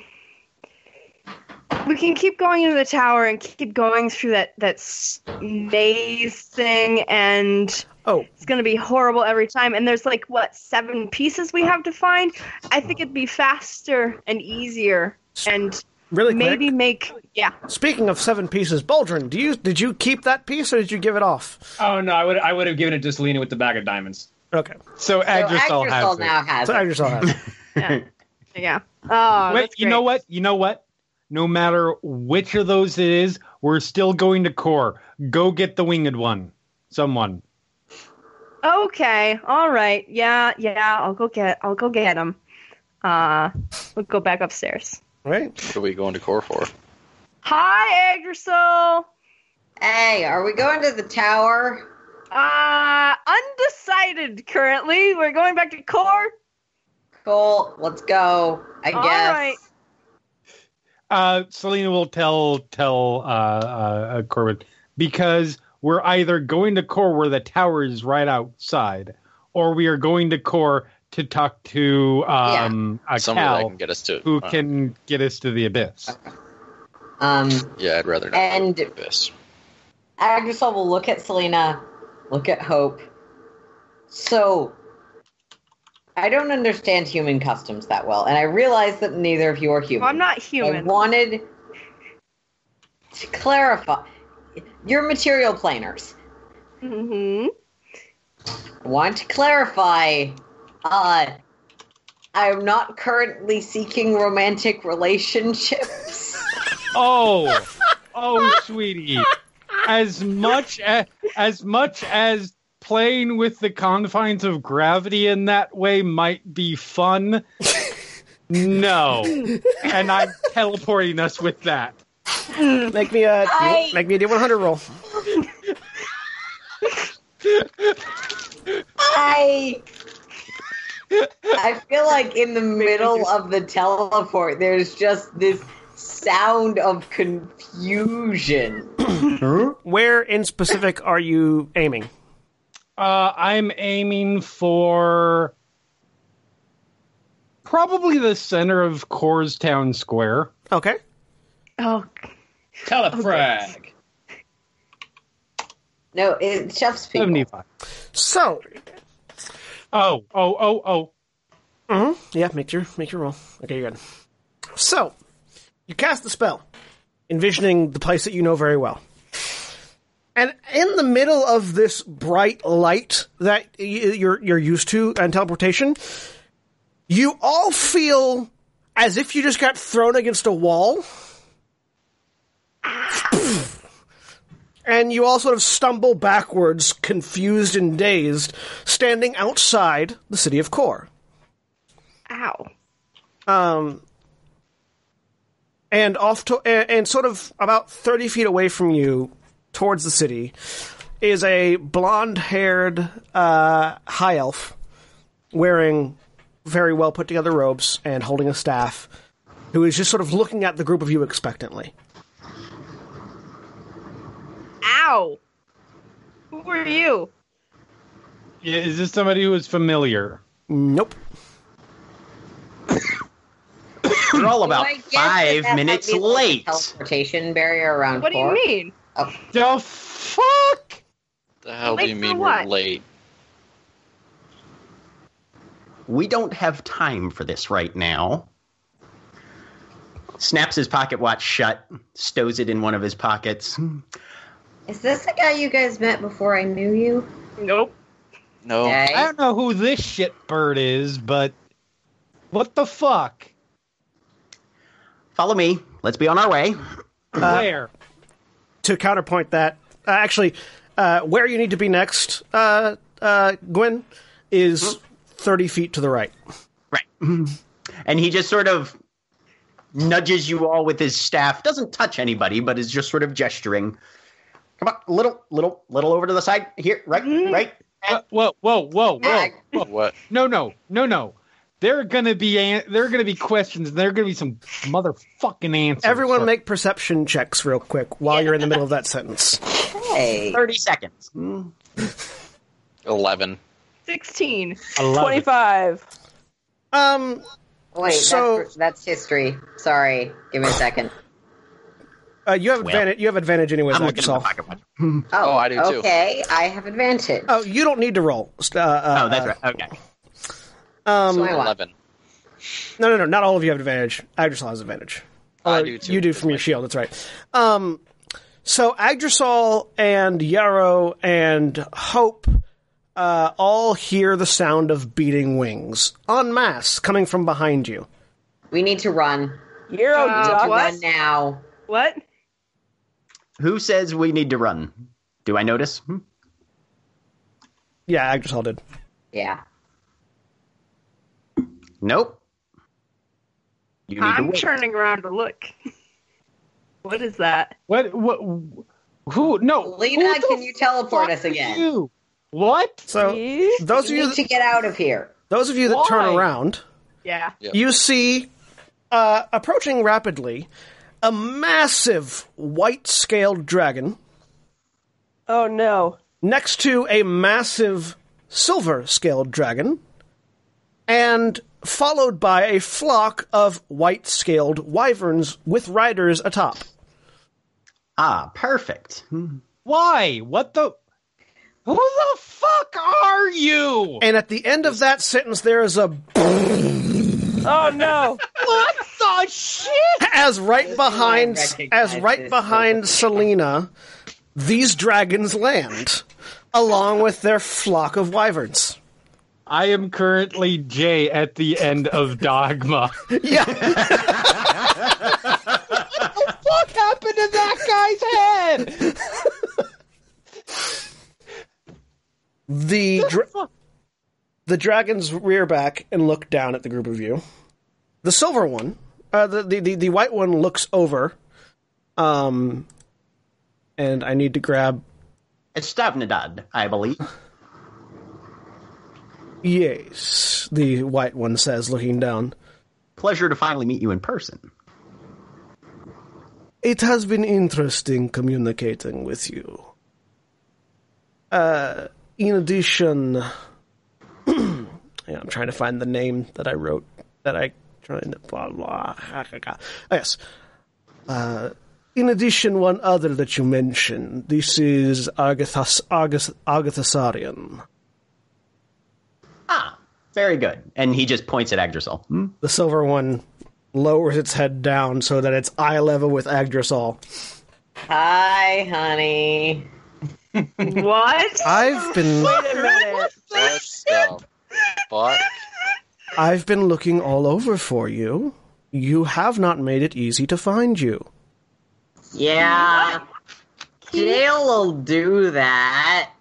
Speaker 4: we can keep going into the tower and keep going through that that s- maze thing and
Speaker 1: Oh,
Speaker 4: it's going to be horrible every time and there's like what seven pieces we have to find i think it'd be faster and easier and
Speaker 1: really? quick.
Speaker 4: maybe make yeah
Speaker 1: Speaking of seven pieces, Baldrin, do you did you keep that piece or did you give it off?
Speaker 2: Oh no, I would I would have given it to Selena with the bag of diamonds.
Speaker 1: Okay,
Speaker 3: So,
Speaker 5: so
Speaker 3: Agrisol has
Speaker 5: Agrisol
Speaker 3: it.
Speaker 5: now has.
Speaker 1: so I
Speaker 5: it.
Speaker 1: just saw that.
Speaker 4: yeah oh
Speaker 3: Wait,
Speaker 4: that's
Speaker 3: you know
Speaker 4: great.
Speaker 3: what? You know what? No matter which of those it is, we're still going to core. Go get the winged one. Someone.
Speaker 4: Okay. All right. Yeah. Yeah. I'll go get. I'll go get him. Uh, we'll go back upstairs.
Speaker 1: Right?
Speaker 6: What are we going to core for?
Speaker 4: Hi, Agrisol.
Speaker 5: Hey, are we going to the tower?
Speaker 4: Uh, undecided currently. We're going back to core.
Speaker 5: Cool. Let's go. I
Speaker 4: All
Speaker 5: guess.
Speaker 4: right.
Speaker 3: Uh, Selena will tell tell uh, uh, uh, Corbin because we're either going to core where the tower is right outside, or we are going to core to talk to um, a
Speaker 6: Somebody that
Speaker 3: cow
Speaker 6: can get us to.
Speaker 3: who
Speaker 6: uh,
Speaker 3: can get us to the abyss.
Speaker 5: Um,
Speaker 6: Yeah, I'd rather not.
Speaker 5: And-
Speaker 6: go to the abyss.
Speaker 5: Agrisol will look at Selena, look at Hope. So, I don't understand human customs that well, and I realize that neither of you are human.
Speaker 4: Well, I'm not
Speaker 5: I
Speaker 4: human.
Speaker 5: wanted to clarify. You're material planers.
Speaker 4: hmm
Speaker 5: I want to clarify. Uh, I'm not currently seeking romantic relationships.
Speaker 3: Oh, oh, sweetie. As much as, as much as playing with the confines of gravity in that way might be fun. No, and I'm teleporting us with that.
Speaker 1: Make me a
Speaker 5: I-
Speaker 1: make me a D100 roll.
Speaker 5: I I feel like in the middle of the teleport, there's just this sound of confusion.
Speaker 1: Where in specific are you aiming?
Speaker 3: Uh, I'm aiming for probably the center of Coors Town Square.
Speaker 1: Okay.
Speaker 4: Oh,
Speaker 2: Telefrag.
Speaker 5: No, it's chef's people.
Speaker 3: Seventy-five.
Speaker 1: So,
Speaker 3: Oh, oh, oh, oh.
Speaker 1: yeah, make your make your roll. Okay, you're good. So, you cast the spell, envisioning the place that you know very well. And in the middle of this bright light that y- you're you're used to and teleportation, you all feel as if you just got thrown against a wall. And you all sort of stumble backwards, confused and dazed, standing outside the city of Kor.
Speaker 4: ow.
Speaker 1: and off to and, and sort of about 30 feet away from you towards the city is a blonde-haired uh, high elf wearing very well put together robes and holding a staff who is just sort of looking at the group of you expectantly
Speaker 4: Ow. Who are you?
Speaker 3: Yeah, is this somebody who is familiar?
Speaker 1: nope
Speaker 7: We're all about
Speaker 5: Do I guess that
Speaker 7: five
Speaker 5: that might
Speaker 7: minutes
Speaker 5: be like a
Speaker 7: late.
Speaker 5: Teleportation barrier around.
Speaker 4: What do you
Speaker 5: four?
Speaker 4: mean?
Speaker 3: The fuck?
Speaker 6: The hell do
Speaker 4: Late
Speaker 6: you
Speaker 4: for
Speaker 6: mean we're
Speaker 4: what?
Speaker 6: late?
Speaker 7: We don't have time for this right now. Snaps his pocket watch shut, stows it in one of his pockets.
Speaker 5: Is this the guy you guys met before I knew you?
Speaker 4: Nope.
Speaker 6: No.
Speaker 5: Okay.
Speaker 3: I don't know who this shit bird is, but what the fuck?
Speaker 7: Follow me. Let's be on our way.
Speaker 1: Uh,
Speaker 3: Where?
Speaker 1: to counterpoint that uh, actually uh, where you need to be next uh, uh, gwen is 30 feet to the right
Speaker 7: Right. And he just sort of nudges you all with his staff. Doesn't touch anybody, but is just sort of gesturing. Come on, little, little, little over to the side. Here, right,
Speaker 1: Mm-hmm.
Speaker 7: right.
Speaker 3: Whoa, whoa, whoa, whoa, whoa.
Speaker 5: Yeah.
Speaker 6: What?
Speaker 3: No, no, no, no. There are gonna be an- there are gonna be questions. There are gonna be some motherfucking answers.
Speaker 1: everyone
Speaker 3: Sure.
Speaker 1: make perception checks real quick while you're in the middle of that sentence
Speaker 5: Hey.
Speaker 7: 30 seconds.
Speaker 1: Mm-hmm.
Speaker 7: Mm.
Speaker 6: 11.
Speaker 4: 16.
Speaker 3: I love it.
Speaker 8: 25.
Speaker 1: um
Speaker 5: Wait,
Speaker 1: So-
Speaker 5: that's, that's history. Sorry. Give me a second.
Speaker 1: Uh, you have
Speaker 7: Well,
Speaker 1: advantage. You have advantage anyways.
Speaker 7: I'm
Speaker 1: like
Speaker 7: looking at
Speaker 1: yourself.
Speaker 7: the pocket watch.
Speaker 5: Oh,
Speaker 6: I do too.
Speaker 5: Okay, I have advantage.
Speaker 1: Oh, you don't need to roll. Uh, uh,
Speaker 7: Oh, that's right. Okay.
Speaker 1: Um,
Speaker 5: So I want-
Speaker 6: 11.
Speaker 1: no, no, no. Not all of you have advantage. Agdrasal has advantage.
Speaker 6: I
Speaker 1: Although
Speaker 6: do too.
Speaker 1: You do from your shield. That's right. Um, so Agdrasal and Yarrow and Hope uh, all hear the sound of beating wings en masse coming from behind you.
Speaker 5: We need to run.
Speaker 8: You're a
Speaker 4: Uh,
Speaker 8: duck.
Speaker 4: what?
Speaker 5: Run now.
Speaker 4: What?
Speaker 7: Who says we need to run? Do I notice? Hmm?
Speaker 1: Yeah, Agdrasal did.
Speaker 5: Yeah.
Speaker 7: Nope. You need to
Speaker 4: I'm
Speaker 7: wait.
Speaker 4: turning around to look. what is that?
Speaker 3: What? What? Who? No.
Speaker 5: Lena,
Speaker 3: who the
Speaker 5: can you teleport
Speaker 3: fuck
Speaker 5: us
Speaker 3: are
Speaker 5: again?
Speaker 3: You? What?
Speaker 1: So
Speaker 8: See?
Speaker 1: those of
Speaker 5: We
Speaker 1: you,
Speaker 5: need to get out of here.
Speaker 1: those of you that turn
Speaker 3: Why?
Speaker 1: around.
Speaker 4: Yeah.
Speaker 1: you see uh, approaching rapidly a massive white scaled dragon
Speaker 8: Oh no.
Speaker 1: next to a massive silver scaled dragon and followed by a flock of white scaled wyverns with riders atop
Speaker 7: Ah, perfect. Hmm.
Speaker 3: Why? What the? Who the fuck are you?
Speaker 1: and at the end of that sentence there is a
Speaker 8: Oh no.
Speaker 3: What the shit?
Speaker 1: as right behind
Speaker 5: recognize
Speaker 1: as right
Speaker 5: this
Speaker 1: behind
Speaker 5: over.
Speaker 1: selena these dragons land along with their flock of wyverns
Speaker 3: I am currently Jay at the end of Dogma. what
Speaker 1: yeah
Speaker 3: the fuck happened to that guy's head?
Speaker 1: The dra- the dragons rear back and look down at the group of you. The silver one, uh, the, the the the white one looks over. Um, and I need to grab.
Speaker 7: It's Stavnadad, I believe.
Speaker 1: Yes, the white one says, looking down.
Speaker 7: Pleasure to finally meet you in person.
Speaker 1: It has been interesting communicating with you. Uh, in addition, yeah, I'm trying to find the name that I wrote that I trying to blah blah. Oh, yes. Uh, In addition, one other that you mentioned. This is Agathas, Agath, Agathasarian,
Speaker 7: Ah, very good. And he just points at Agdrasol. Hmm?
Speaker 1: the silver one. Lowers its head down so that it's eye level with Agdrasol.
Speaker 5: Hi, honey.
Speaker 4: What?
Speaker 1: I've been
Speaker 4: Wait a minute.
Speaker 6: Let's go. Fuck.
Speaker 1: I've been looking all over for you. You have not made it easy to find you.
Speaker 5: Yeah. Jail will do that.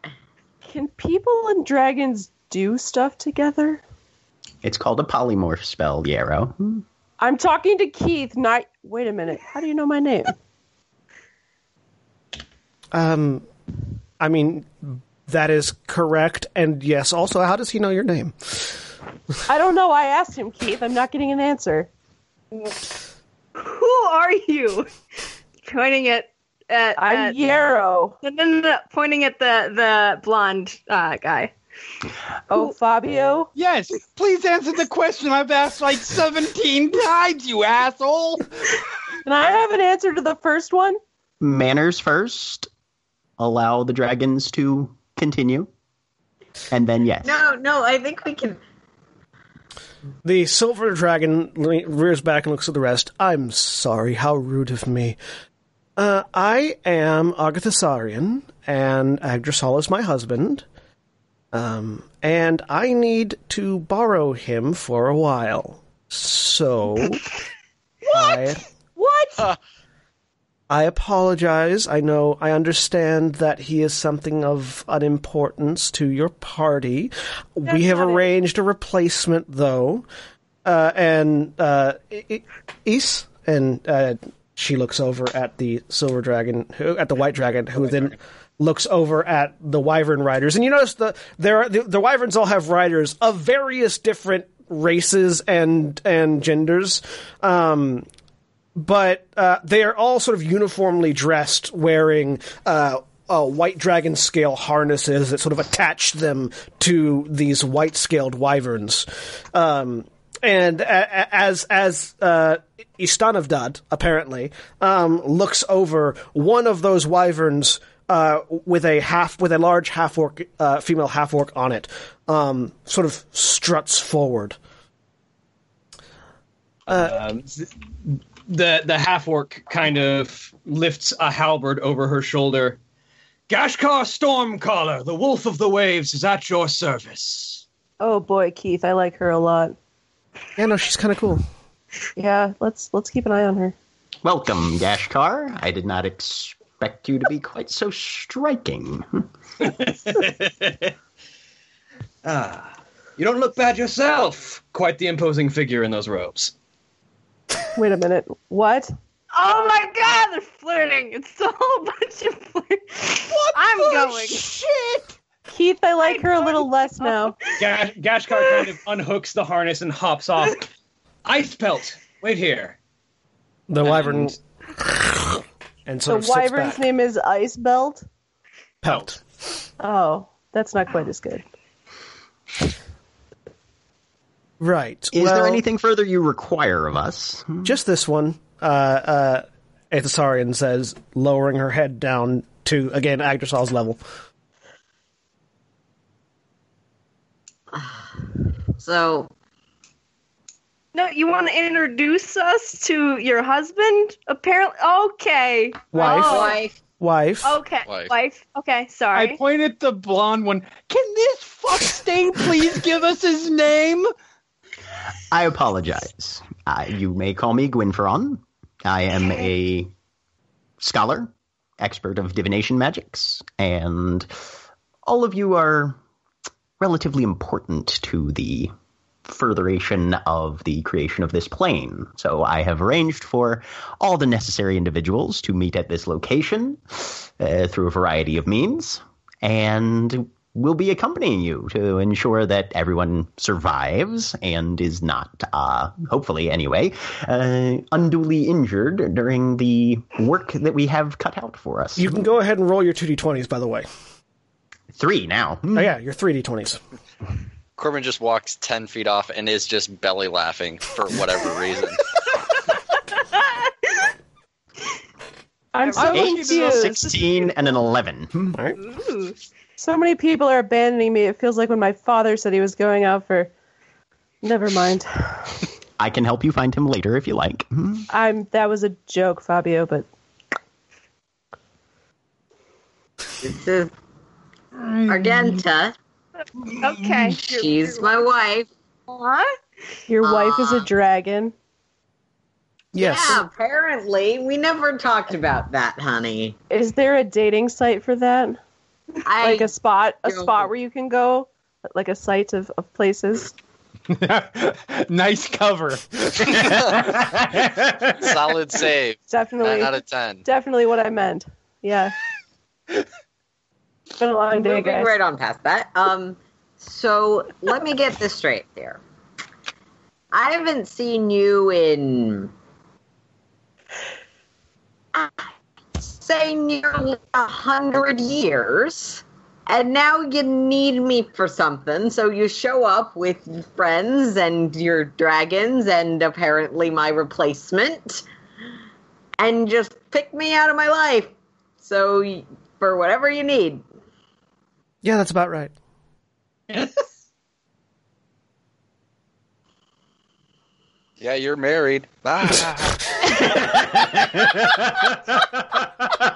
Speaker 8: Can people and dragons do stuff together?
Speaker 7: It's called a polymorph spell, Yarrow. Hmm?
Speaker 8: I'm talking to Keith, not. Wait a minute. How do you know my name?
Speaker 1: Um, I mean, that is correct. And yes, also, how does he know your name?
Speaker 8: I don't know. I asked him, Keith. I'm not getting an answer.
Speaker 4: Who are you? Pointing at at,
Speaker 8: I'm
Speaker 4: at
Speaker 8: Yarrow.
Speaker 4: no, no, no, no, pointing at the the blonde uh, guy.
Speaker 8: Oh, Fabio.
Speaker 3: Yes, please answer the question I've asked like 17 times, you asshole.
Speaker 8: Can I have an answer to the first one?
Speaker 7: Manners first. Allow the dragons to continue. And then, yes.
Speaker 5: No, no, I think we can.
Speaker 1: The silver dragon le- rears back and looks at the rest. I'm sorry, how rude of me. Uh, I am Agathasarian, and Agdrasol is my husband. Um, and I need to borrow him for a while. So. I,
Speaker 8: What?
Speaker 1: I apologize. I know, I understand that he is something of an importance to your party. we have
Speaker 8: not it.
Speaker 1: arranged a replacement, though. Uh, and, uh, I- I- Is, and, uh, she looks over at the silver dragon, who, at the white dragon, who then looks over at the wyvern riders. And you notice the, there are, the, the wyverns all have riders of various different races and, and genders. Um, but uh, they are all sort of uniformly dressed, wearing uh, uh, white dragon scale harnesses that sort of attach them to these white scaled wyverns. Um, and a- a- as as uh, Istanovdad apparently um, looks over, one of those wyverns uh, with a half with a large half orc uh, female half orc on it um, sort of struts forward.
Speaker 2: Um, the the half orc kind of lifts a halberd over her shoulder. Gashkar Stormcaller, the Wolf of the Waves, is at your service.
Speaker 8: Oh boy, Keith. I like her a lot.
Speaker 1: Yeah, no, she's kind of cool.
Speaker 8: Yeah. Let's let's keep an eye on her.
Speaker 7: Welcome, Gashkar. I did not expect you to be quite so striking. Hmm.
Speaker 2: You don't look bad yourself. Quite the imposing figure in those robes.
Speaker 8: Wait a minute. What?
Speaker 4: Oh my god, they're flirting. It's a whole bunch of flirting. I'm going.
Speaker 8: Keith, I like her a little less now.
Speaker 2: Gash- Gashkar kind of unhooks the harness and hops off. Ice pelt, wait here.
Speaker 1: The wyvern
Speaker 2: And-
Speaker 1: and
Speaker 8: The
Speaker 1: sort of sits
Speaker 8: wyvern's
Speaker 1: back.
Speaker 8: name is Ice Belt.
Speaker 1: Pelt.
Speaker 8: Oh, that's not quite as good.
Speaker 1: Right.
Speaker 7: Is
Speaker 1: well,
Speaker 7: there anything further you require of us?
Speaker 1: Just this one. Uh, uh, Athasarian says, lowering her head down to again Agdrasol's level.
Speaker 5: So,
Speaker 4: No, you want to introduce us to your husband? Apparently, okay.
Speaker 1: Wife.
Speaker 4: Oh,
Speaker 5: wife,
Speaker 1: Wife.
Speaker 4: Okay,
Speaker 6: Wife.
Speaker 4: wife. Okay, sorry.
Speaker 3: I point at the blonde one. Can this fuck stain please give us his name?
Speaker 7: I apologize. Uh, you may call me Gwynfron. I am a scholar, expert of divination magics, and all of you are relatively important to the furtheration of the creation of this plane. So I have arranged for all the necessary individuals to meet at this location uh, through a variety of means, and will be accompanying you to ensure that everyone survives and is not, uh, hopefully anyway, uh, unduly injured during the work that we have cut out for us.
Speaker 1: You can go ahead and roll your 2d20s, by the way.
Speaker 7: Three now.
Speaker 1: Oh, yeah, your 3d20s.
Speaker 6: Corbin just walks 10 feet off and is just belly laughing for whatever reason.
Speaker 8: I'm so
Speaker 7: Eight,
Speaker 8: confused.
Speaker 7: 16, and an 11.
Speaker 4: Ooh.
Speaker 8: So many people are abandoning me. It feels like when my father said he was going out for. Never mind.
Speaker 7: I can help you find him later if you like.
Speaker 8: I'm. That was a joke, Fabio. But
Speaker 5: This is Argenta.
Speaker 4: Okay. you're-
Speaker 5: She's my wife.
Speaker 4: Huh?
Speaker 8: your wife is a
Speaker 5: Um,
Speaker 8: dragon.
Speaker 1: Yes.
Speaker 5: Yeah, apparently. We never talked about that, honey.
Speaker 8: Is there a dating site for that?
Speaker 5: I
Speaker 8: Like a spot, a
Speaker 5: don't-
Speaker 8: spot where you can go, like a site of, of places.
Speaker 3: nice cover.
Speaker 6: Solid save.
Speaker 8: Definitely,
Speaker 6: 9 out of 10.
Speaker 8: definitely what I meant. Yeah. it's been a long day,
Speaker 5: moving
Speaker 8: guys.
Speaker 5: right on past that. Um, so let me get this straight here. I haven't seen you in I'd say nearly a hundred years, and now you need me for something. So you show up with your friends and your dragons, and apparently my replacement, and just pick me out of my life. So y- for whatever you need.
Speaker 1: yeah, that's about right.
Speaker 6: Yeah, you're married. Ah.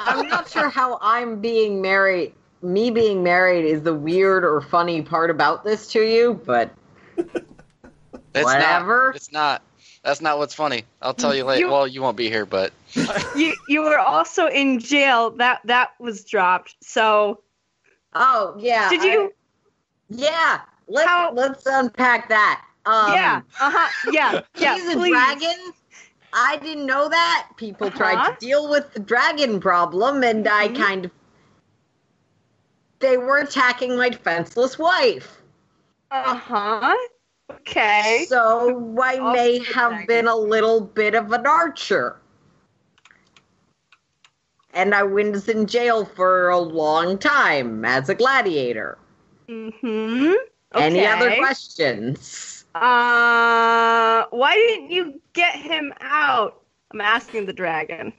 Speaker 5: I'm not sure how I'm being married. Me being married is the weird or funny part about this to you, but
Speaker 6: It's
Speaker 5: Whatever.
Speaker 6: Not, it's not. That's not what's funny. I'll tell you later.
Speaker 4: You-
Speaker 6: Well, you won't be here, but
Speaker 4: You you were also in jail. That that was dropped. So
Speaker 5: oh yeah.
Speaker 4: did
Speaker 5: I-
Speaker 4: you?
Speaker 5: yeah. Let's
Speaker 4: How-
Speaker 5: let's unpack that. Um,
Speaker 4: yeah. Uh huh. Yeah. Yeah.
Speaker 5: He's a
Speaker 4: please.
Speaker 5: dragon. I didn't know that. People tried
Speaker 4: Uh-huh.
Speaker 5: to deal with the dragon problem, and I
Speaker 4: Mhm.
Speaker 5: kind of they were attacking my defenseless wife.
Speaker 4: Uh huh. Okay.
Speaker 5: So I
Speaker 4: Also
Speaker 5: may
Speaker 4: a
Speaker 5: have
Speaker 4: dragon.
Speaker 5: been a little bit of an archer. And I was in jail for a long time as a gladiator.
Speaker 4: Mm-hmm.
Speaker 5: Any other questions?
Speaker 4: Uh, why didn't you get him out? I'm asking the dragon.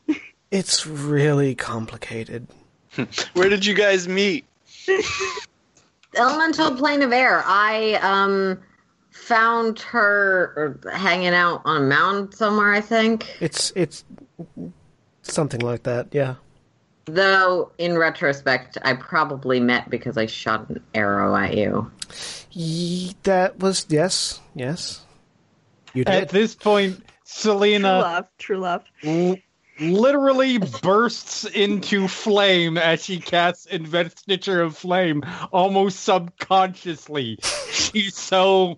Speaker 1: It's really complicated.
Speaker 6: where did you guys meet?
Speaker 5: Elemental plane of air. I um found her hanging out on a mountain somewhere, I think.
Speaker 1: It's it's something like that. Yeah.
Speaker 5: Though in retrospect, I probably met because I shot an arrow at you.
Speaker 1: Ye- That was yes, yes. You did.
Speaker 3: At this point,
Speaker 4: True
Speaker 3: Selena
Speaker 4: love, true love.
Speaker 3: l- literally bursts into flame as she casts Investiture of Flame almost subconsciously. She's so.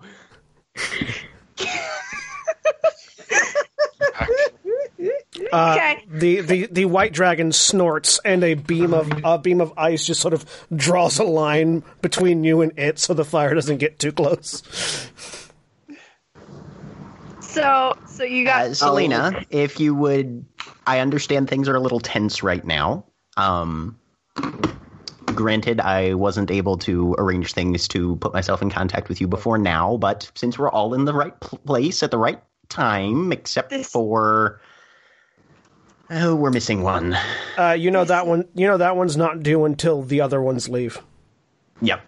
Speaker 1: Uh,
Speaker 4: Okay.
Speaker 1: The, the the white dragon snorts, and a beam of a beam of ice just sort of draws a line between you and it, so the fire doesn't get too close.
Speaker 4: So, so you got
Speaker 7: Uh, Selena, if you would, I understand things are a little tense right now. Um, granted, I wasn't able to arrange things to put myself in contact with you before now, but since we're all in the right pl- place at the right time, except
Speaker 4: This-
Speaker 7: for. Oh, we're missing one.
Speaker 1: Uh, you know that one. You know that one's not due until the other ones leave.
Speaker 7: Yep.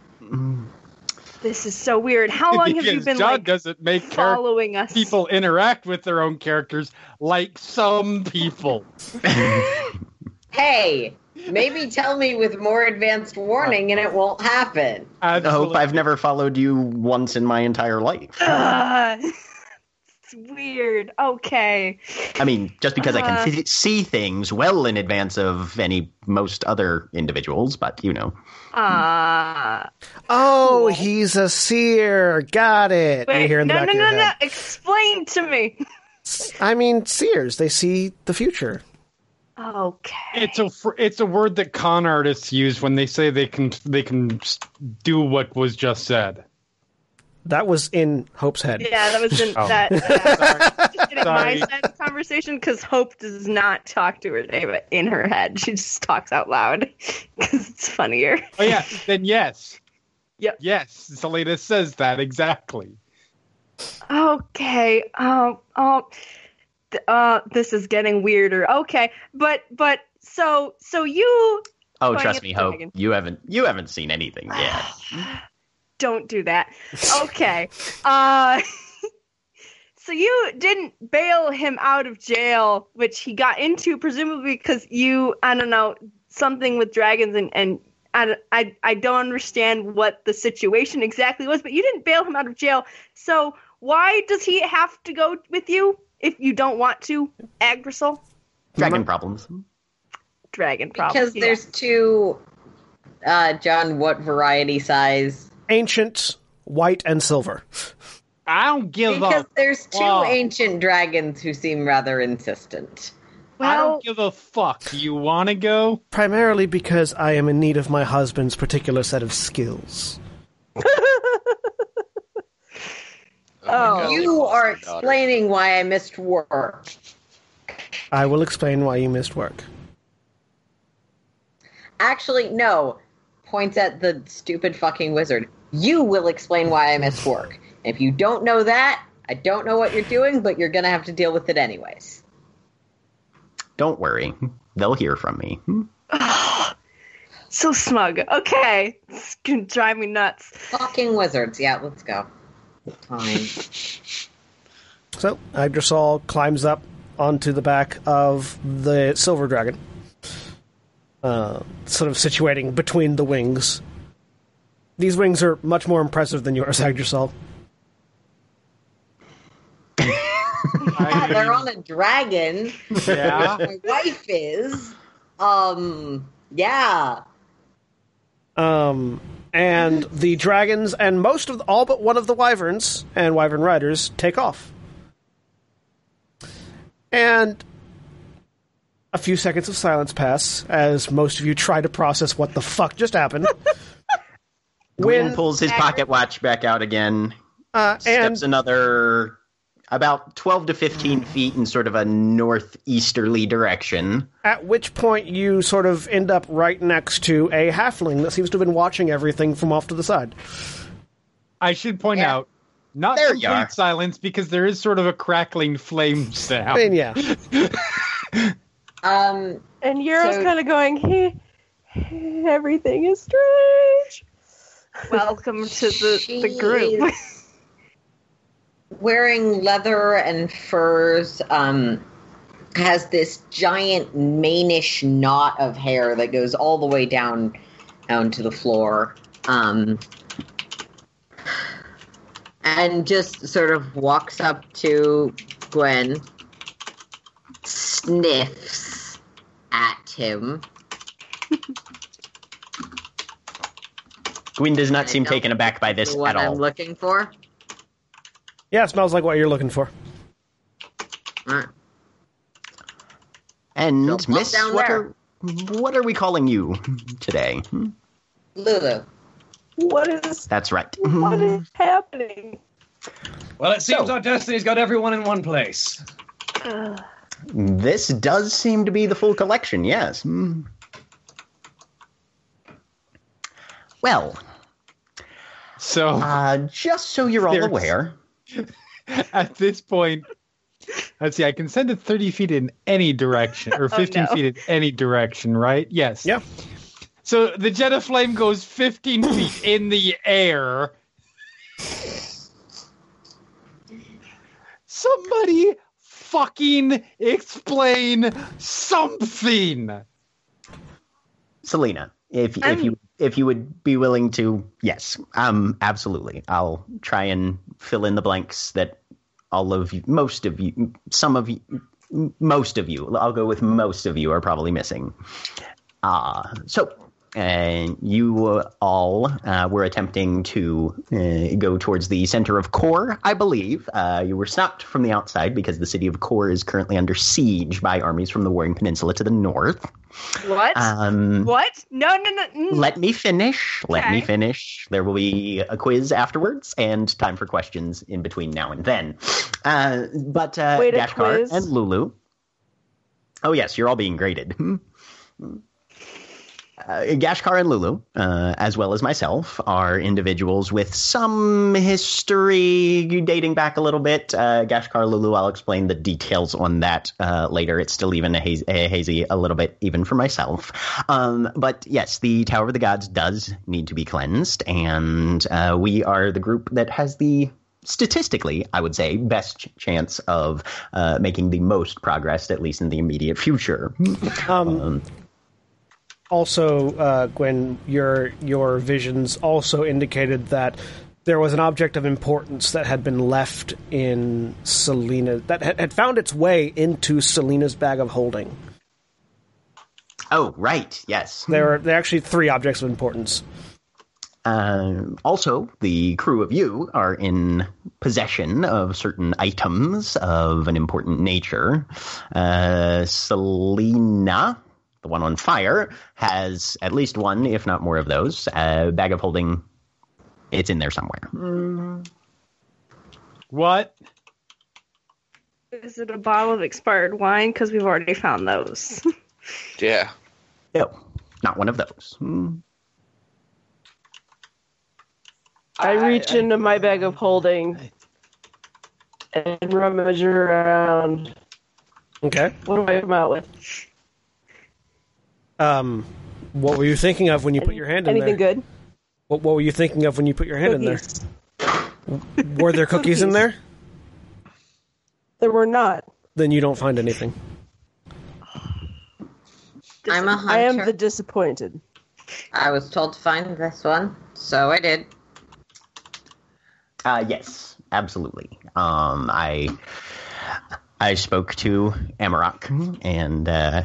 Speaker 4: this is so weird. How long have you
Speaker 3: because
Speaker 4: been
Speaker 3: John
Speaker 4: like
Speaker 3: doesn't make characters.
Speaker 4: following us?
Speaker 3: people interact with their own characters like some people.
Speaker 5: Hey, maybe tell me with more advanced warning and it won't happen.
Speaker 7: I hope I've never followed you once in my entire life.
Speaker 4: Ugh. it's weird. Okay.
Speaker 7: I mean, just because I
Speaker 4: Uh.
Speaker 5: Uh-huh.
Speaker 7: can th- see things well in advance of any most other individuals, but you know.
Speaker 4: Uh,
Speaker 1: Oh, he's a seer. Got it. you
Speaker 4: wait,
Speaker 1: hear
Speaker 4: no,
Speaker 1: in the
Speaker 4: no,
Speaker 1: back
Speaker 4: no,
Speaker 1: of your
Speaker 4: no.
Speaker 1: head.
Speaker 4: Explain to me.
Speaker 1: I mean, seers. They see the future.
Speaker 4: Okay.
Speaker 3: It's a fr- it's a word that con artists use when they say they can they can s- do what was just said.
Speaker 1: That was in Hope's head.
Speaker 4: yeah, that was in
Speaker 3: Oh.
Speaker 4: that. Yeah, just in my
Speaker 3: Sorry.
Speaker 4: side conversation because Hope does not talk to her today, but in her head, she just talks out loud because it's funnier.
Speaker 3: Oh yeah, then yes.
Speaker 4: Yep.
Speaker 3: Yes, Selena says that exactly.
Speaker 4: Okay. Um. Oh. th- Uh. This is getting weirder. Okay. But. But. So. So you
Speaker 7: Oh,
Speaker 4: Flying
Speaker 7: trust
Speaker 4: at
Speaker 7: me,
Speaker 4: the
Speaker 7: Hope.
Speaker 4: dragon.
Speaker 7: You haven't you haven't seen anything yet.
Speaker 4: don't do that. Okay. uh. So you didn't bail him out of jail, which he got into presumably because you. I don't know something with dragons and and. I, don't- I, I don't understand what the situation exactly was, but you didn't bail him out of jail. So why does he have to go with you if you don't want to, Agrisol?
Speaker 7: Dragon problems.
Speaker 4: dragon problem.
Speaker 5: Because there's two, uh, John, what variety size?
Speaker 1: Ancient, white, and silver.
Speaker 3: I don't give
Speaker 5: Because
Speaker 3: a
Speaker 5: there's two
Speaker 3: Wow.
Speaker 5: ancient dragons who seem rather insistent.
Speaker 3: I
Speaker 4: well,
Speaker 3: don't give a fuck. Do you want to go?
Speaker 1: Primarily because I am in need of my husband's particular set of skills.
Speaker 4: Oh.
Speaker 6: my God, he
Speaker 5: You
Speaker 6: lost
Speaker 5: are
Speaker 6: my daughter.
Speaker 5: explaining why I missed work.
Speaker 1: I will explain why you missed work.
Speaker 5: Actually, no. Points at the stupid fucking wizard. You will explain why I missed work. If you don't know that, I don't know what you're doing, but you're gonna have to deal with it anyways.
Speaker 7: Don't worry. They'll hear from me. Hmm?
Speaker 4: so smug. Okay, it's gonna drive me nuts.
Speaker 5: Fucking wizards. Yeah, let's go. Fine.
Speaker 1: So Yggdrasil climbs up onto the back of the silver dragon, uh, sort of situating between the wings. These wings are much more impressive than yours, Yggdrasil.
Speaker 5: Yeah,
Speaker 3: I,
Speaker 5: they're on a dragon.
Speaker 3: yeah.
Speaker 5: My wife is. Um. Yeah.
Speaker 1: Um, and the dragons and most of all but one of the wyverns and wyvern riders take off. And a few seconds of silence pass as most of you try to process what the fuck just happened.
Speaker 7: Gwyn pulls his
Speaker 4: Dagger-
Speaker 7: pocket watch back out again,
Speaker 1: Uh, and
Speaker 7: steps another about 12 to 15 feet in sort of a northeasterly direction.
Speaker 1: At which point you sort of end up right next to a halfling that seems to have been watching everything from off to the side.
Speaker 3: I should point
Speaker 5: Yeah.
Speaker 3: out, not
Speaker 7: There you are.
Speaker 3: complete silence because there is sort of a crackling flame
Speaker 1: I mean,
Speaker 3: sound.
Speaker 1: yeah.
Speaker 5: Um.
Speaker 8: And Euro's
Speaker 5: So-
Speaker 8: kind of going, he, he- everything is strange.
Speaker 4: Welcome to the, the
Speaker 5: She
Speaker 4: group.
Speaker 5: is wearing leather and furs, um, has this giant manish knot of hair that goes all the way down down to the floor. Um, and just sort of walks up to Gwen, sniffs at him.
Speaker 7: Gwyn does not
Speaker 5: I
Speaker 7: seem
Speaker 5: don't
Speaker 7: taken aback by this
Speaker 5: the one
Speaker 7: at all.
Speaker 5: I'm looking for.
Speaker 1: Yeah, it smells like what you're looking for.
Speaker 5: Uh,
Speaker 7: and
Speaker 5: Don't look
Speaker 7: Miss,
Speaker 5: down
Speaker 7: what
Speaker 5: there.
Speaker 7: are, what are we calling you today? Hmm?
Speaker 5: Lulu.
Speaker 8: What is
Speaker 7: That's right.
Speaker 8: what is happening?
Speaker 2: Well, it seems
Speaker 7: So-
Speaker 2: our destiny's got everyone in one place.
Speaker 4: Ugh.
Speaker 7: This does seem to be the full collection, yes. Hmm. Well,
Speaker 3: So
Speaker 7: uh, just so you're all
Speaker 3: Oh. There's-
Speaker 7: aware,
Speaker 3: at this point, let's see. I can send it thirty feet in any direction, or
Speaker 4: Oh,
Speaker 3: fifteen
Speaker 4: no.
Speaker 3: feet in any direction, right? Yes.
Speaker 1: Yeah.
Speaker 3: So the jet of flame goes fifteen feet in the air. Somebody fucking explain something.
Speaker 7: Selena, if if
Speaker 4: I'm-
Speaker 7: you if you would be willing to, yes, um, absolutely. I'll try and fill in the blanks that all of you, most of you, some of you, m- most of you. I'll go with most of you are probably missing. Uh, so and you uh, all uh, were attempting to uh, go towards the center of Kor, I believe. Uh, you were stopped from the outside because the city of Kor is currently under siege by armies from the Warring Peninsula to the north.
Speaker 4: What?
Speaker 7: Um,
Speaker 4: what? No, no, no. mm.
Speaker 7: let me finish. Let me
Speaker 4: Okay.
Speaker 7: finish. There will be a quiz afterwards and time for questions in between now and then. Uh, but uh,
Speaker 8: Wait, a
Speaker 7: Dashkar
Speaker 8: quiz?
Speaker 7: and Lulu. Oh, yes, you're all being graded. Hmm. Uh, Gashkar and Lulu, uh, as well as myself, are individuals with some history dating back a little bit. Uh, Gashkar, Lulu, I'll explain the details on that uh, later. It's still even a hazy, a hazy a little bit, even for myself. Um, but yes, the Tower of the Gods does need to be cleansed, and uh, we are the group that has the statistically, I would say, best ch- chance of uh, making the most progress, at least in the immediate future.
Speaker 1: Um, also, uh, Gwen, your your visions also indicated that there was an object of importance that had been left in Selena that had had found its way into Selena's bag of holding.
Speaker 7: oh, right, yes.
Speaker 1: There are there are actually three objects of importance.
Speaker 7: Um, also, the crew of you are in possession of certain items of an important nature. Uh, Selena, the one on fire, has at least one, if not more, of those. Uh, bag of holding, it's in there somewhere.
Speaker 3: What?
Speaker 4: Is it a bottle of expired wine? Because we've already found those.
Speaker 6: Yeah.
Speaker 7: No, not one of those. Hmm.
Speaker 8: I reach into my bag of holding and rummage around.
Speaker 1: Okay.
Speaker 8: What do I come out with?
Speaker 1: Um, what were you thinking of when you put your hand in
Speaker 8: Anything
Speaker 1: there?
Speaker 8: good?
Speaker 1: What, what were you thinking of when you put your hand
Speaker 8: Cookies.
Speaker 1: in there? Were there cookies in there?
Speaker 8: There were not.
Speaker 1: Then you don't find anything.
Speaker 5: I'm a hunter.
Speaker 8: I
Speaker 5: I,
Speaker 8: am the disappointed.
Speaker 5: was told to find this one, so I did.
Speaker 7: Uh, yes, absolutely. Um, I I spoke to Amarok, and uh,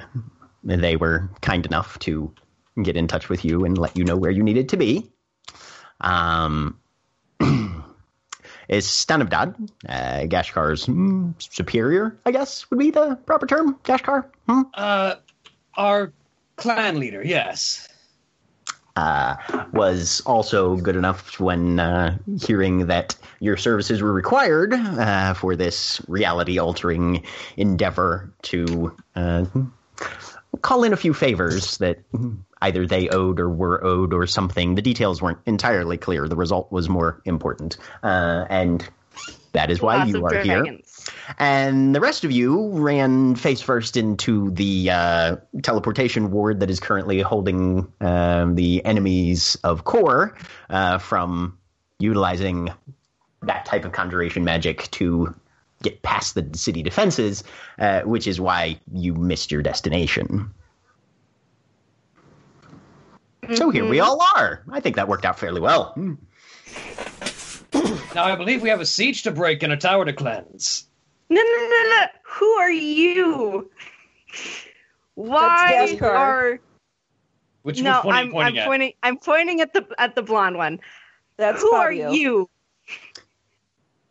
Speaker 7: they were kind enough to get in touch with you and let you know where you needed to be. Um, is Stanivdad, uh, Gashkar's mm, superior, I guess, would be the proper term, Gashkar? Hmm?
Speaker 2: Uh, our clan leader, yes.
Speaker 7: uh, was also good enough when uh, hearing that your services were required uh, for this reality altering endeavor to uh, call in a few favors that either they owed or were owed or something. The details weren't entirely clear. The result was more important. Uh, and that is why
Speaker 4: Lots
Speaker 7: you
Speaker 4: of
Speaker 7: are here
Speaker 4: dragons.
Speaker 7: and the rest of you ran face first into the uh, teleportation ward that is currently holding um, the enemies of Core uh, from utilizing that type of conjuration magic to get past the city defenses, uh, which is why you missed your destination. So here
Speaker 4: Mm-hmm.
Speaker 7: we all are. I think that worked out fairly well.
Speaker 2: Now I believe we have a siege to break and a tower to cleanse.
Speaker 4: No, no, no, no. Who are you? Why
Speaker 8: Gashkar.
Speaker 4: are
Speaker 2: Which,
Speaker 4: no?
Speaker 2: which one are
Speaker 4: I'm
Speaker 2: you pointing
Speaker 4: I'm
Speaker 2: at?
Speaker 4: pointing I'm pointing at the at the blonde one.
Speaker 8: That's
Speaker 4: Who
Speaker 8: Fabio.
Speaker 4: are you?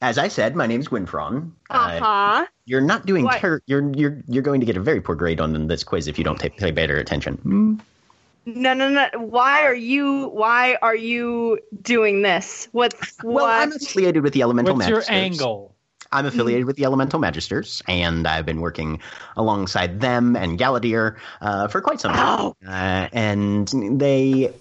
Speaker 7: As I said, my name's Gwynfron.
Speaker 4: Uh
Speaker 7: I-
Speaker 4: huh.
Speaker 7: You're not doing
Speaker 4: What?
Speaker 7: ter- you're you're you're going to get a very poor grade on this quiz if you don't take, pay better attention.
Speaker 4: No, no, no. Why are you? Why are you doing this? What's what?
Speaker 7: Well, I'm affiliated with the Elemental
Speaker 3: What's your
Speaker 7: Magisters.
Speaker 3: angle?
Speaker 7: I'm affiliated with the Elemental Magisters, and I've been working alongside them and Galadir uh, for quite some time.
Speaker 4: oh,
Speaker 7: Uh, and they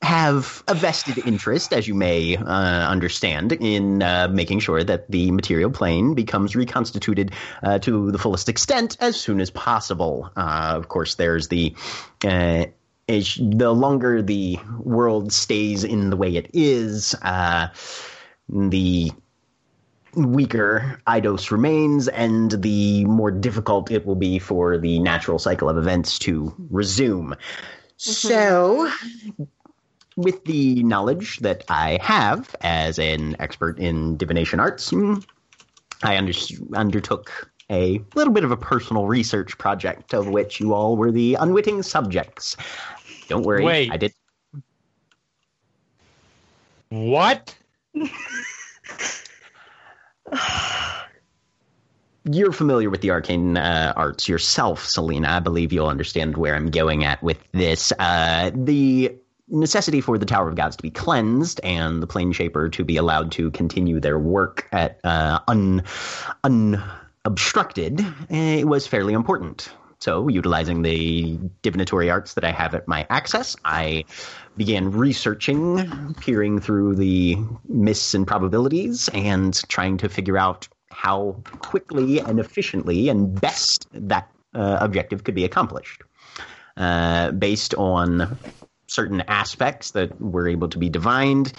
Speaker 7: have a vested interest, as you may uh, understand, in uh, making sure that the material plane becomes reconstituted uh, to the fullest extent as soon as possible. Uh, of course, there's the. Uh, ish- the longer the world stays in the way it is, uh, the weaker Eidos remains, and the more difficult it will be for the natural cycle of events to resume. So, with the knowledge that I have as an expert in divination arts, mm, I under- undertook a little bit of a personal research project of which you all were the unwitting subjects. Don't worry,
Speaker 3: Wait.
Speaker 7: I did.
Speaker 3: What?
Speaker 7: You're familiar with the arcane uh, arts yourself, Selena. I believe you'll understand where I'm going at with this. Uh, the necessity for the Tower of Gods to be cleansed and the Plane Shaper to be allowed to continue their work at uh, un unobstructed eh, was fairly important. So, utilizing the divinatory arts that I have at my access, I began researching, peering through the myths and probabilities, and trying to figure out how quickly and efficiently and best that uh, objective could be accomplished. Uh, based on certain aspects that were able to be divined,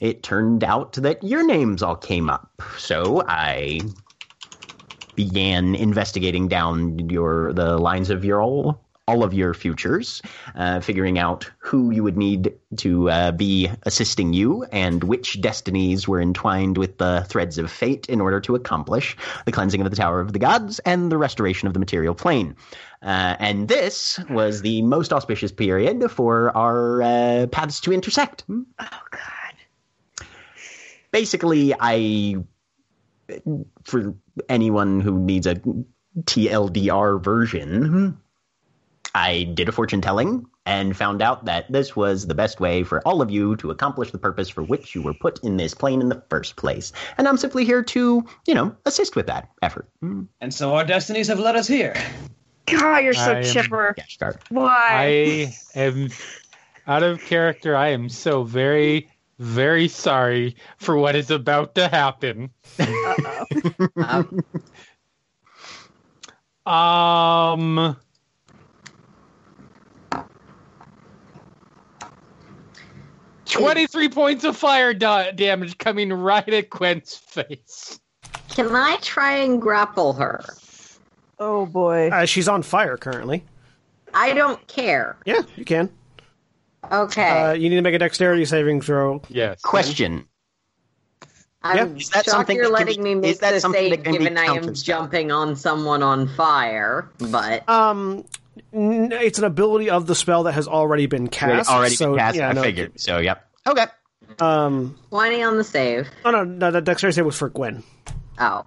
Speaker 7: it turned out that your names all came up. So I began investigating down your the lines of your all all of your futures, uh, figuring out who you would need to uh, be assisting you and which destinies were entwined with the threads of fate in order to accomplish the cleansing of the Tower of the Gods and the restoration of the material plane. Uh, and this was the most auspicious period for our uh, paths to intersect.
Speaker 4: Oh god.
Speaker 7: Basically, I, for anyone who needs a TLDR version, I did a fortune telling and found out that this was the best way for all of you to accomplish the purpose for which you were put in this plane in the first place. And I'm simply here to, you know, assist with that effort.
Speaker 1: Hmm.
Speaker 7: Mm,
Speaker 2: And so our destinies have led us here.
Speaker 4: God, you're so
Speaker 3: I am-
Speaker 4: chipper.
Speaker 7: yeah, start.
Speaker 4: Why?
Speaker 3: I am out of character. I am so very, very sorry for what is about to happen.
Speaker 5: Um,
Speaker 3: Um, twenty-three points of fire da- damage coming right at Gwen's face.
Speaker 5: can I try and grapple her?
Speaker 8: Oh boy.
Speaker 1: Uh, she's on fire currently.
Speaker 5: I don't care.
Speaker 1: Yeah, you can.
Speaker 5: Okay.
Speaker 1: Uh, you need to make a dexterity saving throw.
Speaker 3: Yes.
Speaker 7: Question.
Speaker 5: I'm
Speaker 1: yeah.
Speaker 7: Is that
Speaker 5: shocked
Speaker 7: something
Speaker 5: you're
Speaker 7: that can
Speaker 5: letting
Speaker 7: be-
Speaker 5: me make
Speaker 7: is that
Speaker 5: this
Speaker 7: something
Speaker 5: save
Speaker 7: that can be
Speaker 5: given I am
Speaker 7: counterspelled?
Speaker 5: jumping on someone on fire, but
Speaker 1: Um, n- it's an ability of the spell that has already been cast.
Speaker 7: already
Speaker 1: so,
Speaker 7: been cast.
Speaker 1: Yeah,
Speaker 7: I
Speaker 1: no, um,
Speaker 7: figured. So, yep. Okay.
Speaker 5: 20 on the save.
Speaker 1: Oh no, no, the dexterity save was for Gwen.
Speaker 5: Oh.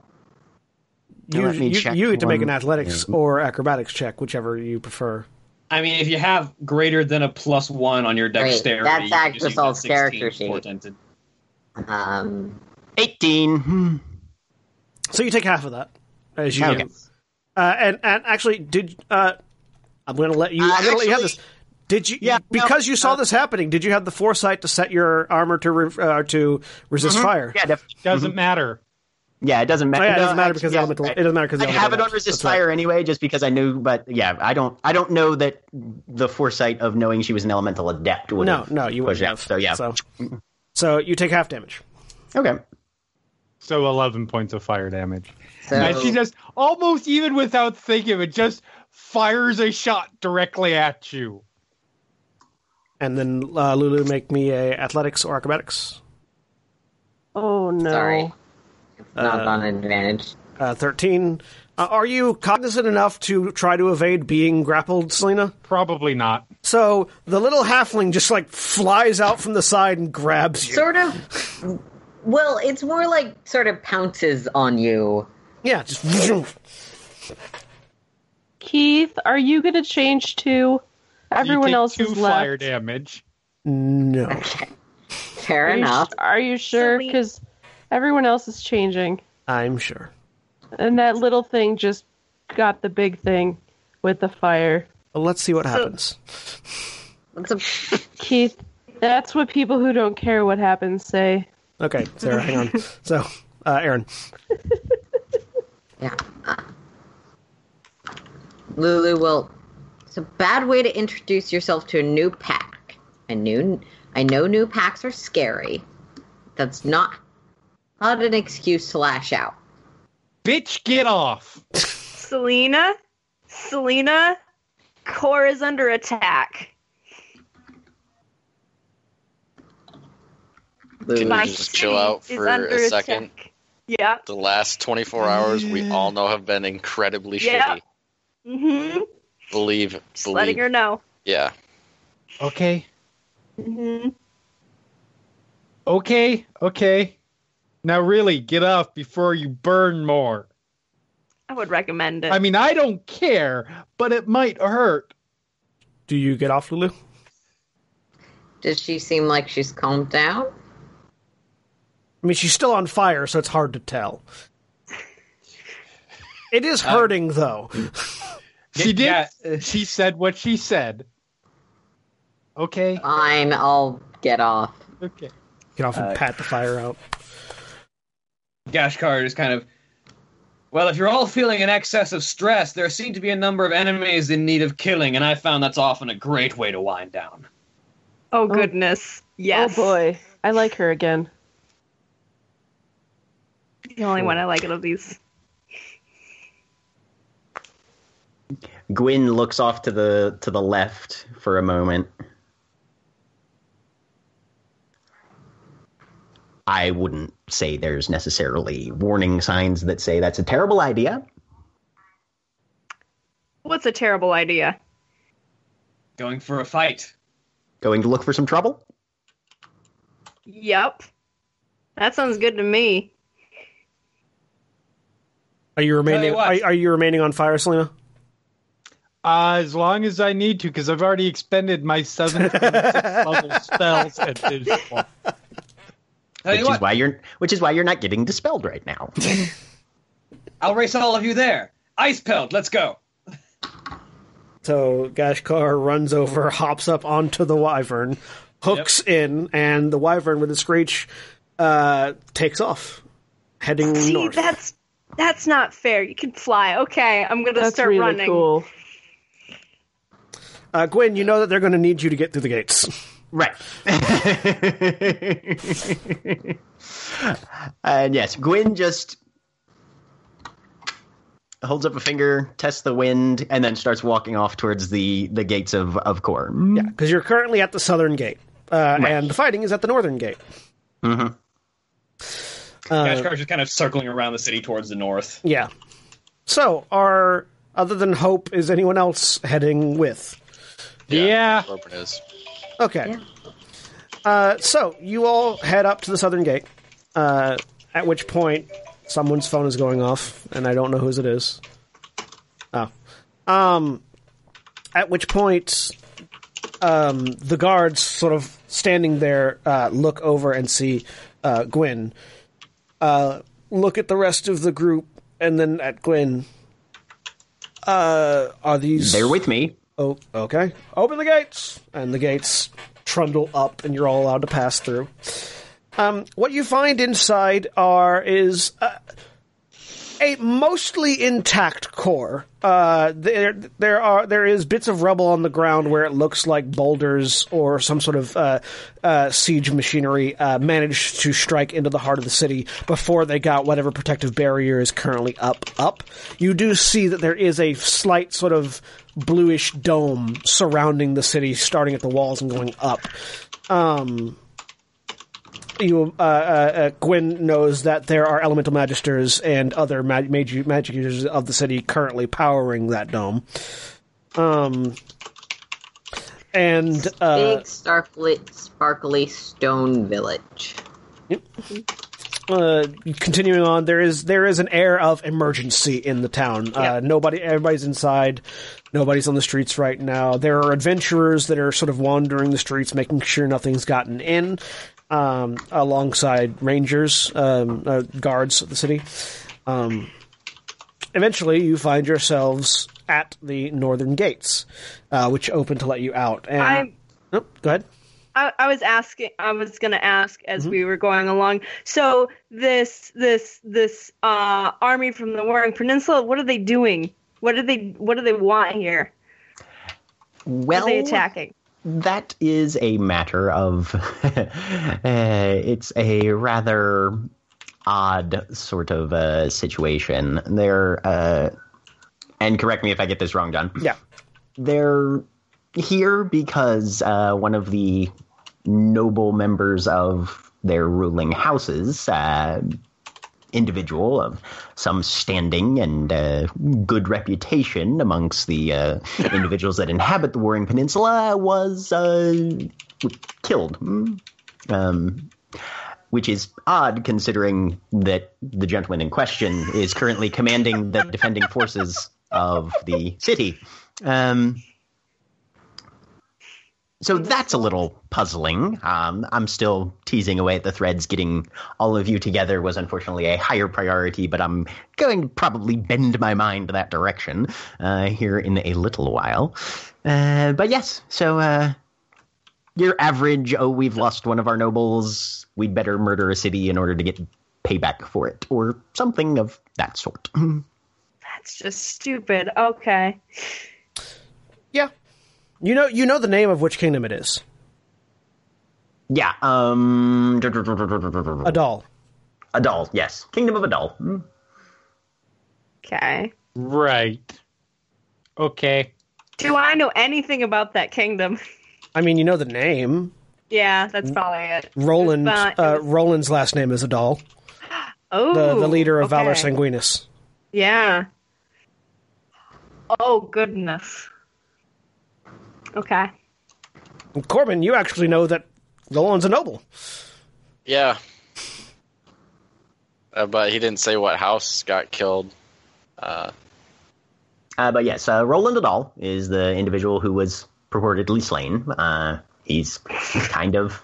Speaker 1: You
Speaker 7: Let me
Speaker 1: you,
Speaker 7: check
Speaker 1: you get to make an
Speaker 7: one
Speaker 1: athletics or acrobatics check, whichever you prefer.
Speaker 2: I mean, if you have greater than a plus one on your
Speaker 5: Great,
Speaker 2: dexterity,
Speaker 5: that's
Speaker 2: you can just use that
Speaker 5: Agrisol's
Speaker 2: 16
Speaker 5: character sheet.
Speaker 2: portented.
Speaker 5: Um,
Speaker 7: 18. Hmm.
Speaker 1: So you take half of that as you
Speaker 7: Okay.
Speaker 1: do. Uh, and and actually, did uh, I'm going to let you. I'm going to let you have this. Did you?
Speaker 7: Uh, Yeah, no,
Speaker 1: because you saw
Speaker 7: uh,
Speaker 1: this happening. Did you have the foresight to set your armor to re- uh, to resist fire?
Speaker 7: Mm-hmm. Yeah, def-
Speaker 3: Doesn't matter.
Speaker 7: yeah, it doesn't
Speaker 1: Oh,
Speaker 7: matter.
Speaker 1: yeah, it
Speaker 7: No,
Speaker 1: doesn't matter
Speaker 7: actually,
Speaker 1: because
Speaker 7: yeah,
Speaker 1: elemental.
Speaker 7: right.
Speaker 1: It doesn't matter because
Speaker 7: I have it on resist
Speaker 1: resist
Speaker 7: fire anyway, just because I knew. But yeah, I don't. I don't know that the foresight of knowing she was an elemental adept would.
Speaker 1: No,
Speaker 7: have
Speaker 1: no, you
Speaker 7: pushed
Speaker 1: wouldn't have.
Speaker 7: out, So yeah.
Speaker 1: So, so you take half damage.
Speaker 7: Okay.
Speaker 3: So eleven points of fire damage.
Speaker 5: so
Speaker 3: And she just almost even without thinking of it, just fires a shot directly at you.
Speaker 1: And then uh, Lulu, make me a athletics or acrobatics.
Speaker 8: Oh no.
Speaker 5: sorry. It's not on
Speaker 8: Um,
Speaker 5: advantage.
Speaker 1: Uh, Thirteen. Uh, are you cognizant enough to try to evade being grappled, Selena?
Speaker 3: Probably not.
Speaker 1: So the little halfling just like flies out from the side and grabs you.
Speaker 5: Sort of. Well, it's more like sort of pounces on you.
Speaker 1: yeah, just vroom.
Speaker 8: Keith, are you gonna change to everyone
Speaker 3: you take
Speaker 8: else
Speaker 3: two
Speaker 8: is
Speaker 3: fire
Speaker 8: left?
Speaker 3: damage.
Speaker 1: no.
Speaker 5: Fair
Speaker 8: Are you,
Speaker 5: enough.
Speaker 8: sh- are you sure?
Speaker 4: So we-
Speaker 8: Because everyone else is changing,
Speaker 1: I'm sure.
Speaker 8: and that little thing just got the big thing with the fire.
Speaker 1: Well, let's see what happens.
Speaker 5: It's a-
Speaker 8: Keith, that's what people who don't care what happens say.
Speaker 1: Okay, Sarah, hang on. So, uh, Aaron,
Speaker 5: yeah. Lulu will. It's a bad way to introduce yourself to a new pack. I knew. I know new packs are scary. That's not not an excuse to lash out.
Speaker 3: Bitch, get off.
Speaker 4: Selena? Selena? Core is under attack.
Speaker 5: Lulu
Speaker 6: Can
Speaker 4: My
Speaker 6: we just chill
Speaker 4: city
Speaker 6: out
Speaker 4: is
Speaker 6: for
Speaker 4: under
Speaker 6: a second?
Speaker 4: attack. Yeah.
Speaker 6: The last 24 hours, we all know have been incredibly
Speaker 4: Yeah.
Speaker 6: shitty.
Speaker 4: Mm-hmm.
Speaker 6: Believe,
Speaker 4: Just
Speaker 6: believe.
Speaker 4: letting her know.
Speaker 6: Yeah.
Speaker 3: Okay.
Speaker 4: Mm-hmm.
Speaker 3: Okay, okay. Now really get up before you burn more.
Speaker 4: I would recommend it.
Speaker 3: I mean, I don't care, but it might hurt.
Speaker 1: Do you get off, Lulu?
Speaker 5: Does she seem like she's calmed down?
Speaker 1: I mean, she's still on fire, so it's hard to tell. It is hurting, though.
Speaker 3: She did.
Speaker 2: Yeah.
Speaker 3: She said what she said. Okay.
Speaker 5: Fine, I'll get off.
Speaker 3: Okay.
Speaker 1: Get off and pat the fire out.
Speaker 2: Gashkar is kind of. Well, if you're all feeling an excess of stress, there seem to be a number of enemies in need of killing, and I found that's often a great way to wind down.
Speaker 4: oh goodness. Yes.
Speaker 8: Oh boy, I like her again.
Speaker 4: The only one I like out of these.
Speaker 7: Gwyn looks off to the to the left for a moment. I wouldn't say there's necessarily warning signs that say that's a terrible idea.
Speaker 4: What's a terrible idea?
Speaker 2: Going for a fight.
Speaker 7: Going to look for some trouble?
Speaker 4: Yep. That sounds good to me.
Speaker 1: Are you remaining?
Speaker 2: you
Speaker 1: are,
Speaker 2: what.
Speaker 1: are you remaining on fire, Selena?
Speaker 3: Uh, as long as I need to, because I've already expended my seven level spells at this point.
Speaker 2: Tell you
Speaker 7: which is
Speaker 2: what,
Speaker 7: why you're which is why you're not getting dispelled right now.
Speaker 2: I'll race all of you there. Ice pelt, let's go.
Speaker 1: So Gashkar runs over, hops up onto the wyvern, hooks in, and the wyvern with a screech uh, takes off, heading
Speaker 4: See,
Speaker 1: north.
Speaker 4: that's that's not fair. You can fly. Okay, I'm gonna
Speaker 8: That's
Speaker 4: start
Speaker 8: really
Speaker 4: running.
Speaker 8: cool.
Speaker 1: Uh, Gwen, you know that they're going to need you to get through the gates.
Speaker 7: Right. and yes, Gwyn just holds up a finger, tests the wind, and then starts walking off towards the, the gates of, of Kor.
Speaker 1: Yeah, because you're currently at the southern gate, uh, and the fighting is at the northern gate.
Speaker 7: Uh,
Speaker 2: Gashkar's just kind of circling around the city towards the north.
Speaker 1: Yeah. So, are other than Hope, is anyone else heading with?
Speaker 3: Yeah.
Speaker 6: Corporate is.
Speaker 1: Okay. Uh, so you all head up to the southern gate. Uh, at which point, someone's phone is going off, and I don't know whose it is. Oh. Um. At which point, um, the guards sort of standing there uh, look over and see uh, Gwyn. Uh, look at the rest of the group, and then at Gwyn. Uh, are these
Speaker 7: They're with me.
Speaker 1: Oh, okay. Open the gates, and the gates trundle up, and you're all allowed to pass through. Um, what you find inside are is uh, a mostly intact core. Uh, there, there are there is bits of rubble on the ground where it looks like boulders or some sort of uh, uh, siege machinery uh, managed to strike into the heart of the city before they got whatever protective barrier is currently up. Up, you do see that there is a slight sort of bluish dome surrounding the city, starting at the walls and going up you, uh, uh, uh, Gwyn knows that there are elemental magisters and other ma- magi- magic users of the city currently powering that dome. Um, and uh,
Speaker 5: Big, starkly, sparkly stone village.
Speaker 1: uh, continuing on, there is there is an air of emergency in the town. Uh, nobody, everybody's inside. Nobody's on the streets right now. There are adventurers that are sort of wandering the streets, making sure nothing's gotten in. Um, alongside rangers, um, uh, guards of the city. Um, eventually, you find yourselves at the northern gates, uh, which open to let you out. And
Speaker 4: I'm-
Speaker 1: Nope, go ahead.
Speaker 4: I, I was asking I was gonna ask as we were going along. So this this this uh army from the Warring Peninsula, what are they doing? What are they what do they want here? What
Speaker 7: Well,
Speaker 4: are they attacking?
Speaker 7: that is a matter of. uh, it's a rather odd sort of uh, situation. They're. Uh, and correct me if I get this wrong, John.
Speaker 1: Yeah.
Speaker 7: they're here because uh, one of the noble members of their ruling houses, uh, individual of some standing and uh, good reputation amongst the uh, individuals that inhabit the Warring Peninsula, was uh, killed. Um, which is odd considering that the gentleman in question is currently commanding the defending forces of the city. Um, so that's a little puzzling. Um, I'm still teasing away at the threads. Getting all of you together was unfortunately a higher priority, but I'm going to probably bend my mind that direction uh, here in a little while. Uh, but yes, so uh, your average, oh, we've lost one of our nobles. We'd better murder a city in order to get payback for it, or something of that sort.
Speaker 4: That's just stupid. Okay.
Speaker 1: Yeah. You know, you know the name of which kingdom it is.
Speaker 7: yeah. Um.
Speaker 1: Adal.
Speaker 7: Adal. Yes. Kingdom of Adal. Mm.
Speaker 4: Okay.
Speaker 3: Right. Okay.
Speaker 4: Do I know anything about that kingdom?
Speaker 1: I mean, you know the name.
Speaker 4: yeah, that's probably it.
Speaker 1: Roland.
Speaker 4: But-
Speaker 1: Uh, Roland's last name is Adal,
Speaker 4: oh,
Speaker 1: the, the leader of Valor
Speaker 4: okay.
Speaker 1: Sanguinis.
Speaker 4: Yeah. Oh goodness. Okay.
Speaker 1: And Corbin, you actually know that Roland's a noble.
Speaker 6: Yeah. Uh, but he didn't say what house got killed. Uh,
Speaker 7: Uh, but yes, uh, Roland Adal is the individual who was purportedly slain. Uh, he's kind of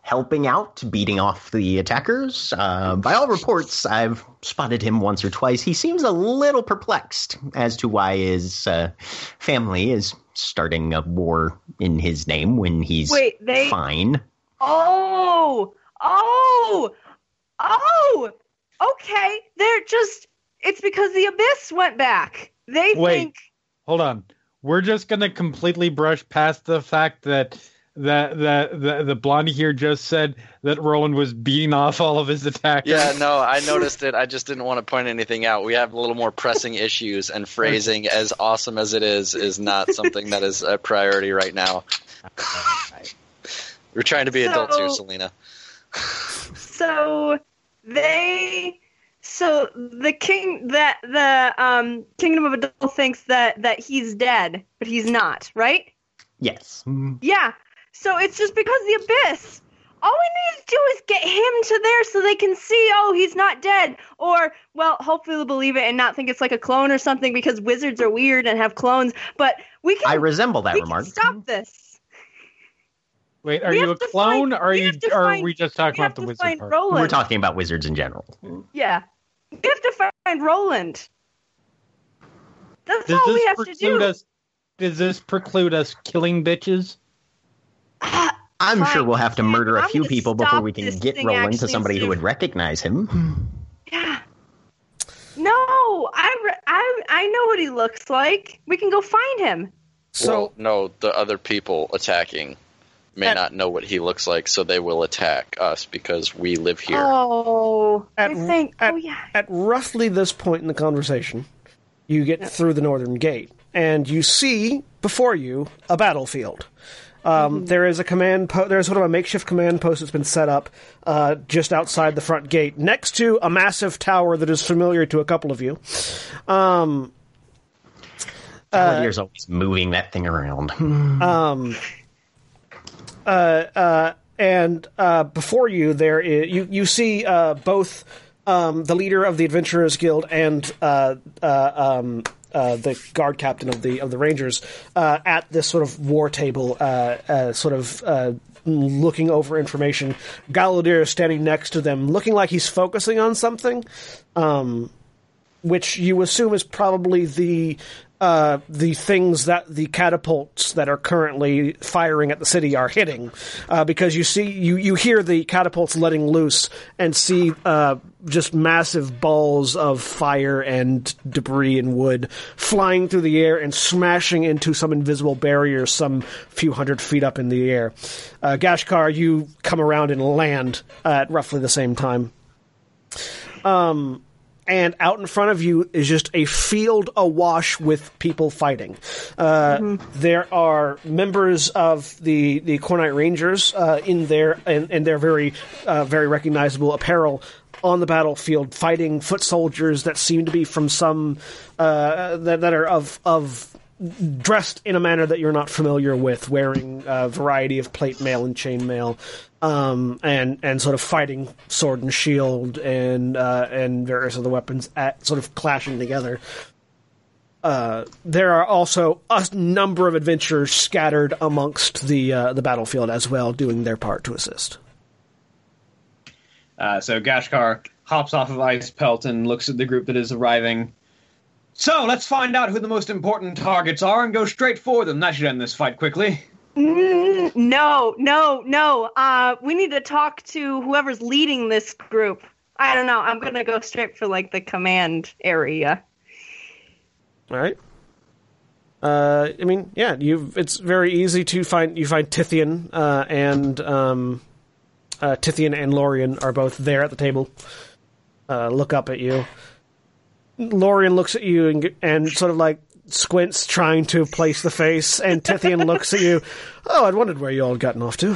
Speaker 7: helping out, beating off the attackers. Uh, by all reports, I've spotted him once or twice. He seems a little perplexed as to why his uh, family is starting a war in his name when he's
Speaker 4: Wait, they
Speaker 7: fine.
Speaker 4: Oh! Oh! Oh! Okay. They're just it's because the abyss went back. They
Speaker 3: Wait.
Speaker 4: think
Speaker 3: Hold on. We're just gonna completely brush past the fact that that that the, the blondie here just said that Roland was beating off all of his attackers.
Speaker 6: yeah, no, I noticed it. I just didn't want to point anything out. We have a little more pressing issues, and phrasing, as awesome as it is, is not something that is a priority right now. We're trying to be adults here,
Speaker 4: So-
Speaker 6: Selena.
Speaker 4: so they so the king that the um kingdom of adult thinks that that he's dead, but he's not, right?
Speaker 7: Yes.
Speaker 4: Yeah. So it's just because the abyss. All we need to do is get him to there so they can see, oh, he's not dead. Or, well, hopefully they'll believe it and not think it's like a clone or something because wizards are weird and have clones. But we can,
Speaker 7: I resemble that
Speaker 4: we can
Speaker 7: remark.
Speaker 4: stop this.
Speaker 3: Wait, are
Speaker 4: We
Speaker 3: you
Speaker 4: have
Speaker 3: a
Speaker 4: to
Speaker 3: clone?
Speaker 4: find-
Speaker 3: or are
Speaker 4: we
Speaker 3: you?
Speaker 4: have to
Speaker 3: Are
Speaker 4: find-
Speaker 3: we just
Speaker 4: We
Speaker 3: talking
Speaker 4: have
Speaker 3: about the
Speaker 4: to
Speaker 3: wizard
Speaker 4: find
Speaker 3: part?
Speaker 4: Roland.
Speaker 7: We're talking about wizards in general.
Speaker 4: Yeah. We have to find Roland. That's
Speaker 3: Does
Speaker 4: all
Speaker 3: this
Speaker 4: we have to
Speaker 3: preclude
Speaker 4: do.
Speaker 3: us? Does this preclude us killing bitches?
Speaker 4: Ah,
Speaker 7: I'm sure
Speaker 4: Fine,
Speaker 7: we'll have to
Speaker 4: Jack,
Speaker 7: murder a
Speaker 4: I'm
Speaker 7: few
Speaker 4: gonna
Speaker 7: people before
Speaker 4: stop
Speaker 7: we can
Speaker 4: this
Speaker 7: get
Speaker 4: thing
Speaker 7: Roland to
Speaker 4: actually
Speaker 7: somebody who
Speaker 4: soon.
Speaker 7: would recognize him.
Speaker 4: Yeah. No, I, re- I, I know what he looks like. We can go find him.
Speaker 1: So
Speaker 6: Well, no, the other people attacking may
Speaker 1: At-
Speaker 6: not know what he looks like, so they will attack us because we live here.
Speaker 4: Oh,
Speaker 1: At-
Speaker 4: I think.
Speaker 1: at-
Speaker 4: oh yeah.
Speaker 1: at roughly this point in the conversation, you get through the northern gate, and you see before you a battlefield. Um,
Speaker 4: Mm-hmm.
Speaker 1: there is a command. Po- there is sort of a makeshift command post that's been set up uh, just outside the front gate, next to a massive tower that is familiar to a couple of you. Um,
Speaker 7: Paladier's always moving that thing around.
Speaker 1: and uh, before you, there is, you you see uh, both um, the leader of the Adventurers Guild and uh, uh, um, uh, the guard captain of the of the Rangers uh, at this sort of war table, uh, uh, sort of uh, looking over information. Galadir is standing next to them, looking like he's focusing on something, um, which you assume is probably the. Uh, the things that the catapults that are currently firing at the city are hitting, uh, because you see you you hear the catapults letting loose and see uh, just massive balls of fire and debris and wood flying through the air and smashing into some invisible barrier some few hundred feet up in the air. Uh, Gashkar, you come around and land at roughly the same time and out in front of you is just a field awash with people fighting. Uh, There are members of the the Cornite Rangers uh, in their in, in their very uh, very recognizable apparel on the battlefield, fighting foot soldiers that seem to be from some uh, that that are of of dressed in a manner that you're not familiar with, wearing a variety of plate mail and chain mail, um, and and sort of fighting sword and shield and uh, and various other weapons at sort of clashing together. Uh, there are also a number of adventurers scattered amongst the uh, the battlefield as well, doing their part to assist.
Speaker 2: Uh, so Gashkar hops off of Ice Pelt and looks at the group that is arriving. So let's find out who the most important targets are and go straight for them. That should end this fight quickly.
Speaker 4: Mm, no, no, no. Uh, we need to talk to whoever's leading this group. I don't know. I'm gonna go straight for like the command area.
Speaker 1: All right. Uh, I mean, yeah, you. It's very easy to find. You find Tithian uh, and um, uh, Tithian and Lorian are both there at the table. Uh, look up at you. Lorian looks at you and and sort of like squints, trying to place the face. And Tithian looks at you. Oh, I'd wondered where you all had gotten off to.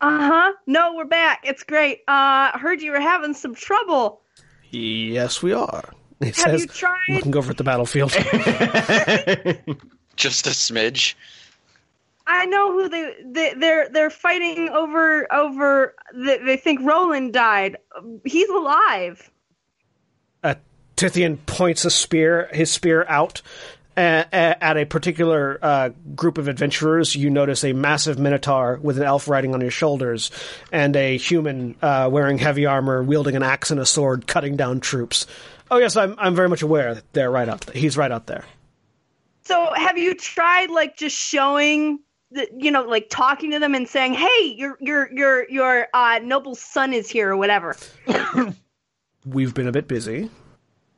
Speaker 4: Uh huh. No, we're back. It's great. Uh, heard you were having some trouble.
Speaker 1: Yes, we are. He
Speaker 4: Have
Speaker 1: says,
Speaker 4: you tried?
Speaker 1: looking over at the battlefield.
Speaker 6: Just a smidge.
Speaker 4: I know who they, they they're they're fighting over over. They, they think Roland died. He's alive.
Speaker 1: Tithian points a spear, his spear out a- a- at a particular uh, group of adventurers. You notice a massive minotaur with an elf riding on his shoulders, and a human uh, wearing heavy armor, wielding an axe and a sword, cutting down troops. Oh yes, I'm I'm very much aware that they're right up. He's right up there.
Speaker 4: So have you tried like just showing the, you know like talking to them and saying, "Hey, your your your your uh, noble son is here" or whatever?
Speaker 1: We've been a bit busy.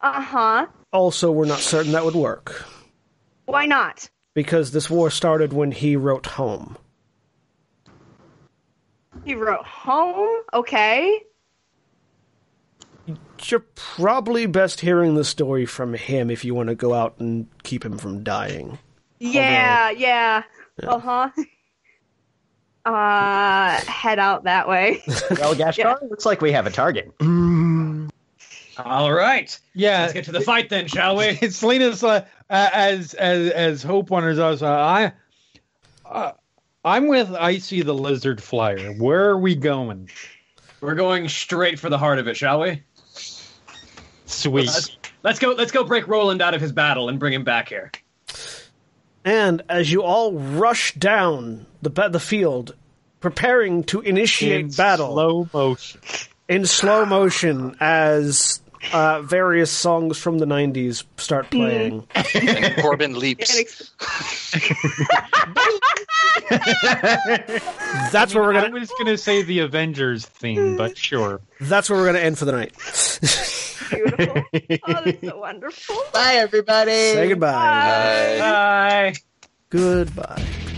Speaker 4: Uh huh.
Speaker 1: Also, we're not certain that would work
Speaker 4: Why not?
Speaker 1: because this war started when he wrote home.
Speaker 4: He wrote home. Okay.
Speaker 1: You're probably best hearing the story from him if you want to go out and keep him from dying.
Speaker 4: Yeah. Yeah. Uh huh. Uh, head out that way.
Speaker 7: Well, Gashkar, looks like we have a target.
Speaker 2: All right.
Speaker 3: Yeah,
Speaker 2: Let's get to the fight then, shall we?
Speaker 3: it's Lena's uh, uh, as as as Hope wonders us. Uh, I, uh, I'm with Icy the Lizard Flyer. Where are we going?
Speaker 2: We're going straight for the heart of it, shall we?
Speaker 3: Sweet.
Speaker 2: Let's, let's go. Let's go break Roland out of his battle and bring him back here.
Speaker 1: And as you all rush down the ba- the field, preparing to initiate
Speaker 3: in
Speaker 1: battle
Speaker 3: slow motion.
Speaker 1: in slow motion, as uh, various songs from the '90s start playing.
Speaker 6: And Corbin leaps.
Speaker 1: That's where we're
Speaker 3: I
Speaker 1: gonna.
Speaker 3: was gonna say the Avengers theme, but sure.
Speaker 1: That's where we're gonna end for the night.
Speaker 4: Beautiful. Oh, that's so wonderful.
Speaker 5: Bye, everybody.
Speaker 1: Say goodbye.
Speaker 6: Uh,
Speaker 2: Bye.
Speaker 1: Goodbye.